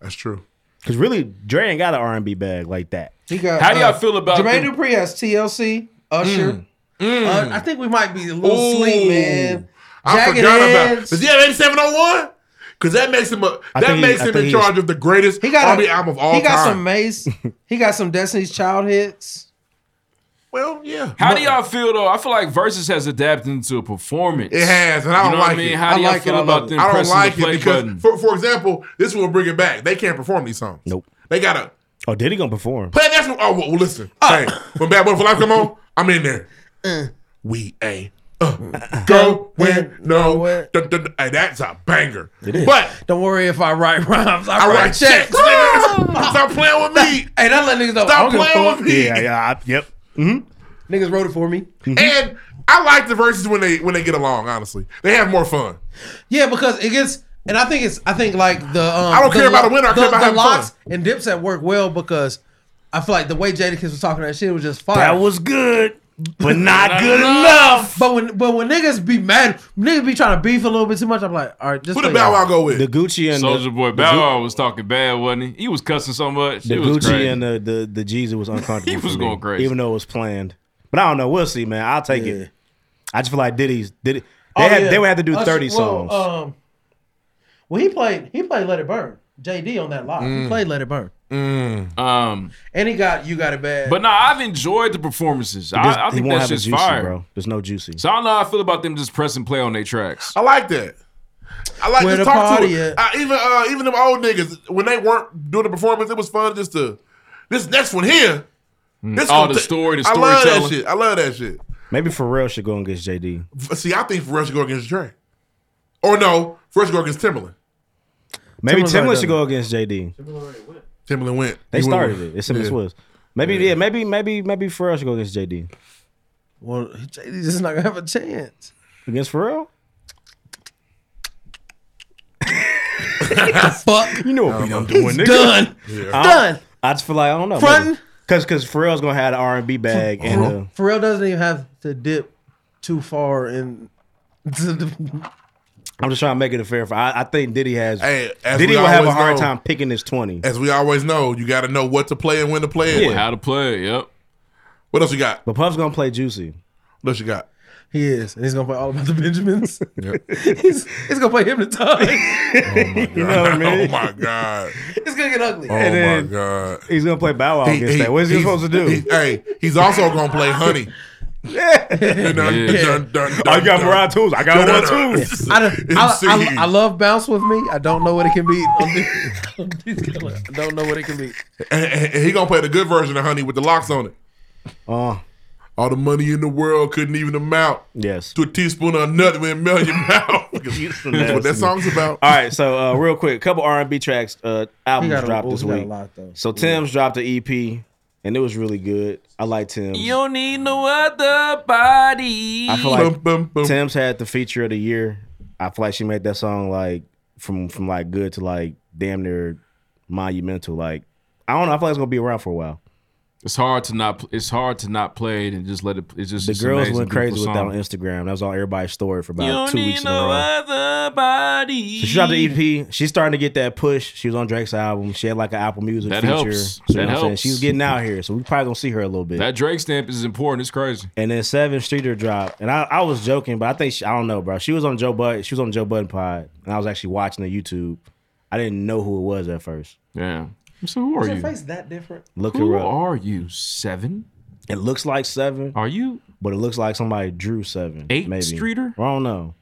That's true. Because really, Dre ain't got an R and B bag like that. He got, uh, How do y'all feel about Jermaine them- Dupri has TLC, Usher? Uh, I think we might be a little Ooh. sleep, man. I Jagged forgot about. Edge. Does he have 8701? Because that makes him a, I that think he- makes I him think in he- charge of the greatest He got R&B a, album of all He got time. some Mace. he got some Destiny's Child hits. Well, yeah. How do y'all feel though? I feel like Versus has adapted into a performance. It has, and I You don't know what like I mean? it. How do y'all feel about them I don't pressing like the play it because, button? for, for example, this will bring it back. They can't perform these songs. Nope. They gotta Oh, Diddy gonna perform? play that. Oh, well, listen. hey, when Bad Boy for Life come on, I'm in there. We ain't uh, go win no. Dun, dun, dun. Hey, that's a banger. But don't worry if I write rhymes. I, I write, write checks. checks, Ah. nigga. Stop playing with me. Hey, that let niggas know. Stop I don't give a playing fuck. with me. Yeah, yeah, I- yep. Niggas wrote it for me. And I like the verses when they when they get along. Honestly, they have more fun. Yeah, because it gets, and I think it's, I think like the, um, I don't the care about a winner, I care the- about the having locks and dips that work well because I feel like the way Jadakiss was talking that shit was just fire. That was good, but not good enough. But when, but when niggas be mad, niggas be trying to beef a little bit too much. I'm like, all right, just play y'all. go with? The Gucci and Soldier the, Boy the Bow Gu- Wow was talking bad, wasn't he? He was cussing so much. The it was Gucci crazy. and the the the Jeezy was uncomfortable. He was for me, going crazy. even though it was planned. But I don't know. We'll see, man. I'll take it. I just feel like Diddy's did it. They Oh, had yeah. they would have to do Usher- thirty well, songs. uh, Um, well, he played he played Let It Burn. JD on that live. Mm. He played Let It Burn, Um, and he got you got it bad. but no, I've enjoyed the performances. There's- I, I he think won't have that a shit's juicy, fire. bro. There's no juicy. So I don't know how I feel about them just pressing play on their tracks. Oh, I like that. I like Where just the talk party to it. at? I, even uh, even them old niggas when they weren't doing the performance, it was fun just to this next one here. This Mm. All gonna the ta- story, the I love that storytelling. shit. I love that shit. Maybe Pharrell should go against JD. F- See, I think Pharrell should go against Dre, or no, Pharrell should go against Timberland. Maybe Timberland's already Timberland should go against JD. Timberland went. They He went started with- it. It's simple as Yeah. was. Maybe yeah. Maybe maybe maybe Pharrell should go against JD well, JD's just not gonna have a chance. against Pharrell. Fuck, you know what we done doing? It's nigga. done. I It's don't- done. I just feel like I don't know. Frontin'. Uh-huh. because because Pharrell's gonna have an R and B bag and uh, Pharrell doesn't even have to dip too far in. I'm just trying to make it a fair fight. I, I think Diddy has. Hey, as Diddy we will have a always hard know- time picking his twenty. As we always know, you got to know what to play and when to play it. Yeah. How to play. Yep. What else you got? But Puff's gonna play Juicy. What else you got? He is, and he's gonna play all about the Benjamins. he's, he's gonna play hypnotized. You know what I mean? Oh my god. It's gonna get ugly. Oh And my then god. He's gonna play Bow Wow against that. What is he he's- supposed to do? he- hey, he's also gonna play Honey. Dun, dun, dun, dun, I Oh, got dun. Mariah tools. I Dun, got one dun, too. dun. I, don't- I, I, MC. I love bounce with me. I don't know what it can be. I don't know what it can be. And, and- and he gonna play the good version of Honey with the locks on it. Oh. All the money in the world couldn't even amount yes. to a teaspoon of nut when it melt in your mouth. That's what that song's about. All right, so uh, real quick, couple R and B tracks, uh, albums got a- dropped oh, this he got a week. lot, though. so Tim's dropped an EP, and it was really good. I like Tim. You don't need no other body. I feel like Tim's had the feature of the year. I feel like she made that song like from from like good to like damn near monumental. Like I don't know. I feel like it's gonna be around for a while. It's hard to not. It's hard to not play it and just let it. It's just The it's girls amazing, went crazy with beautiful that on song. Instagram. That was on everybody's story for You about don't two need weeks in a no row. other body. So she dropped the EP. She's starting to get that push. She was on Drake's album. She had like an Apple Music That feature. helps. So you That know what I'm saying? helps. She's getting out here. So we probably gonna see her a little bit. That Drake stamp is important. It's crazy. and then Seven Streeter dropped. And I, I was joking, but I think she, I don't know, bro. She was on Joe Bud. She was on Joe Budden Pod, and I was actually watching the YouTube. I didn't know who it was at first. Yeah. So who Is are your you? face that different? Look Who her up. are you? Seven? It looks like seven. Are you? But it looks like somebody drew seven. Eight maybe. Streeter? I don't know.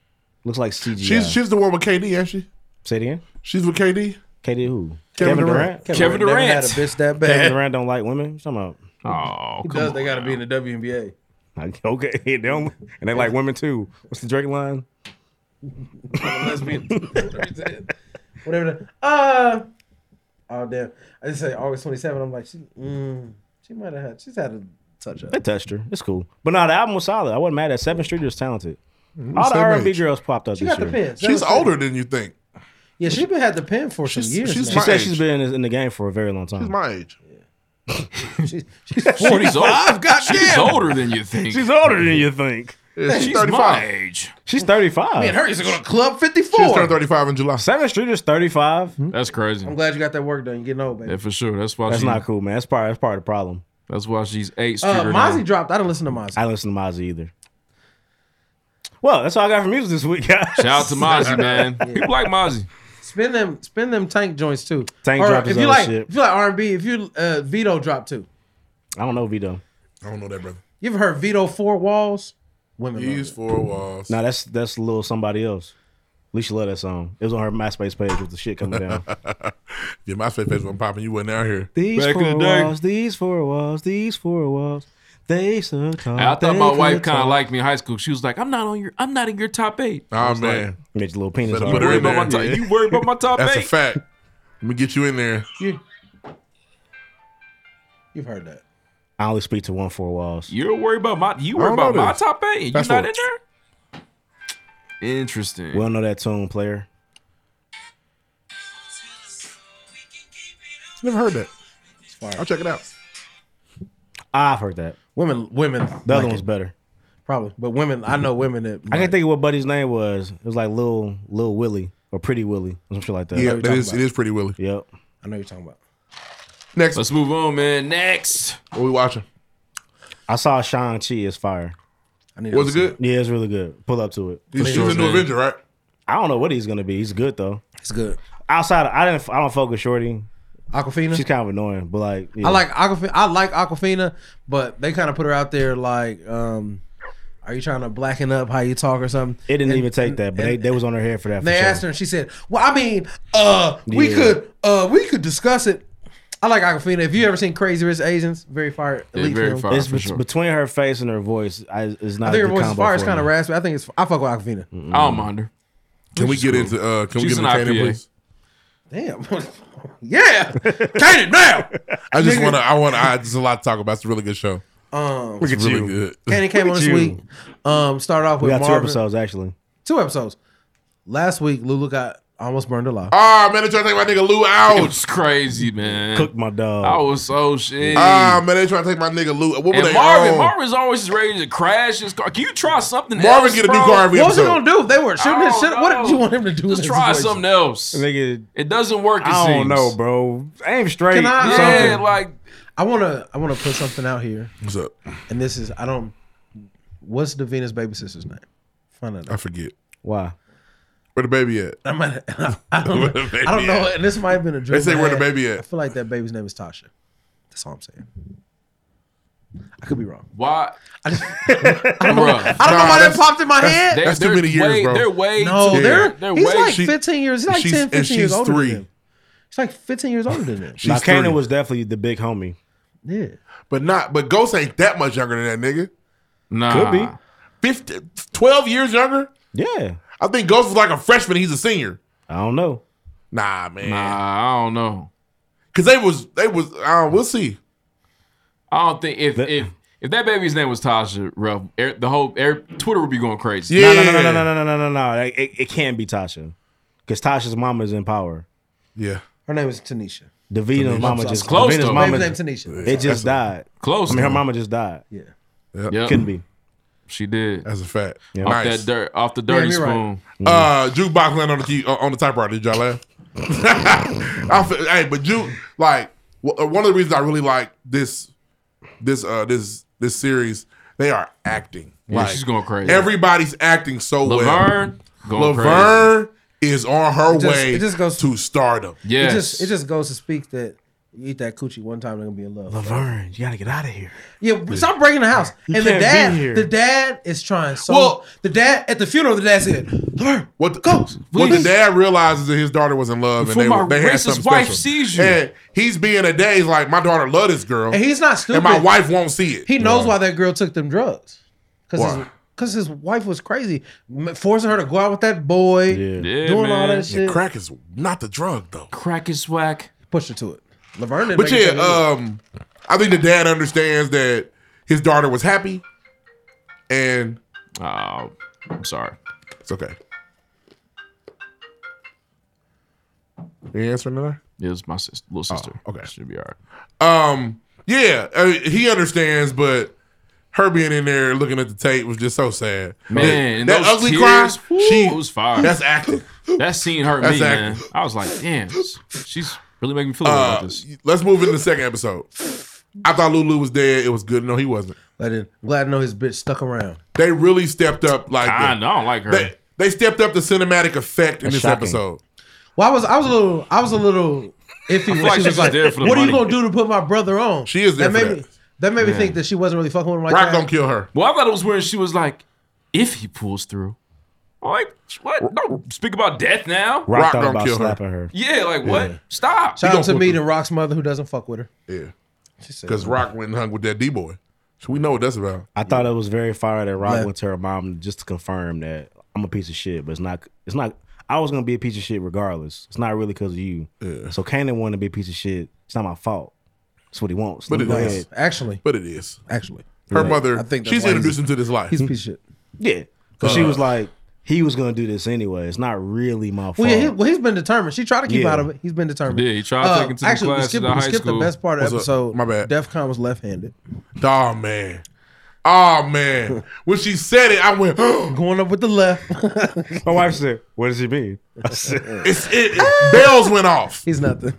Looks like CGI. She's she's the one with KD, ain't she? Say it again. She's with KD. KD who? Kevin Durant. Kevin Durant never had a bitch that bad. Kevin Durant don't like women. You talking about? Oh, He does. They got to be in the WNBA. Like, okay, they don't, and they like women too. What's the Drake line? lesbian. Whatever. The, uh, oh damn! I just say August twenty seventh. I'm like, she, mm, she might have had. She's had a touch up. They touched her. It's cool. But no, the album was solid. I wasn't mad at Seventh Street. Was talented. Mm, All the same R and B age. girls popped up She this got the year. pins. That She's was older Older than you think. Yeah, she's been had the pen for some years. she's she my said age. she's been in, in the game for a very long time. She's my age. She's 45, goddamn. She's older than you think. She's older than you think. Yeah, she's she's 35. my age. She's 35. Man, her used to go to Club She just turned 54. 35 in July. Seventh Street is 35. Mm-hmm. That's crazy. I'm glad you got that work done. You're getting old, baby. Yeah, for sure. That's why Hmm? That's she, not cool, man. That's part. That's part of the problem. That's why she's eight Uh, streeter. now. Mozzie dropped. I don't listen to Mozzie. I don't listen to Mozzie either. Well, that's all I got for music this week, guys. Shout out to Mozzie, man. People like Mozzie. Spin them, spin them tank joints too. Tank Or dropped his if you own like, shit. if you like R and B, if you uh, Vito dropped too. I don't know Vito. I don't know that brother. You ever heard Vito Four Walls? Women. love Use it. four walls. Nah, that's that's a little somebody else. Alicia love that song. It was on her MySpace page with the shit coming down. Yeah, my face wasn't popping. You wasn't out here. These Back in four the day. walls, these four walls, these four walls. They so tall. I thought they my could wife kind of talk. liked me in high school. She was like, "I'm not on your, I'm not in your top eight. I Oh was like, man. Mitch little penis. Better hard. put her worried in about my there. top. You worried about my top That's a eight? fact. Let me get you in there. You've heard that. I only speak to one four walls. You're worried about my. You worried I don't about know my this. top eight. You That's not what- in there? Interesting. We don't know that tune, player. Never heard that. I'll check it out. I've heard that. Women, women. The like other one's it. better. probably, but women. I know women that. I can't think of what Buddy's name was. It was like Lil Lil Willie or Pretty Willie or some shit like that. Yeah, that is, it is pretty willy. Yep. I know you're talking about. Next. Let's move on, man. Next. What we watching? I saw Shang Chi is fire. I need Was it good? Yeah, it's really good. Pull up to it. He's, he's a new Avenger, right? I don't know what he's gonna be. He's good though. It's good. Outside, of, I didn't. I don't fuck with Shorty. Aquafina. She's kind of annoying, but like, yeah. I like Aquafina. I like Aquafina, but they kind of put her out there like, um, are you trying to blacken up how you talk or something? It didn't And- even take that, but they, and- they was on her head for that. And they for asked sure. her, and she said, "Well, I mean, uh, we Yeah. could, uh, we could discuss it." I like Aquafina. If you ever seen Crazy Rich Asians, very fire, elite film. It's bet- between her face and her voice. I, it's not. I think her the voice is combo fire. It's for Hmm. kind of me. raspy. I think it's. I fuck with Aquafina. I don't mind her. Can we She's get cool. into uh can She's we an get into Kanan, IPA. please? Damn. yeah. Kanan now. I just Nigga. wanna I wanna I there's a lot to talk about. It's a really good show. Um, It's really good. Candy came Look on at this you. week. Um, started off We with got Marvin. two episodes actually. Two episodes. Last week, Lulu got almost burned alive. Ah man, they trying to take my nigga Lou It out. was Oh. crazy, man. Cooked my dog. I was so shit. Ah man, they trying to take my nigga Lou. What were and they? Marvin, on? Marvin's always ready to crash his car. Can you try something Marvin else? get a new bro? car every What was he episode. Oh, gonna do? They were shooting I his don't shit. What know. did you want him to do? in Just that try situation? something else. Nigga, Oh, It doesn't work. It I don't seems. know, bro. Aim straight. Can I- do Yeah, something. like I wanna I wanna put something out here. What's up? And this is I don't what's the Venus baby sister's name? Find out. I forget. Why? Where the baby at? I might I don't Where know. the baby I don't know. at? And this might have been a dream. They say I where the had. baby I at. feel like that baby's name is Tasha. That's all I'm saying. I could be wrong. why? I just I don't know. Bruh. I don't know why that popped in my head. They- That's too they're many years, way- bro. They're way. No, too, they're, they're he's way. like She- 15 years. He's like she's- 10, and 15 years she's older three. than them. He's like 15 years older than them. She's Now, Kanan three. was definitely the big homie. Yeah. But not but Ghost ain't that much younger than that nigga. nah. Could be. 50, 12 years younger? Yeah. I think Ghost was like a freshman, he's a senior. I don't know. Nah, man. Nah, I don't know. Cause they was they was uh, we'll see. I don't think if if if that baby's name was Tasha, bro, er, the whole er, Twitter would be going crazy. Yeah. No, no, no, no, no, no, no, no, no, no. It, it, it can't be Tasha. because Tasha's mama is in power. Yeah. Her name is Tanisha. Davina's Tanisha. mama It's just close Davina's though. mama Baby's name Tanisha. It just That's died. Close I mean, her though. mama just died. Yeah. Yep. Couldn't be. She did. That's a fact. Yeah. Off Nice. that dirt, off the dirty spoon. Uh, jukebox land on the key uh, on the typewriter. Did y'all laugh? I feel, hey, but you like w- uh, one of the reasons I really like this this uh this this series. They are acting. Yeah, like, she's going crazy. Everybody's acting so Laverne well. going crazy. Laverne is on her It just- way it just goes- to stardom. It just it just goes to speak that you eat that coochie one time, they're gonna be in love. Laverne, you gotta get out of here. Yeah, stop breaking the house. You and the can't be dad, here. the dad is trying so. Well- the dad at the funeral, the dad said, "Laverne, What the, go." what the please." dad realizes that his daughter was in love and Before they, my were- they had racist something wife special. sees you. And he's being a day like my daughter love this girl, And he's not and my stupid. wife won't see it. He knows why that girl took them drugs. Because Why? his, 'cause his wife was crazy, m- forcing her to go out with that boy, Yeah, doing all man. that Yeah, shit. crack is not the drug though. Crack is whack. Push her to it. Laverne didn't But make it yeah, to the end. um, I think the dad understands that his daughter was happy, and oh, I'm sorry, it's okay. You answering to that? It was my sister, little sister. Oh, okay, should be all right. Um, yeah, I mean, he understands, but her being in there looking at the tape was just so sad. Man, that, and that those ugly tears, cry, whew, she it was fire. That's acting. That scene hurt That's me, man. acting. I was like, damn, she's really making me feel good Uh, about this. let's move into the second episode. I thought Lulu was dead. It was good. No, he wasn't. I did. Glad to know his bitch stuck around. They really stepped up. Like Kinda, the- I don't like her. They, they stepped up the cinematic effect in That's this shocking. episode. Well, I was I was a little I was a little iffy when like she she's was like, there for the "What are you money." gonna do to put my brother on?" She is there That for made that. me that made me Yeah. think that she wasn't really fucking with him like Rock that. gonna kill her. Well, I thought it was weird. She was like, if he pulls through, I'm like, what? Don't speak about death now. Rock, thought about slapping her. Yeah, like what? Yeah. Stop. He Shout gonna out to put me the- and Rock's mother who doesn't fuck with her. Yeah, said- because Rock went and hung with that D boy. So we know what that's about. I thought it was very fire that Rock Yeah. went to her mom just to confirm that I'm a piece of shit, but it's not. It's not. I was gonna be a piece of shit regardless. It's not really because of you. So Kanan wanted to be a piece of shit. It's not my fault. That's what he wants. But Let it me go is. ahead. Actually. But it is. Actually. Her Yeah. mother, I think that's she's why he's- introduced him to this life. He's a piece of shit. Yeah, because she Uh. was like, he was gonna do this anyway. It's not really my fault. Well, yeah, he, well, he's been determined. She tried to keep Yeah. out of it. He's been determined. Uh, Yeah, he tried to take it to the Actually, we class at skipped, the we high skipped the school. best part of the What's up? episode. My bad. DEF CON was left-handed. Oh man. Oh man. When she said it, I went, Going up with the left. My wife said, "What does he mean?" I said, it's it, it- bells went off. He's nothing.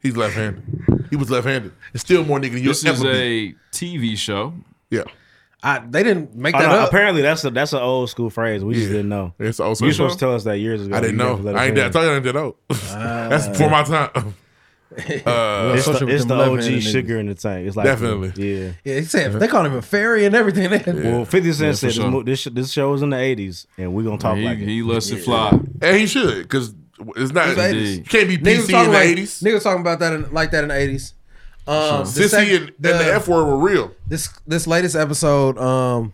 He's left handed. He was left handed. It's still more nigga than you'll This is ever be. a TV show. Yeah. I, they didn't make Oh, that no, up. Apparently, that's a that's an old school phrase. We just didn't know. It's old You school. were supposed to tell us that years ago. I didn't You know. never let us I ain't in. that I told you I didn't know. That's before my Ah. time. Uh, it's the, it's the OG niggas. sugar in the tank. It's like Definitely. yeah. Yeah, he said they called him a fairy and everything. Well, Fifty Cent Yeah, for said this, sure. mo- this sh- this show was in the '80s, and we're gonna talk he, like it. he lets it Yeah. fly. And he should, because it's not. It's You can't be Niggas PC talking in the like- eighties. Niggas talking about that in, like that in the eighties. Um, Sissy and- and the F word were real. This this latest episode, um,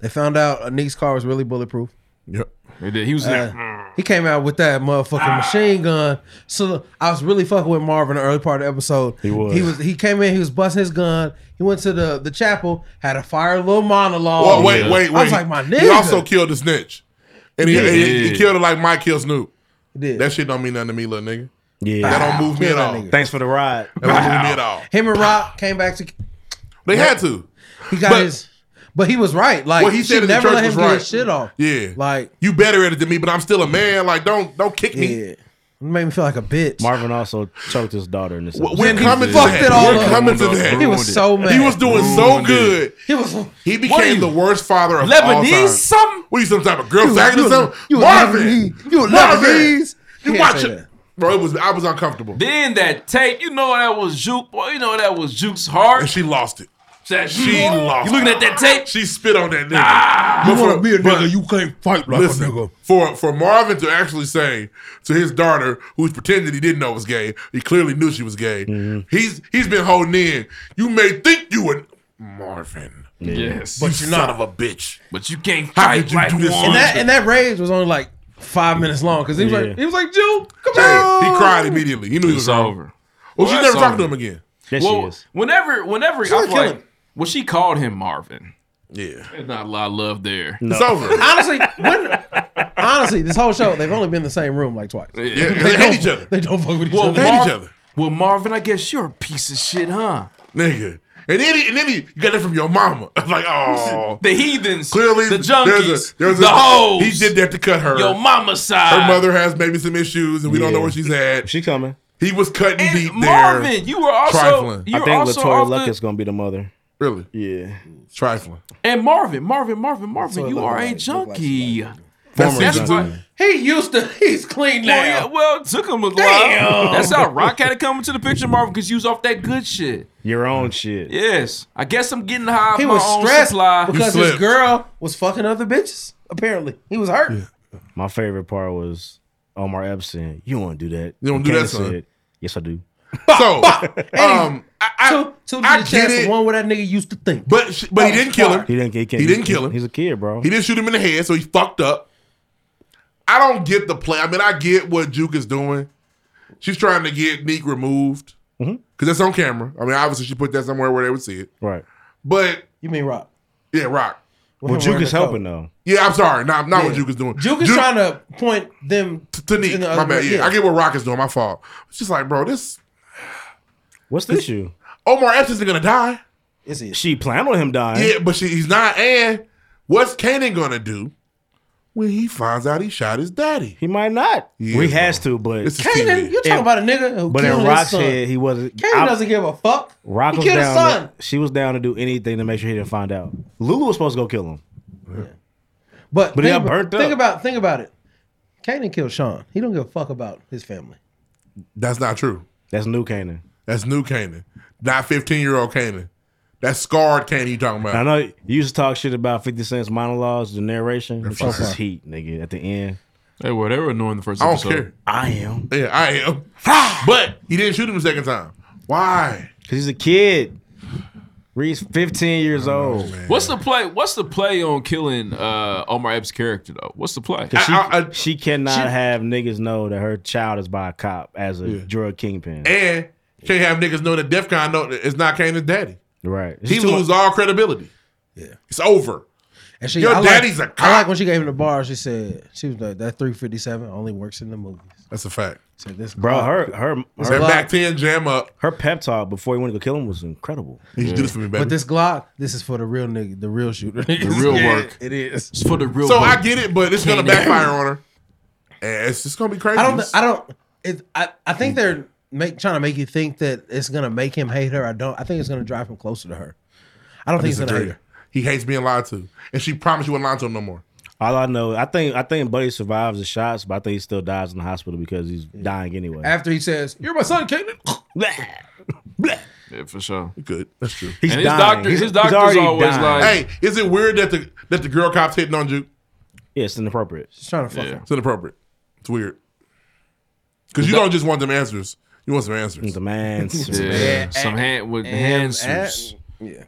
they found out Anik's car was really bulletproof. Yep. They did. He was Uh, there. he came out with that motherfucking Ah. machine gun. So I was really fucking with Marv in the early part of the episode. He was. He was. He came in. He was busting his gun. He went to the the chapel. Had a fire little monologue. Well, wait, wait, wait. Oh, I was like, my nigga. He also killed the snitch, and he, Yeah. he, he Yeah. killed it like Mike killed Snoop. did. That shit don't mean nothing to me, little nigga. Yeah. That don't move me Kill at that all. That nigga. Thanks for the ride. don't move me at all. Him and Rock came back to. They had to. He got his. But he was right. Like what he she said in the never church let him was get right. his shit off. Yeah, Like you better at it than me, but I'm still a man. Like don't don't kick me. Yeah. It made me feel like a bitch. Marvin also choked his daughter in this. W- episode. We're coming to that. We're coming to that. He was so mad. He was doing so Ruined it. good. He was. He became the worst father of all Lebanese time. something? What are you, some type of girl You- faggot you- or something? you a Marvin, Lebanese- you a Lebanese. You Can't watch say it, that. bro. It was I was uncomfortable, Then that tape, you know that was Juke. Boy, you know that was Juke's heart. and she lost it. That She lost. You looking at that tape? She spit on that nigga. But for- but You can't fight listen, for for Marvin to actually say to his daughter, who's pretending he didn't know was gay, he clearly knew she was gay. He's he's been holding in. You may think you an Marvin, Yes. but you're not of a bitch. But you can't How fight could you like do this to one. And that and that rage was only like five minutes long because he was like he was like Jew, come Hey, on. he cried immediately. He knew he It's was wrong. over. Well, she Well, never that's talked to over. him again. Yes, she well, is. whenever, whenever, gonna I'm kill like, him. well, she called him Marvin. Yeah, There's not a lot of love there. it's over. Honestly, when Honestly, this whole show, they've only been in the same room like twice. Yeah, they hate don't- each other. They don't fuck with each Well, other. Mar- Well, Marvin, I guess you're a piece of shit, huh? Nigga. And then, he, and then he, you got it from your mama. I'm like, oh. The heathens, Clearly, the there's junkies, a- there's the a- hoes. He did that to cut her. Your mama's side. Her mother has maybe some issues, and we don't know where she's at. She coming. He was cutting deep there. Marvin, you were also Trifling. you I were think also Latoya off Luck the- is gonna be the mother. Really? Yeah. Trifling. and Marvin, Marvin, Marvin, Marvin, you look are like- a junkie. That's That's season why two. He used to. He's clean Well, now. yeah, well, it took him a while. Damn. That's how Rock had to come into the picture, Marvin, because you was off that good shit. Your own shit. Yes, I guess I'm getting high. He off my was own stressed supply. because his girl was fucking other bitches. Apparently, he was hurt. My favorite part was Omar Epstein. You don't want to do that. You don't And do that, Candace son. said, Yes, I do. So, um, I, I, I Two to the get chest, it, one where that nigga used to think. but sh- but he didn't kill him. He didn't. He, can't- He didn't kill him. He's a kid, bro. He didn't shoot him in the head, so he fucked up. I don't get the play. I mean, I get what Juke is doing. She's trying to get Neek removed because that's on camera. I mean, obviously, she put that somewhere where they would see it. Right. But You mean Rock? yeah, Rock. Well, Juke is helping though. Yeah, I'm sorry. Not not what Yeah. Juke is doing. Juke is trying to point them to Neek. in the My other bad. way- Yeah. I get what Rock is doing. My fault. It's just like, bro, this What's the issue? Omar Epstein's gonna die. Is he? She planned on him dying. Yeah, but she, he's not. And what's Kanan gonna do when he finds out he shot his daddy? He might not. Yeah, we has to, but This is Kanan, TV. you're talking Yeah. about a nigga who but killed in his Rock's son. head, he wasn't. Kanan I- doesn't give a fuck. Rock he was killed his down. son. to- she was down to do anything to make sure he didn't find out. Lulu was supposed to go kill him. But, But he think, got burnt about, think up. about think about it. Kanan killed Sean. He don't give a fuck about his family. That's not true. That's new Canaan. That's new Kanan, not 15 year old Kanan. That's scarred Kanan you talking I about. know you used to talk shit about 50 Cent's monologues, the narration. This fire. is heat, nigga, at the end. Hey, well, they were annoying the first I don't episode. care. I am. Yeah, I am. but he didn't shoot him the second time. Why? Because he's a kid. Reed's 15 years old. What's the play? What's the play on killing uh, Omar Epps' character though? What's the play? 'Cause she, she cannot have niggas know that her child is by a cop as a drug kingpin. And can't have niggas know that DEF CON know that it's not Kanan's daddy. Right. It's He too- loses all credibility. Yeah. It's over. And she, Your I like- daddy's a cop. I like when she gave him the bar. She said she was like that 357 only works in the movies. That's a fact. So this Bro, her her It's her, that back 10 jam up. her pep talk before he went to go kill him was incredible. You should do this for me, baby. But this Glock, this is for the real nigga, the real shooter. The real work. It is. It's for the real. so I vote. get it, but it's gonna backfire on her. And it's just gonna be crazy. I don't. I don't. It, I. I think they're make, trying to make you think that it's gonna make him hate her. I don't. I think it's gonna drive him closer to her. I don't think it's gonna hate her. He hates being lied to, and she promised you wouldn't lie to him no more. All I know, I think I think Buddy survives the shots, but I think he still dies in the hospital because he's dying anyway. After he says, "You're my son, Kanan." Yeah, for sure. Good, that's true. He's and his dying. doctor, He's- his he's doctor's already always dying. like, Hey, is it weird that the that the girl cops hitting on Juke? Yeah, it's inappropriate. She's trying to fuck Yeah. him. It's inappropriate. It's weird. Because you don't just want them answers. You want some answers. The man. yeah, eh, some hand with hands. Yeah.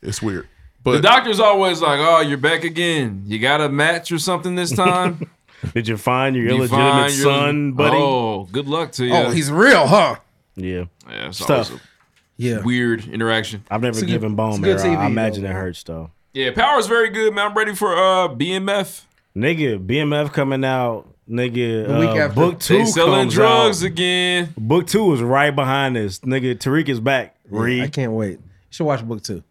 It's weird. The But doctor's always like, "Oh, you're back again. You got a match or something this time." Did you find your You illegitimate fine, you're- son, buddy? Oh, good luck to you. Oh, he's real, huh? Yeah. yeah, it's Stuff. always Yeah. a weird interaction. I've never good- given bone it's good marrow. TV I imagine though. it hurts though. Yeah, power's very good, man. I'm ready for uh BMF. Nigga, BMF coming out. Nigga, The week uh, after. book two They selling comes drugs out. again. Book two is right behind this. Nigga, Tariq is back. I Read. can't wait. You should watch book two.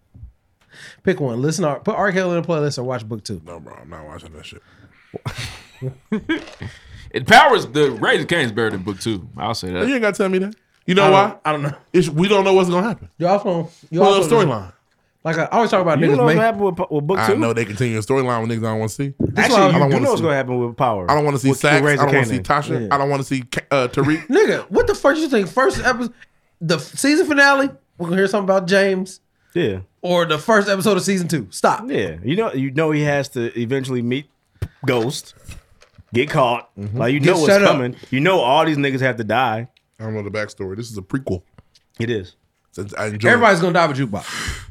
Pick one. Listen, to, put R. Kelly in a playlist or watch book two. no, oh, bro, I'm not watching that shit. It powers the Raising Cane's better than book two. I'll say You that. ain't gotta tell me that. You know I why? don't- I don't know. It's, we don't know what's gonna happen. You also you You also love storyline. Like I always talk about You niggas. know what Make, happened with, with book I two? know they continue a storyline when niggas I don't want to see. why I Actually, you don't do wanna know what's see. gonna happen with power. I don't want to see With- with Sax. I Raising don't want to see Kanan. Tasha. I don't want to see Ka- uh, Tariq. nigga, what the fuck you think? First episode, the season finale. We're gonna hear something about James Yeah, or the first episode of season two. Stop. yeah. You know, you know, he has to eventually meet Ghost, get caught. Like you Mm-hmm. Get know what's set up. coming. You know all these niggas have to die. I don't know the backstory. This is a prequel. It is. So I enjoy it. Everybody's gonna die with jukebox.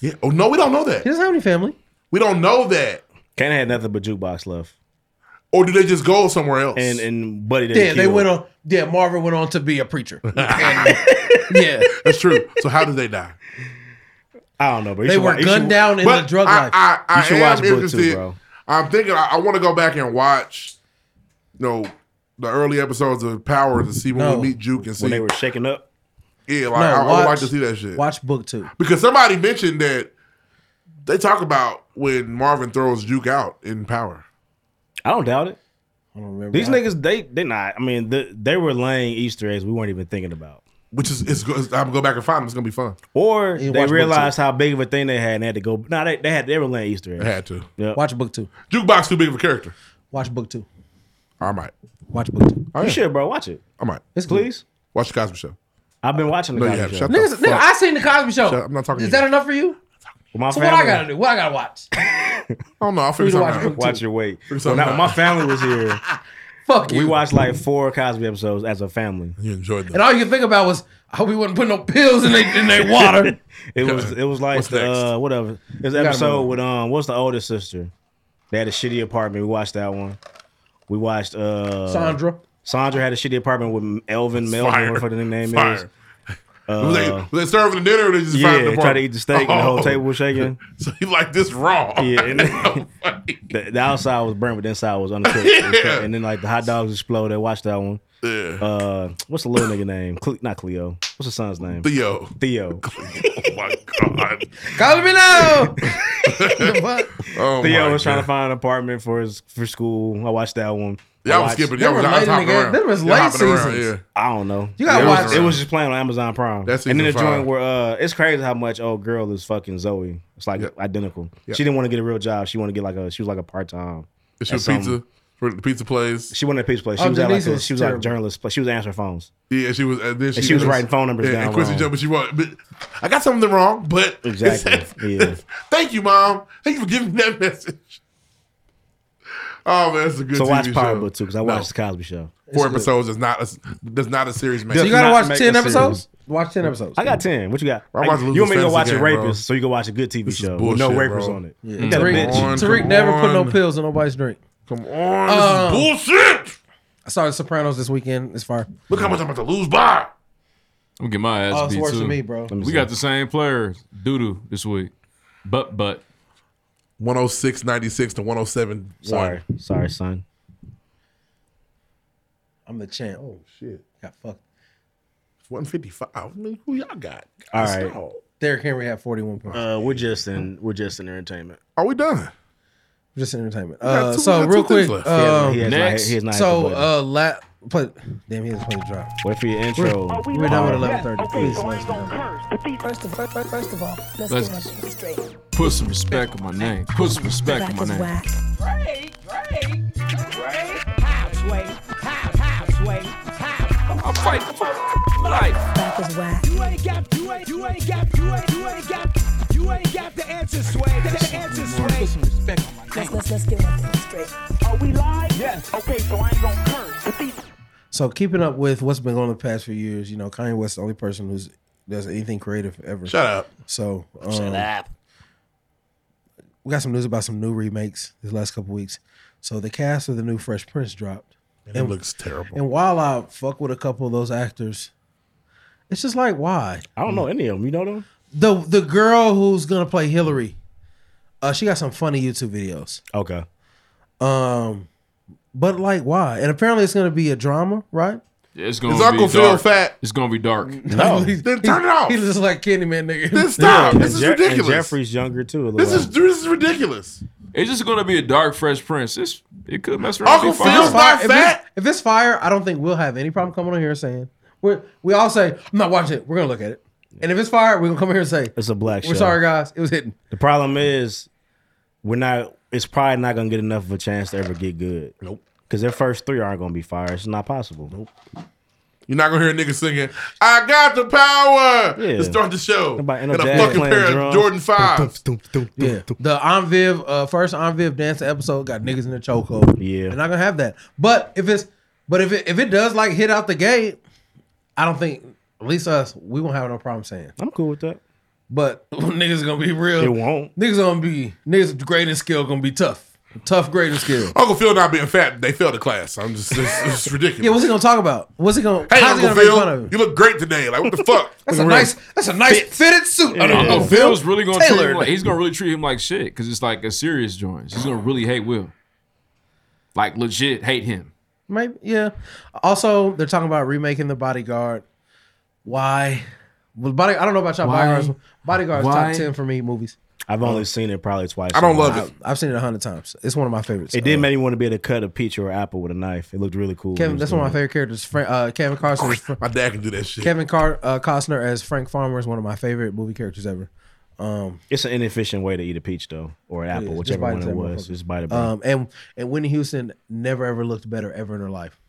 Yeah. Oh no, we don't know that. He doesn't have any family. We don't know that. Can't have nothing but jukebox left. Or do they just go somewhere else? And and Buddy didn't Yeah, they kill. went on. Yeah, Marvin went on to be a preacher. And- yeah, That's true. So how did they die? I don't know, but you they should were watch- you gunned should- down in the drug I, life. I, I You should am watch book two, interested. bro. I'm thinking I, I want to go back and watch, you know, the early episodes of Power to see when No. we meet Juke and see When they were shaking up. Yeah, like No, I, I would like watch- to see that shit. Watch book two. Because somebody mentioned that they talk about when Marvin throws Juke out in Power. I don't doubt it. I don't remember. These niggas, they they not. I mean, the, they were laying Easter eggs we weren't even thinking about. Which is it's, it's I'm gonna go back and find them. It's gonna be fun. Or Yeah, they watch book realized how big of a thing they had and they had to go. No, they, they had they were laying Easter eggs. They had to. Yep. Watch book two. Jukebox too big of a character. Watch book two. I might. Watch book two. Oh, yeah. You should, bro. Watch it. I might. It's Please. Watch the Cosby Show. I've been watching the No, you Cosby haven't. Show. Shut the Niggas, nigga, fuck- I seen the Cosby Show. Shut- I'm not talking Is to you. that enough for you? With my so family. what I gotta do? What I gotta watch? I don't know. I'll figure something out. Watch your weight. Figure When, something I- when my out. family was here, Fuck we you. watched like four Cosby episodes as a family. You enjoyed And all you could think about was, I hope we wasn't putting no pills in they in their water. it was it was like What's next? uh, whatever. It was You gotta an episode move. with um what's the oldest sister? They had a shitty apartment. We watched that one. We watched uh Sandra. Sandra had a shitty apartment with Elvin Melvin, Fire. whatever the name is. Fire. was, they, Uh, was they serving the dinner or they just yeah, find the Oh, try to eat the steak and the whole table was shaking. So you like this raw? Yeah, and the, the outside was burnt, but the inside was uncooked. Yeah. And then like the hot dogs exploded. I watched that one. Yeah. Uh, what's the little nigga name? Cle- not Cleo. What's the son's name? Theo. Theo. oh my god. Call me now. Oh Theo my was trying God. to find an apartment for his for school. I watched that one. Y'all I was watched- skipping- y'all Them was- was y'all was late, hopping nigga. around. Them was Y'all late hopping around, seasons. yeah. I don't know. You gotta It was- watch- It was just playing on Amazon Prime. That's and then the season five. joint where uh, it's crazy how much old girl is fucking Zoe. It's like identical. Yep. She didn't want to get a real job. She wanted to get like a she was like a part time. It's your pizza. For the pizza place. She wanted a pizza place. She Oh, was at like Denise a, was she was like a terrible. journalist. But she was answering phones. Yeah, she was. And, then And she was writing phone numbers yeah, down And Quincy wrong. jumped, but she was. But I got something wrong, but Exactly. yeah. Thank you, mom. Thank you for giving me that message. Oh man, that's a good. So TV watch show. Power Book Two because I No. watched the Cosby Show. Four episodes is not a, does not a series. Make So you gotta Does not watch make 10 a series. episodes? Watch ten episodes. I got ten. What you got? I watched you want me to go Luther's watch a Fantasy Game, rapist bro. so you can watch a good TV show with no bullshit, rapists bro. on it. Yeah. You got a Come bitch. on, Tariq come never put no on. pills in nobody's drink. Come on, uh, this is bullshit. I saw The Sopranos this weekend. It's fire. Look how much I'm about to lose by. I'm gonna get my ass Oh, it's beat worse too. than me, bro. Let me We see. got the same players, doo this week. But but 106 96 oh to 107 Sorry, sorry, son. I'm the champ. Oh shit. Got fucked. 155. I mean, who y'all got? All right. Derrick Henry had 41 points. Uh, we're just in we're just in entertainment. Are we done? Just in entertainment. We got Uh, two- we so got two real quick. things left. Um, He has- he has not- Next. he has not so hit the uh, la- play, damn, he has played the drop. Wait for your intro. Uh, We're, we're done with 11:30. Please, let's go. First of, first, first of all, let's, Let's- get one thing straight. put some respect on my name. Put some respect on my Back is name. whack. Drake, Drake, Drake. House way, house, house way, house. I'm fighting for life. Back is whack. You ain't got, you ain't, you ain't got, you ain't, you ain't got, you ain't got the answer, Sway. The, the answer, Sway. Let's, let's, let's get one thing straight. Are we live? Yes. Okay, so I ain't gonna curse. But these So keeping up with what's been going on the past few years, you know, Kanye West is the only person who's does anything creative ever. Shut up. So um, Shut up. We got some news about some new remakes this last couple weeks. So the cast of the new Fresh Prince dropped, And it looks terrible. And while I fuck with a couple of those actors, it's just like why? I don't know any of them. You know them? The the girl who's gonna play Hillary, uh, she got some funny YouTube videos. Okay. Um, but like why? And apparently it's gonna be a drama, right? It's gonna Is be Uncle Phil dark. fat? It's gonna be dark. then turn it off. He looks like Candyman, nigga. Then stop. Yeah. This is Je- and ridiculous. Jeffrey's younger too. A little This is this is ridiculous. It's just gonna be a dark Fresh Prince. It's, it could mess around. Uncle and be fine. Phil's not If fat. it's, if it's fire, I don't think we'll have any problem coming on here saying we we all say I'm not watching it. We're gonna look at it, and if it's fire, we're gonna come here and say It's a black we're show. sorry, guys. It was hidden. The problem is we're not. It's probably not gonna get enough of a chance to ever get good. Nope. Because their first three aren't gonna be fire. It's not possible. Nope. You're not gonna hear a nigga singing, I got the power Yeah. to start the show. Nobody- and ain't a no dad fucking playing pair of drums. Jordan 5s. Yeah, the Enviv uh, first Enviv dance episode got niggas in the chokehold. Yeah, they're not gonna have that. But if it's but if it if it does like hit out the gate, I don't think at least us we won't have no problem saying I'm cool with that. But niggas gonna be real. It won't. Niggas gonna be niggas grading skill gonna be tough. Tough grading skill. Uncle Phil not being fat, they failed the class. I'm just, it's, it's ridiculous. Yeah, what's he gonna talk about? What's he gonna? Hey, how's he Uncle gonna make fun of Phil, him? you look great today. Like, what the fuck? That's Look around. a nice. That's a nice fitted suit. I don't know. Phil's really gonna treat Tailored. him like, he's gonna really treat him like shit because it's like a serious joint. He's gonna really hate Will, like legit hate him. Maybe yeah. Also, they're talking about remaking the Bodyguard. Why? Well, body. I don't know about y'all. Why? Bodyguards. Bodyguards Why? top ten for me movies. I've only seen it probably twice. I've seen it a hundred times. It's one of my favorites. It did make me want to be able to cut a peach or apple with a knife. It looked really cool. Kevin, It was that's one of my doing favorite characters. Frank, uh, Kevin Carson. My dad can do that shit. Kevin Car- uh, Costner as Frank Farmer is one of my favorite movie characters ever. Um, it. It's an inefficient way to eat a peach though, or an it apple, is. Just whichever bite one into it that was. motherfucker. Just bite it. Um, and and Whitney Houston never ever looked better ever in her life.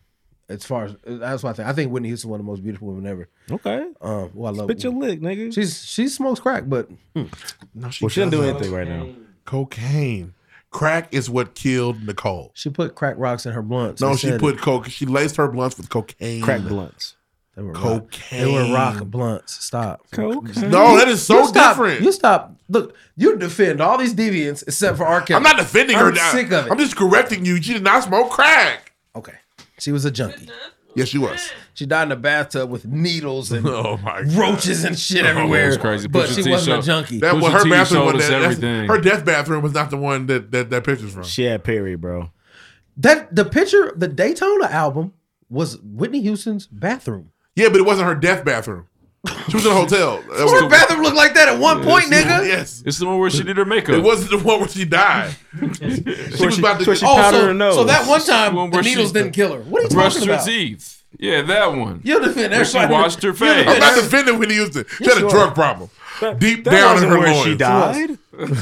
As far as that's what I think. I think Whitney Houston is one of the most beautiful women ever. Okay. Um, well, I love. Spit your lick, nigga. She's she smokes crack, but hmm. No, Well, she didn't do doesn't. anything right now. Cocaine. Crack is what killed Nicole. She put crack rocks in her blunts. No, They she said put it. coke. She laced her blunts with cocaine. Crack blunts. They were cocaine. Rock, they were rock blunts. Stop. Cocaine. No, Oh, that is so You stop- different. You stop. Look, you defend all these deviants except for R. Kelly. I'm not defending her. I'm now. Sick of it. I'm just correcting you. She did not smoke crack. Okay. She was a junkie. Yes, she was. She died in a bathtub with needles and Oh my God. roaches and shit Oh, everywhere. that's crazy. But Pusha she T wasn't showed- a junkie. That was Pusha her T bathroom. showed Was us that, everything. everything. Her death bathroom was not the one that that, that picture's from. She had Perry, bro. That the picture, the Daytona album was Whitney Houston's bathroom. Yeah, but it wasn't her death bathroom. She was in a hotel. That was- Her bathroom looked like that at one point, Yes. nigga. Yes. It's the one where she did her makeup. It wasn't the one where she died. she was she- about to. where she Oh, powdered so, her nose. so that one time One the where she- needles didn't kill her. What are you Brushed talking her about? teeth. Yeah, that one. You'll defend Where she everybody. washed her You'll face. Oh, I'm not defending Whitney Houston. She Yes, had a you drug are. problem That- deep that down in wasn't her where loins. she died?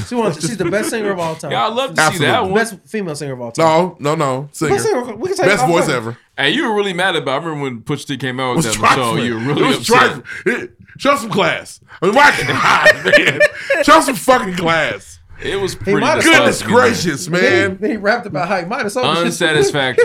She wants, she's the best singer of all time. Yeah, I love to see that Absolutely. one. Best female singer of all time. No, no, no. Singer. Best singer. We can take Best it off voice record. ever. Hey, you were really mad about. I remember when Push T came out was with that song. trifling. You were really it was upset. trifling. It- Show some class. I mean, why God, man? Show some fucking class. It was He pretty. might have- Goodness gracious, Then he- man. Then he rapped about how he might have sold his shit. Unsatisfactory.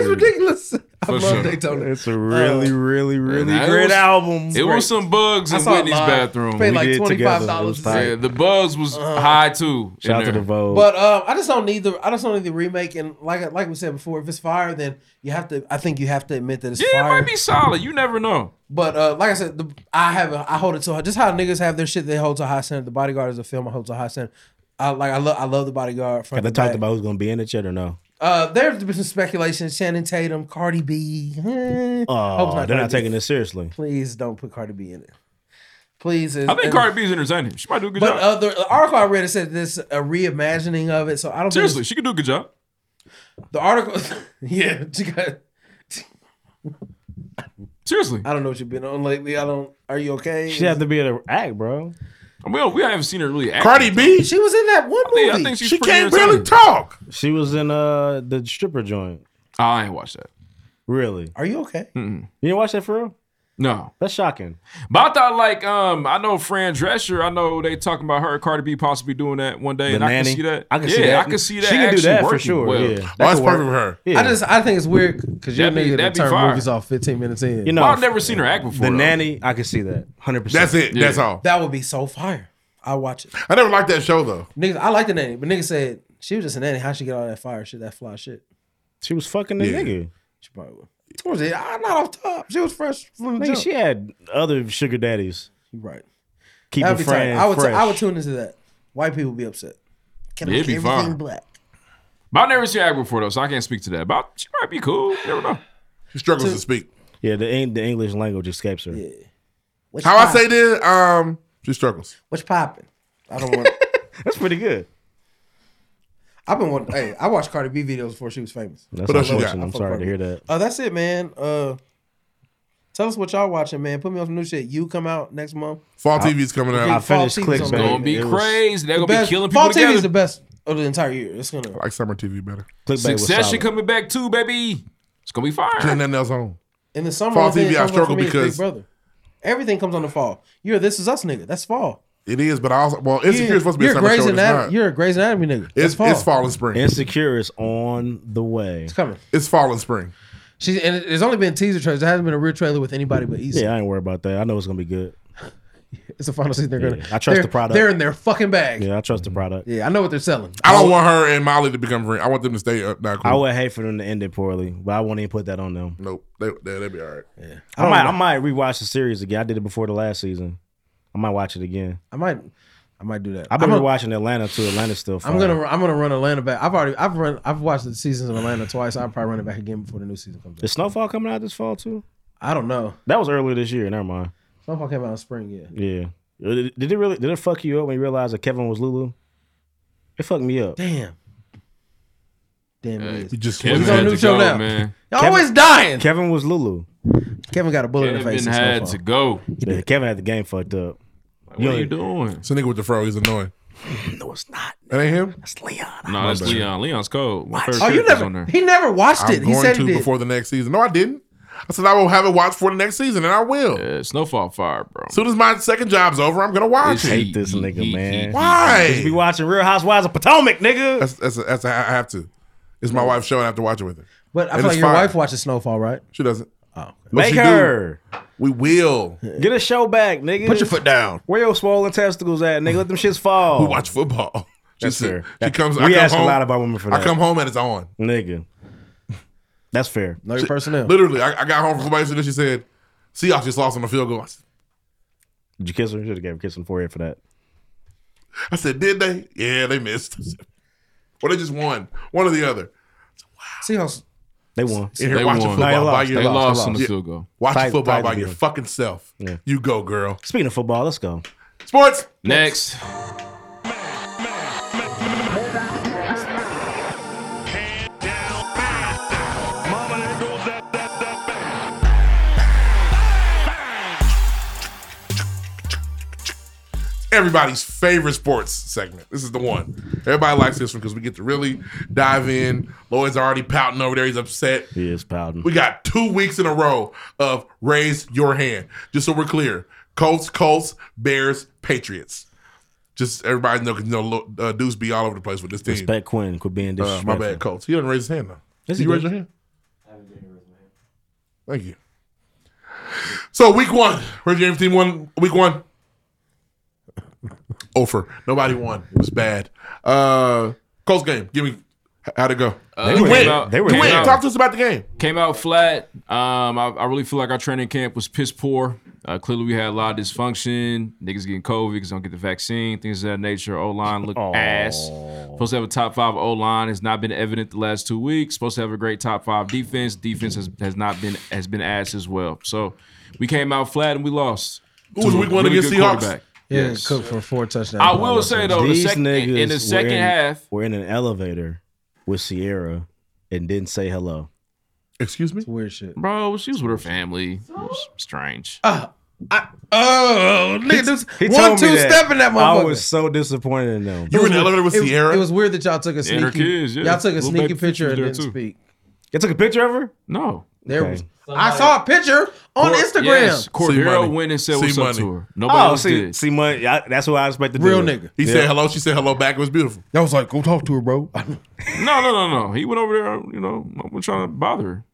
It's ridiculous. I For love sure. Daytona. It's a really, really, really Nah, it great was- album. It was some bugs I in saw it Whitney's live. bathroom. Paid We like did $25 together. It was to tight. see Yeah, the bugs was high too. Shout out to the Vogue. But um, I just don't need the I just don't need the remake and like like we said before, if it's fire, then you have to I think you have to admit that it's yeah, fire. it might be solid. You never know. But uh, like I said, the, I have a, I hold it to high. Just how niggas have their shit, they hold to high standard. The Bodyguard is a film I hold to high standard. I like I love I love the Bodyguard. Front Have they to talked back. about who's gonna be in it yet or no? Uh, there's been some speculation: Shannon Tatum, Cardi B. Eh, hope Oh, they're Cardi not B. taking this seriously. Please don't put Cardi B in it. Please. I think Cardi B is entertaining. She might do a good uh, But job. uh, the, the article I read it said this a reimagining of it. So I don't think it's- Seriously, she could do a good job. the article. yeah, she got. Seriously, I don't know what you've been on lately. I don't. Are you okay? She had to be able to act, bro. Well, we haven't seen her really act. Cardi B. She was in that one movie. Yeah, I think she's She pretty can't entertaining. barely talk. She was in uh the stripper joint. I ain't watched that. Really? Are you okay? Mm-mm. You didn't watch that for real? No, that's shocking. But I thought like um I know Fran Drescher. I know they talking about her and Cardi B possibly doing that one day, The and I nanny? can see that. I can yeah, see that. I can see that. She can do actually that for working sure, Well. yeah. That could work. Yeah. I just I think it's weird because you're a That'd be- nigga that that'd be turn fire. movies off 15 minutes in. You know, Well, I've never seen her act The nanny, I can see that. Hundred percent. That's it. That's all. That would be so fire. I watch it. I never liked that show though. Niggas, I like the nanny, but niggas said she was just a nanny. How she get all that fire shit, that fly shit? She was fucking the Yeah. nigga. She probably was. Towards it, I'm not off top. She was fresh from the Nigga, jump. she had other sugar daddies. You right. Keep That'd be it tight. friend I would fresh. I would tune into that. White people be upset. Can I make It'd be everything fire. black? But I've never seen her act before though, so I can't speak to that. But she might be cool. You never know. She struggles to speak. yeah, the Eng- the English language escapes her. Yeah. How I say this? Um, she struggles. What's popping? I don't want. That's pretty good. I've been wanting. Hey, I watched Cardi B videos before she was famous. That's What else you got? unfortunate. I'm sorry to hear that. Uh, that's it, man. Uh, tell us what y'all watching, man. Put me on some new shit. You come out next month. Fall TV's coming out. I finished Clickbait. It's gonna be crazy. They're gonna be killing Fall people TV together. is the best of the entire year. It's gonna. I like summer TV better. Succession coming back too, baby. It's gonna be fire. Ain't nothing else on. In the summer, Fall the thing TV, that I comes on struggle for me is Big because brother. Everything comes on the fall. You're a this is us nigga. That's fall. it is, but I also well, Insecure You're- is supposed to be a you're summer Grey's show. and It's Anatomy- not. You're a Grey's Anatomy nigga. That's It's fall. it's fall and spring. Insecure is on the way. It's coming. It's fall and spring. She's and it- it's only been teaser trailers. There hasn't been a real trailer with anybody but Issa. Yeah, I ain't worried about that. I know it's gonna be good. It's the final season. They're gonna. Yeah, I trust they're- the product. They're in their fucking bag. Yeah, I trust the product. Mm-hmm. Yeah, I know what they're selling. I don't want her and Molly to become friends. I want them to stay up. Not cool. I would hate for them to end it poorly, but I won't even put that on them. Nope, they they they be all right. Yeah, I I, don't might know. I might rewatch the series again. I did it before the last season. I might watch it again. I might. I might do that. I've been I'm a- rewatching Atlanta too. Atlanta's still. Fire. I'm gonna I'm gonna run Atlanta back. I've already I've run I've watched the seasons of Atlanta twice. I'll probably run it back again before the new season comes. Is Snowfall coming out this fall too? I don't know. That was earlier this year. Never mind. Snowfall came out in spring. Yeah. Yeah. Uh, Did did it really? Did it fuck you up when you realized that Kevin was Lulu? It fucked me up. Damn. Damn Hey, it. we just- We're Kevin gonna had do to the show go, now. man. Y'all Kevin- always dying. Kevin was Lulu. Kevin got a bullet in the face. Kevin had to go. Yeah, Kevin had the game fucked up. what are know- you doing? It's a nigga with the fro. He's annoying. no, it's not. That ain't him. That's Leon. No, that's Leon. Leon's cold. My favorite Oh, you character's never- on there. He never watched I'm it. going He said to he did. before the next season. No, I didn't. I said I will have it watched for the next season, and I will. Yeah, Snowfall Fire, bro. As soon as my second job's over, I'm gonna watch I it. hate this nigga, man. Why? Just be watching Real Housewives of Potomac, nigga. That's that's, that's I have to. It's my wife's show, and I have to watch it with her. But I And feel like it's your fine. wife watches Snowfall, right? She doesn't. Oh, But Make she do. her. We will. Get a show back, nigga. Put your foot down. Where your swollen testicles at, nigga? Let them shits fall. We watch football. She That's said- fair. She That- comes. We I come ask a home- lot about women for I that. come home and it's on. nigga. That's fair. No your personnel. Literally, I, I got home from somebody and she said, "Seahawks just lost on the field goal." I said, Did you kiss her? Should have gave her a kiss on the forehead for that. I said, "Did they? Yeah, they missed. Or they just won. One or the other." Seahawks. They won. In here watching football by your Yeah. Watching Tight- football tight by to your win. fucking self. Yeah. You go, girl. Speaking of football, let's go. Sports. Next. everybody's favorite sports segment. This is the one. Everybody likes this one because we get to really dive in. Lloyd's already pouting over there. He's upset. He is pouting. We got two weeks in a row of raise your hand. Just so we're clear Colts, Colts, Bears, Patriots. Just everybody know because you know uh, Deuce be all over the place with this team. Respect Quinn. Quit being Uh, my disrespectful. bad, Colts. He didn't raise his hand though. Did Yes, he you raise did. your hand? Thank you. So week one, Reggie James team won. Week one, over. Nobody won. It was bad. Uh, Colts game. Give me how'd it go? Uh, you came win. out- you came win. out- Talk to us about the game. Came out flat. Um, I, I really feel like our training camp was piss poor. Uh, clearly, we had a lot of dysfunction. Niggas getting COVID, niggas don't get the vaccine, things of that nature. O line looked ass. Supposed to have a top five O line has not been evident the last two weeks. Supposed to have a great top five defense. Defense has, has not been has been ass as well. So we came out flat and we lost. Who was To a week one really against good Seahawks? quarterback. Yeah, Cook for four touchdowns. I will say, though, the These second- in niggas the were second in- half- were in an elevator with Sierra and didn't say hello. Excuse me. weird shit, bro. She was with her family. It was strange. Oh, nigga, this He one told me two step in that I motherfucker. was so disappointed in them. It was weird- it was- It was weird that y'all took a And her sneaky. kids, yeah. Y'all took a Little sneaky baby picture and pictures there, didn't too. speak. You took a picture of her? No. There Okay. was. I saw a picture on Instagram. Yes, Cordero money. went and said See what's up money. to her. Nobody else Oh, see, did. See, money. I, that's what I expected. Real do. nigga. He said hello. She said hello back. It was beautiful. That was like, go talk to her, bro. No, no, no, no. He went over there. You know, I'm trying to bother her.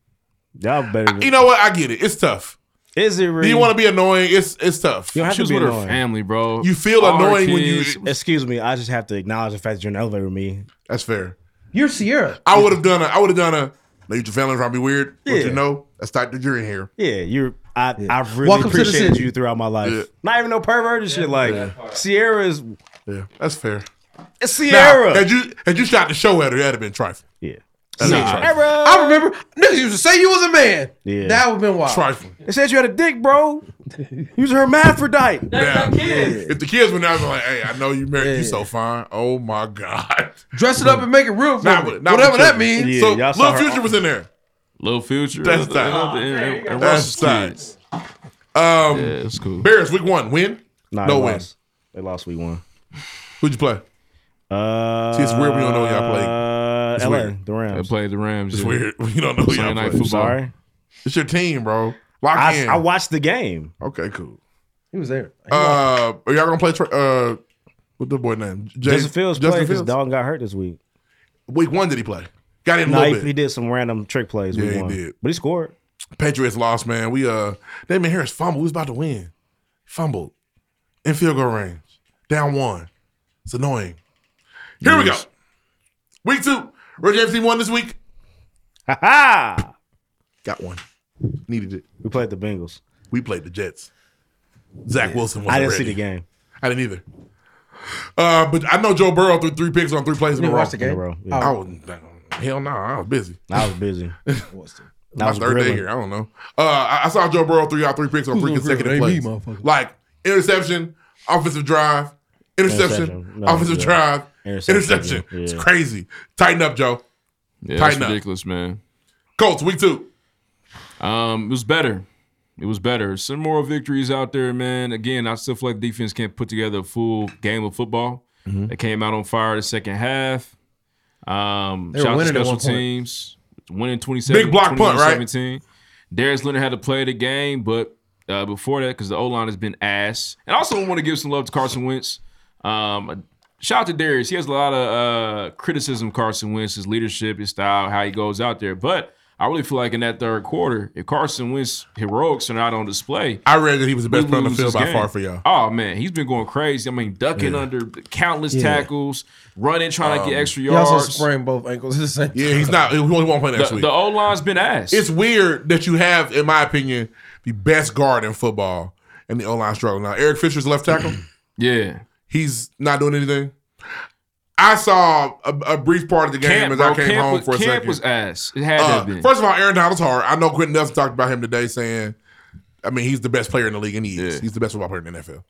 Y'all better. You know what? I get it. It's tough. Is it real? Do you want to be annoying? It's it's tough. You don't have She to was be with her annoying. family, bro. You feel All her annoying when you- kids. Excuse me. I just have to acknowledge the fact that you're in the elevator with me. That's fair. You're Sierra. I would have done a. I would have done a. Now your family trying to be weird, but Yeah. you know that's not the jury here. Yeah, you're. I I've really Welcome to the appreciated city. you throughout my life. Yeah. Not even no perverted shit. Like Sierra is. Yeah, that's fair. It's Sierra. Now, had you had you shot the show at her, that'd have been trifling. Yeah. That'd have been trifling. I remember niggas used to say you was a man. Yeah. That would have been wild. Trifling. They said you had a dick, bro. Use her hermaphrodite. Yeah. If the kids were not like, hey, I know you married, you so fine. Oh my God. Dress it up and make it real for Nah, me. but- nah, but Whatever that you- means. so Lil Future was in there. Little Future. That's uh, tight. uh, and- and- and That's Russell's tight. kids. Um, Yeah, it's cool. Bears week one win. Nah, no they win. lost. They lost. We won. Who'd you play? Uh, See, it's weird we don't know who y'all played. Uh, It's LA, weird. the Rams. They played the Rams. It's yeah. weird. You don't know who Sunday y'all Night play. Football. Sorry. It's your team, bro. Lock I, in. I watched the game. okay, cool. He was there. Uh, are y'all gonna play? Tra- uh, what the boy name? James- Justin Fields played because Dalton got hurt this week. Week one did he play? Got in a Nah, little he, bit. he did some random trick plays. Yeah, We he won. did. But he scored. Patriots lost, man. We uh, Damon Harris fumbled. We was about to win. Fumbled. in field goal range. Down one. It's annoying. Here we go. Week two. Reggie FC won this week. Ha ha! Got one. Needed it. We played the Bengals. We played the Jets. Zach Wilson was I didn't ready. see the game. I didn't either. Uh, but I know Joe Burrow threw three picks on three plays in a You row. watched the game? In a Oh. row, yeah. Oh. I wasn't- hell no, I was busy. I was busy. My third day here. I don't know. Uh, I, I saw Joe Burrow three out three picks on Who's three on grilling? consecutive Ain't plays. me, like interception, offensive drive, interception, Interception. No, offensive yeah. drive, interception. Interception, It's yeah. crazy. Tighten up, Joe. Yeah, that's Tighten up. ridiculous, man. Colts week two. Um, it was better. It was better. Some moral victories out there, man. Again, I still feel like the defense can't put together a full game of football. Mhm. They came out on fire the second half. Um, They were shout out to winning at one special point. teams. Winning 27, Big block punt, right? 21-17. Darius Leonard had to play the game, but uh, before that, because the O line has been ass. And I also want to give some love to Carson Wentz. Um, shout out to Darius. He has a lot of uh, criticism of Carson Wentz, his leadership, his style, how he goes out there. But I really feel like in that third quarter, if Carson Wentz heroics are not on display, I read that he was the best we player on the lose field this by game. far for y'all. Oh man, he's been going crazy. I mean, ducking Yeah. Um, under countless Yeah. tackles, running, trying to get extra He also yards. sprained both ankles at the same Yeah, he's not. He won't he won't play next The, week. the O line's been ass. It's weird that you have, in my opinion, the best guard in football and the O line struggle. Now, Eric Fisher's left tackle. yeah. He's not doing anything. I saw a, a brief part of the game Camp, as bro, I came Camp home was- for a Camp second. was ass. It had to Uh, have been. First of all, Aaron Donald's hard. I know Quentin Nelson talked about him today saying, I mean, he's the best player in the league, and he is. He's the best football player in the NFL.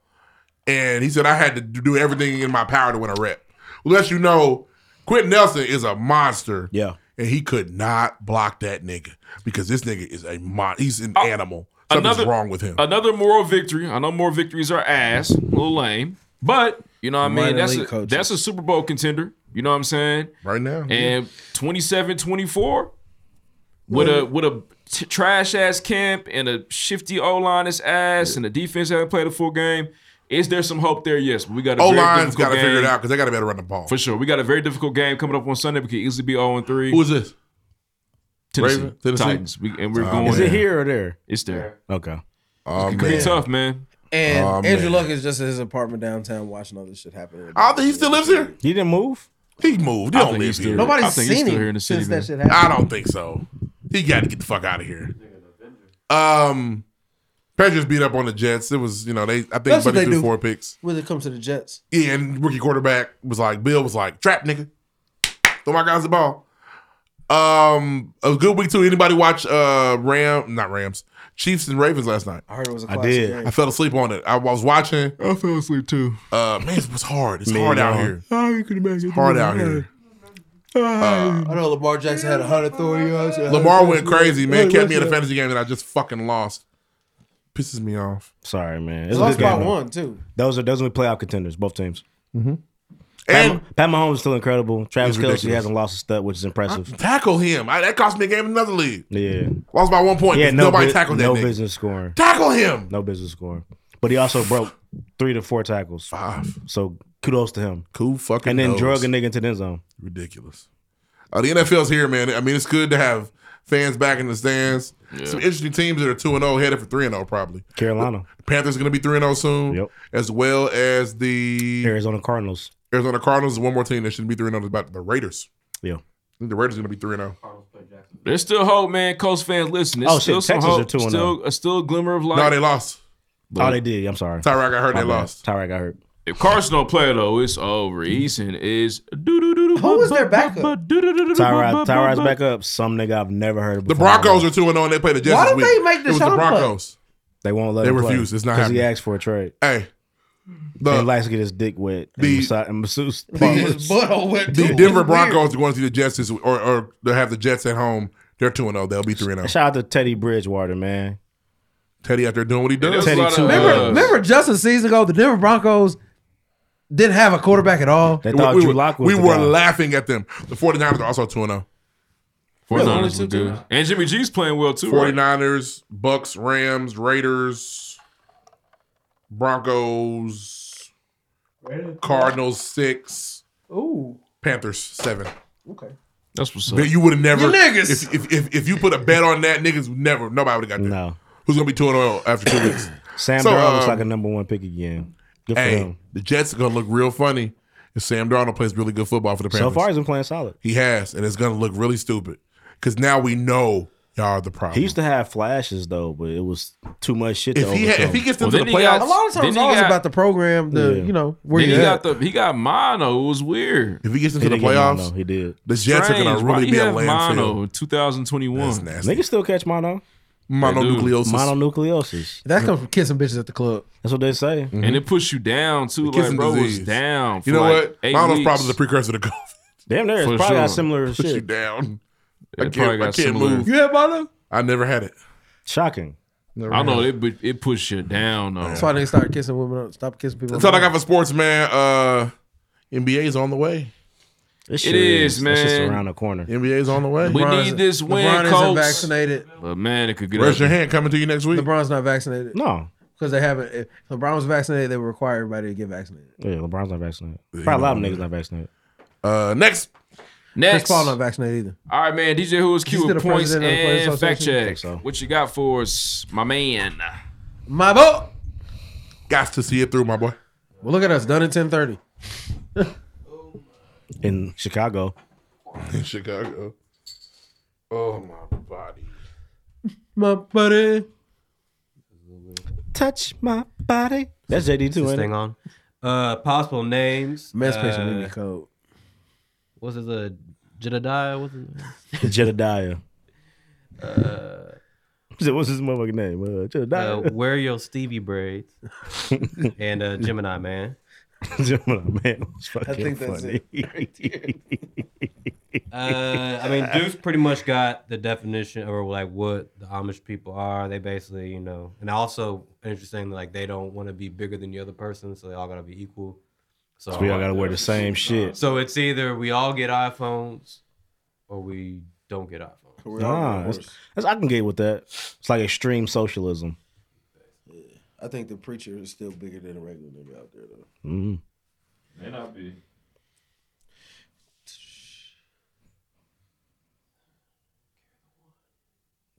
And he said, I had to do everything in my power to win a rep. Let you know, Quentin Nelson is a monster. Yeah. And he could not block that nigga because this nigga is a mon. He's an animal. Something's Oh, another- wrong with him. Another moral victory. I know moral victories are ass, a little lame, but you know what I mean. Minor That's league Mm-hmm. a, that's a Super Bowl contender. You know what I'm saying? Right now, and 27-24 with Yeah. a with a t- trash ass camp and a shifty O line is ass and the defense haven't played a full game. Is there some hope there? Yes, but we got a O very line's difficult got to figure it game. out because they got to be able to run the ball. for sure. We got a very difficult game coming up on Sunday. We could easily be zero and three. Who is this? Tennessee, Raven- Tennessee? Titans. We, and we're Oh, going. Is it here or there? It's there. Okay. Oh, it could be man. tough, man. And Oh, Andrew man. Luck is just at his apartment downtown watching all this shit happen. I think he still lives here. He didn't move. He moved. He I don't think live he's still- here. Nobody's I think he's seen still him here in the since city, that man. shit happened. I don't think so. He got to get the fuck out of here. Um, Patriots beat up on the Jets. It was you know they I think That's what Buddy they threw do. four picks. When it comes to the Jets, Yeah, and rookie quarterback was like Bill was like trap nigga. Throw my guys the ball. Um, a good week too. Anybody watch uh Ram? Not Rams. Chiefs and Ravens last night. I heard it was a I classic did. game. I fell asleep on it. I was watching. I fell asleep too. Uh, man, it was hard. It's Man, hard out y'all. here. How you gonna make it It's hard through out the here. night? I know Lamar Jackson had 130 yards. Lamar went crazy, man. Kept me in a fantasy game that I just fucking lost. Pisses me off. Sorry, man. They It's lost a good by game, though. one, too. Those are those are playoff contenders, both teams. Mhm. Pat, Pat Mahomes is still incredible. Travis He's Kelsey ridiculous. hasn't lost a step, which is impressive. Tackle him. I, that cost me a game in another league. yeah. Lost by one point. Yeah, because nobody bu- tackled that No nigga. business scoring. Tackle him. No business scoring. But he also broke three to four tackles. Five. So kudos to him. Ah, Cool fucking. And then knows. drug a nigga into the end zone. Ridiculous. Uh, the NFL's here, man. I mean, it's good to have fans back in the stands. Yeah. Some interesting teams that are 2 0 headed for 3 0 probably. Carolina. The Panthers going to be 3 0 soon. Yep. As well as the Arizona Cardinals. Arizona Cardinals is one more team that shouldn't be 3 0 is about the Raiders. Yeah. I think the Raiders are going to be oh. 3 0. There's still hope, man. Coast fans, listen. There's Oh, shit, still some Texans are oh. hope. 2-0. Still, a still a glimmer of light. No, they lost. Oh, they did. I'm sorry. Tyrod got hurt. My They bad. lost. Tyrod got hurt. If Carson don't play though, it's over. Eason is doo doo doo Who was their backup? Tyrod, Tyrod's back up. Some nigga I've never heard of The before. Broncos are 2 0 and they play the Jets. Why this don't they week. make It was the Deshaun play? Broncos. They won't let They him play. refuse. It's not 'Cause he happening. asked for a trade. Hey. he likes to get his dick wet. and the- massa- and masseuse. The Denver Broncos are going to see the Jets this, or, or they have the Jets at home. They're 2 0. They'll be 3 0. Shout out to Teddy Bridgewater, man. Teddy out there doing what he does. Teddy too. Remember, uh, remember just a season ago, the Denver Broncos didn't have a quarterback at all. They thought we Drew were, Lock was we the were guy. laughing at them. The 49ers are also oh. 2 0. 49ers were good. And Jimmy G's playing well too. Right? 49ers, Bucks, Rams, Raiders, Broncos, Cardinals, 6. Ooh. Panthers, 7. Okay. That's what's That you would have never. You niggas. If, if, if, if you put a bet on that, niggas would never. Nobody would have got that. No. Who's gonna be two and zero oh after two weeks? Sam So, Darnold looks um, like a number one pick again. Good for hey, him. the Jets are gonna look real funny if Sam Darnold plays really good football for the So Panthers. far, he's been playing solid. he has, and it's gonna look really stupid because now we know y'all are the problem. He used to have flashes though, but it was too much shit. If to he had- overcome. if he gets Well, into the then he got- playoffs- A lot of times, Then it's he always got- about the program, the Yeah. you know where Then you he at. got the he got mono. It was weird. If he gets into He the didn't get playoffs, mono, he did. The Jets are gonna Strange. Why really he be a had Mono landfill. in 2021. Niggas still catch mono. Mononucleosis. Mononucleosis. That comes from kissing bitches at the club. That's what they say. Mm. And it puts you down too. Kissing Like bro was disease. down. For You know like what? Eight Mono's weeks. probably the precursor to COVID. Damn near. It's For probably sure. got similar Put shit. you down. It I probably can't. got I can't similar. move. You had mono? I never had it. Shocking. I know it. but It puts you down though. That's why they start kissing women. up. Stop kissing people. That's all I got for sports, man. Uh, NBA's on the way. It shit is, is. That shit's man. around the corner. NBA's on the way. We LeBron need is- this win, LeBron Colts. isn't vaccinated. But man, it could get Raise your ugly. hand coming to you next week. LeBron's not vaccinated. No. because they haven't. If LeBron was vaccinated, they would require everybody to get vaccinated. Yeah, LeBron's not vaccinated. Yeah, Probably a lot of you know niggas what not vaccinated. Uh, next. Next. Chris Paul not vaccinated either. All right, man. DJ Who is He's Q still the with points president of the Players and fact Association? check. What you got for us, my man? My boy. Got to see it through, my boy. Well, look at us done at ten thirty. In Chicago. In Chicago. Oh my body. My buddy. Touch my body. That's JD too, This ain't thing it? on. Uh, possible names. Emancipation uh, uh, code. Was it the Jedediah? Was it? Jedediah. Uh, He said, What's his motherfucking name? Uh, uh, Jedediah. wear your Stevie braids and uh, Gemini man. Gemini man was fucking think that's funny. Uh, I mean, Deuce pretty much got the definition or like what the Amish people are. They basically, you know, and also interesting, like they don't want to be bigger than the other person, so they all gotta be equal. So, So we all gotta wear the same Oh, shit. So it's either we all get iPhones or we don't get iPhones. Nah, that's, that's- I can get with that. It's like extreme socialism. I think the preacher is still bigger than a regular nigga out there though. Mm. May not be.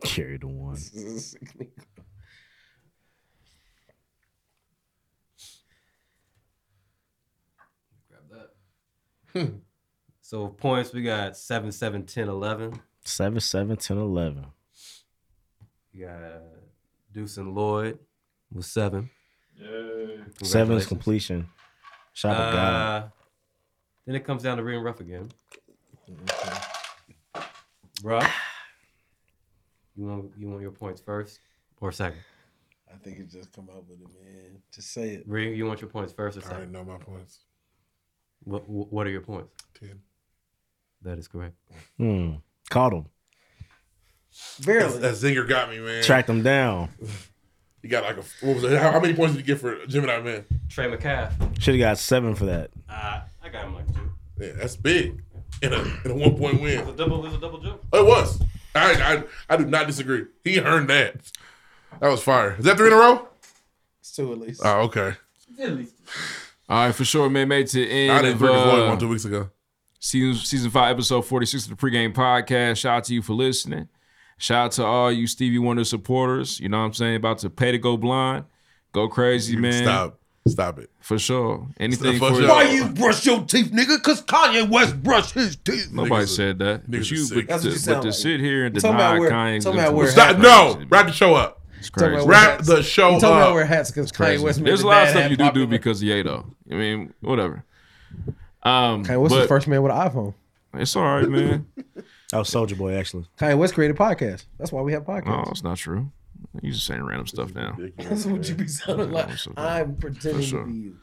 Carry the one. So points we got seven, seven, ten, eleven. 7, 7, 10, 11. You got uh, Deuce and Lloyd with seven. Seven is Congratulations. completion. Shout out to God. Uh, Then it comes down to real rough again. Bruh. You want you want your points first or second? I think it just come up with it, man. Just say it. Reem, you want your points first or I second? already know my points. What what are your points? Ten. That is correct. Hmm. Caught him. Barely. That, that zinger got me, man. Tracked him down. You got like a what was it? How, how many points did you get for Gemini Man? Trey McCaff. Should have got seven for that. Uh, I got him like two. Yeah, that's big. In a in a one point win. Oh, It's a double. It's a double jump. It was. I, I I do not disagree. He earned that. That was fire. Is that three in a row? It's two at least. Oh, okay. All right, for sure, man. Made it to the end. I did of, three to uh, Floyd one two weeks ago. Season season five, episode forty six of the pregame podcast. Shout out to you for listening. Shout out to all you Stevie Wonder supporters. You know what I'm saying? About to pay to go blind. Go crazy, man. Stop. Stop it. For sure. Anything Fuck for y'all. you. brush your teeth, nigga? Cause Kanye West brushed his teeth. Nobody Niggas are- said that. niggas But are you, sick. but, That's to, what you but sound to like. sit here and Talking deny about where- Kanye's talking about where- influence- Stop. No. Wrap the show up. It's Talking crazy. about wear Wrap hats. the show He talking about up. wear hats because Kanye Crazy. West. made There's his a lot of dad stuff hat you do do popular. because of Ye though. I mean, whatever. Um, Kanye West was but the first man with an iPhone. it's all right, man. That was Soldier Boy, actually. Kanye West created podcasts. That's why we have No, podcasts. Oh, it's not true. You just saying random stuff now. That's what you be sounding like. I'm so bad. I'm pretending For sure. to be you.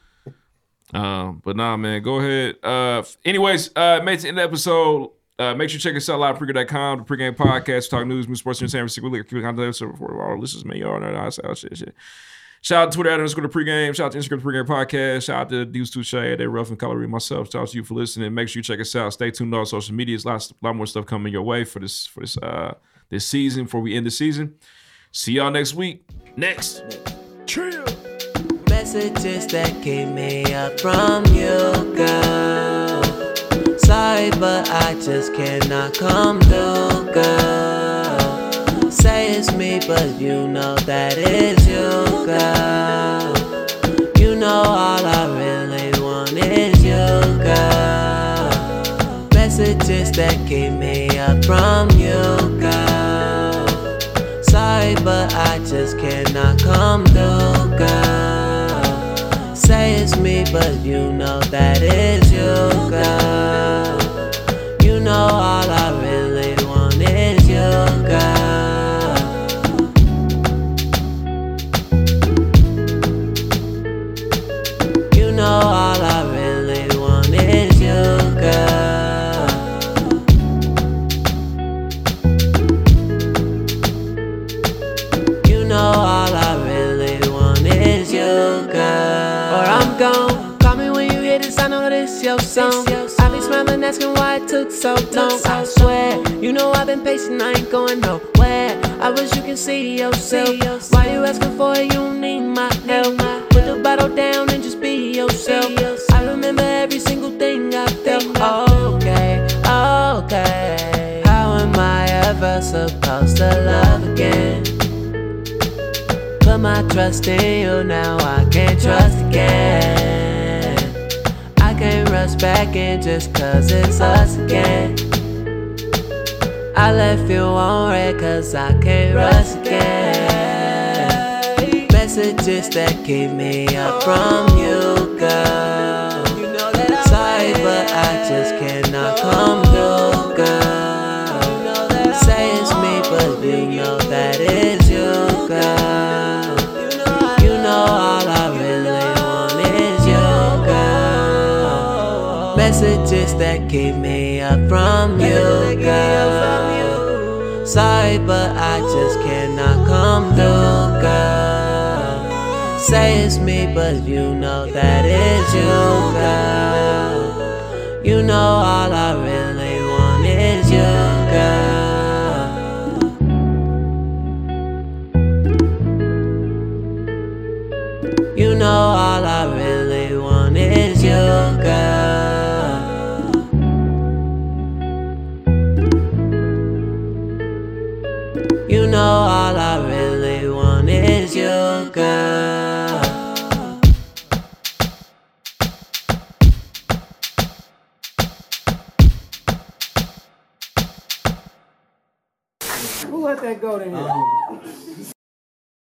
Um, but nah, man, go ahead. Uh, f- anyways, uh, made it to the end of the episode. Uh, make sure you check us out live at pregame.com, the pregame podcast, talk news, move sports, entertainment, secret league, keep content so for all our listeners, man. Y'all know that shit, shit, shit. Shout out to Twitter at underscore the pregame. Shout out to Instagram the pregame podcast. Shout out to Deuce Touche, at Rough and Colory, myself. Shout out to you for listening. Make sure you check us out. Stay tuned to our social medias. Lots, lot more stuff coming your way for this for this uh this season before we end the season. See y'all next week. Next. Chill. Messages that came here from you, girl. Sorry, but I just cannot come through, girl. Say it's me, but you know that it's you, girl. You know all that gave me up from you, girl. Sorry, but I just cannot come through, girl. Say it's me, but you know that it's you, girl. You know all I really want is you, girl. You know all I really want is you, girl. You know all I really want is you, girl. Or I'm gone. Call me when you hear this, I know this your song. I be smiling, asking why it took so long. I swear, you know I've been patient, I ain't going nowhere. I wish you can see yourself. Why you asking for it? You need my help. Put the bottle down and just be yourself. I remember every single thing I felt. Okay, okay. How am I ever supposed to love again? Put my trust in you now, I can't trust again. I can't rush back in just cause it's us again. I left you on red cause I can't rush again. Messages that keep me up from you, girl. Sorry, but I just cannot come through, girl. Say it's me, but you know that it's you, girl. You know all I really want is you, girl. Messages that keep me up from you, girl. Sorry, but I just cannot come through, girl. Say it's me, but you know that it's you, girl. You know all I really want is you, girl. You know all I really want is you, girl. You know all I really want is you, girl. Who let that go to him?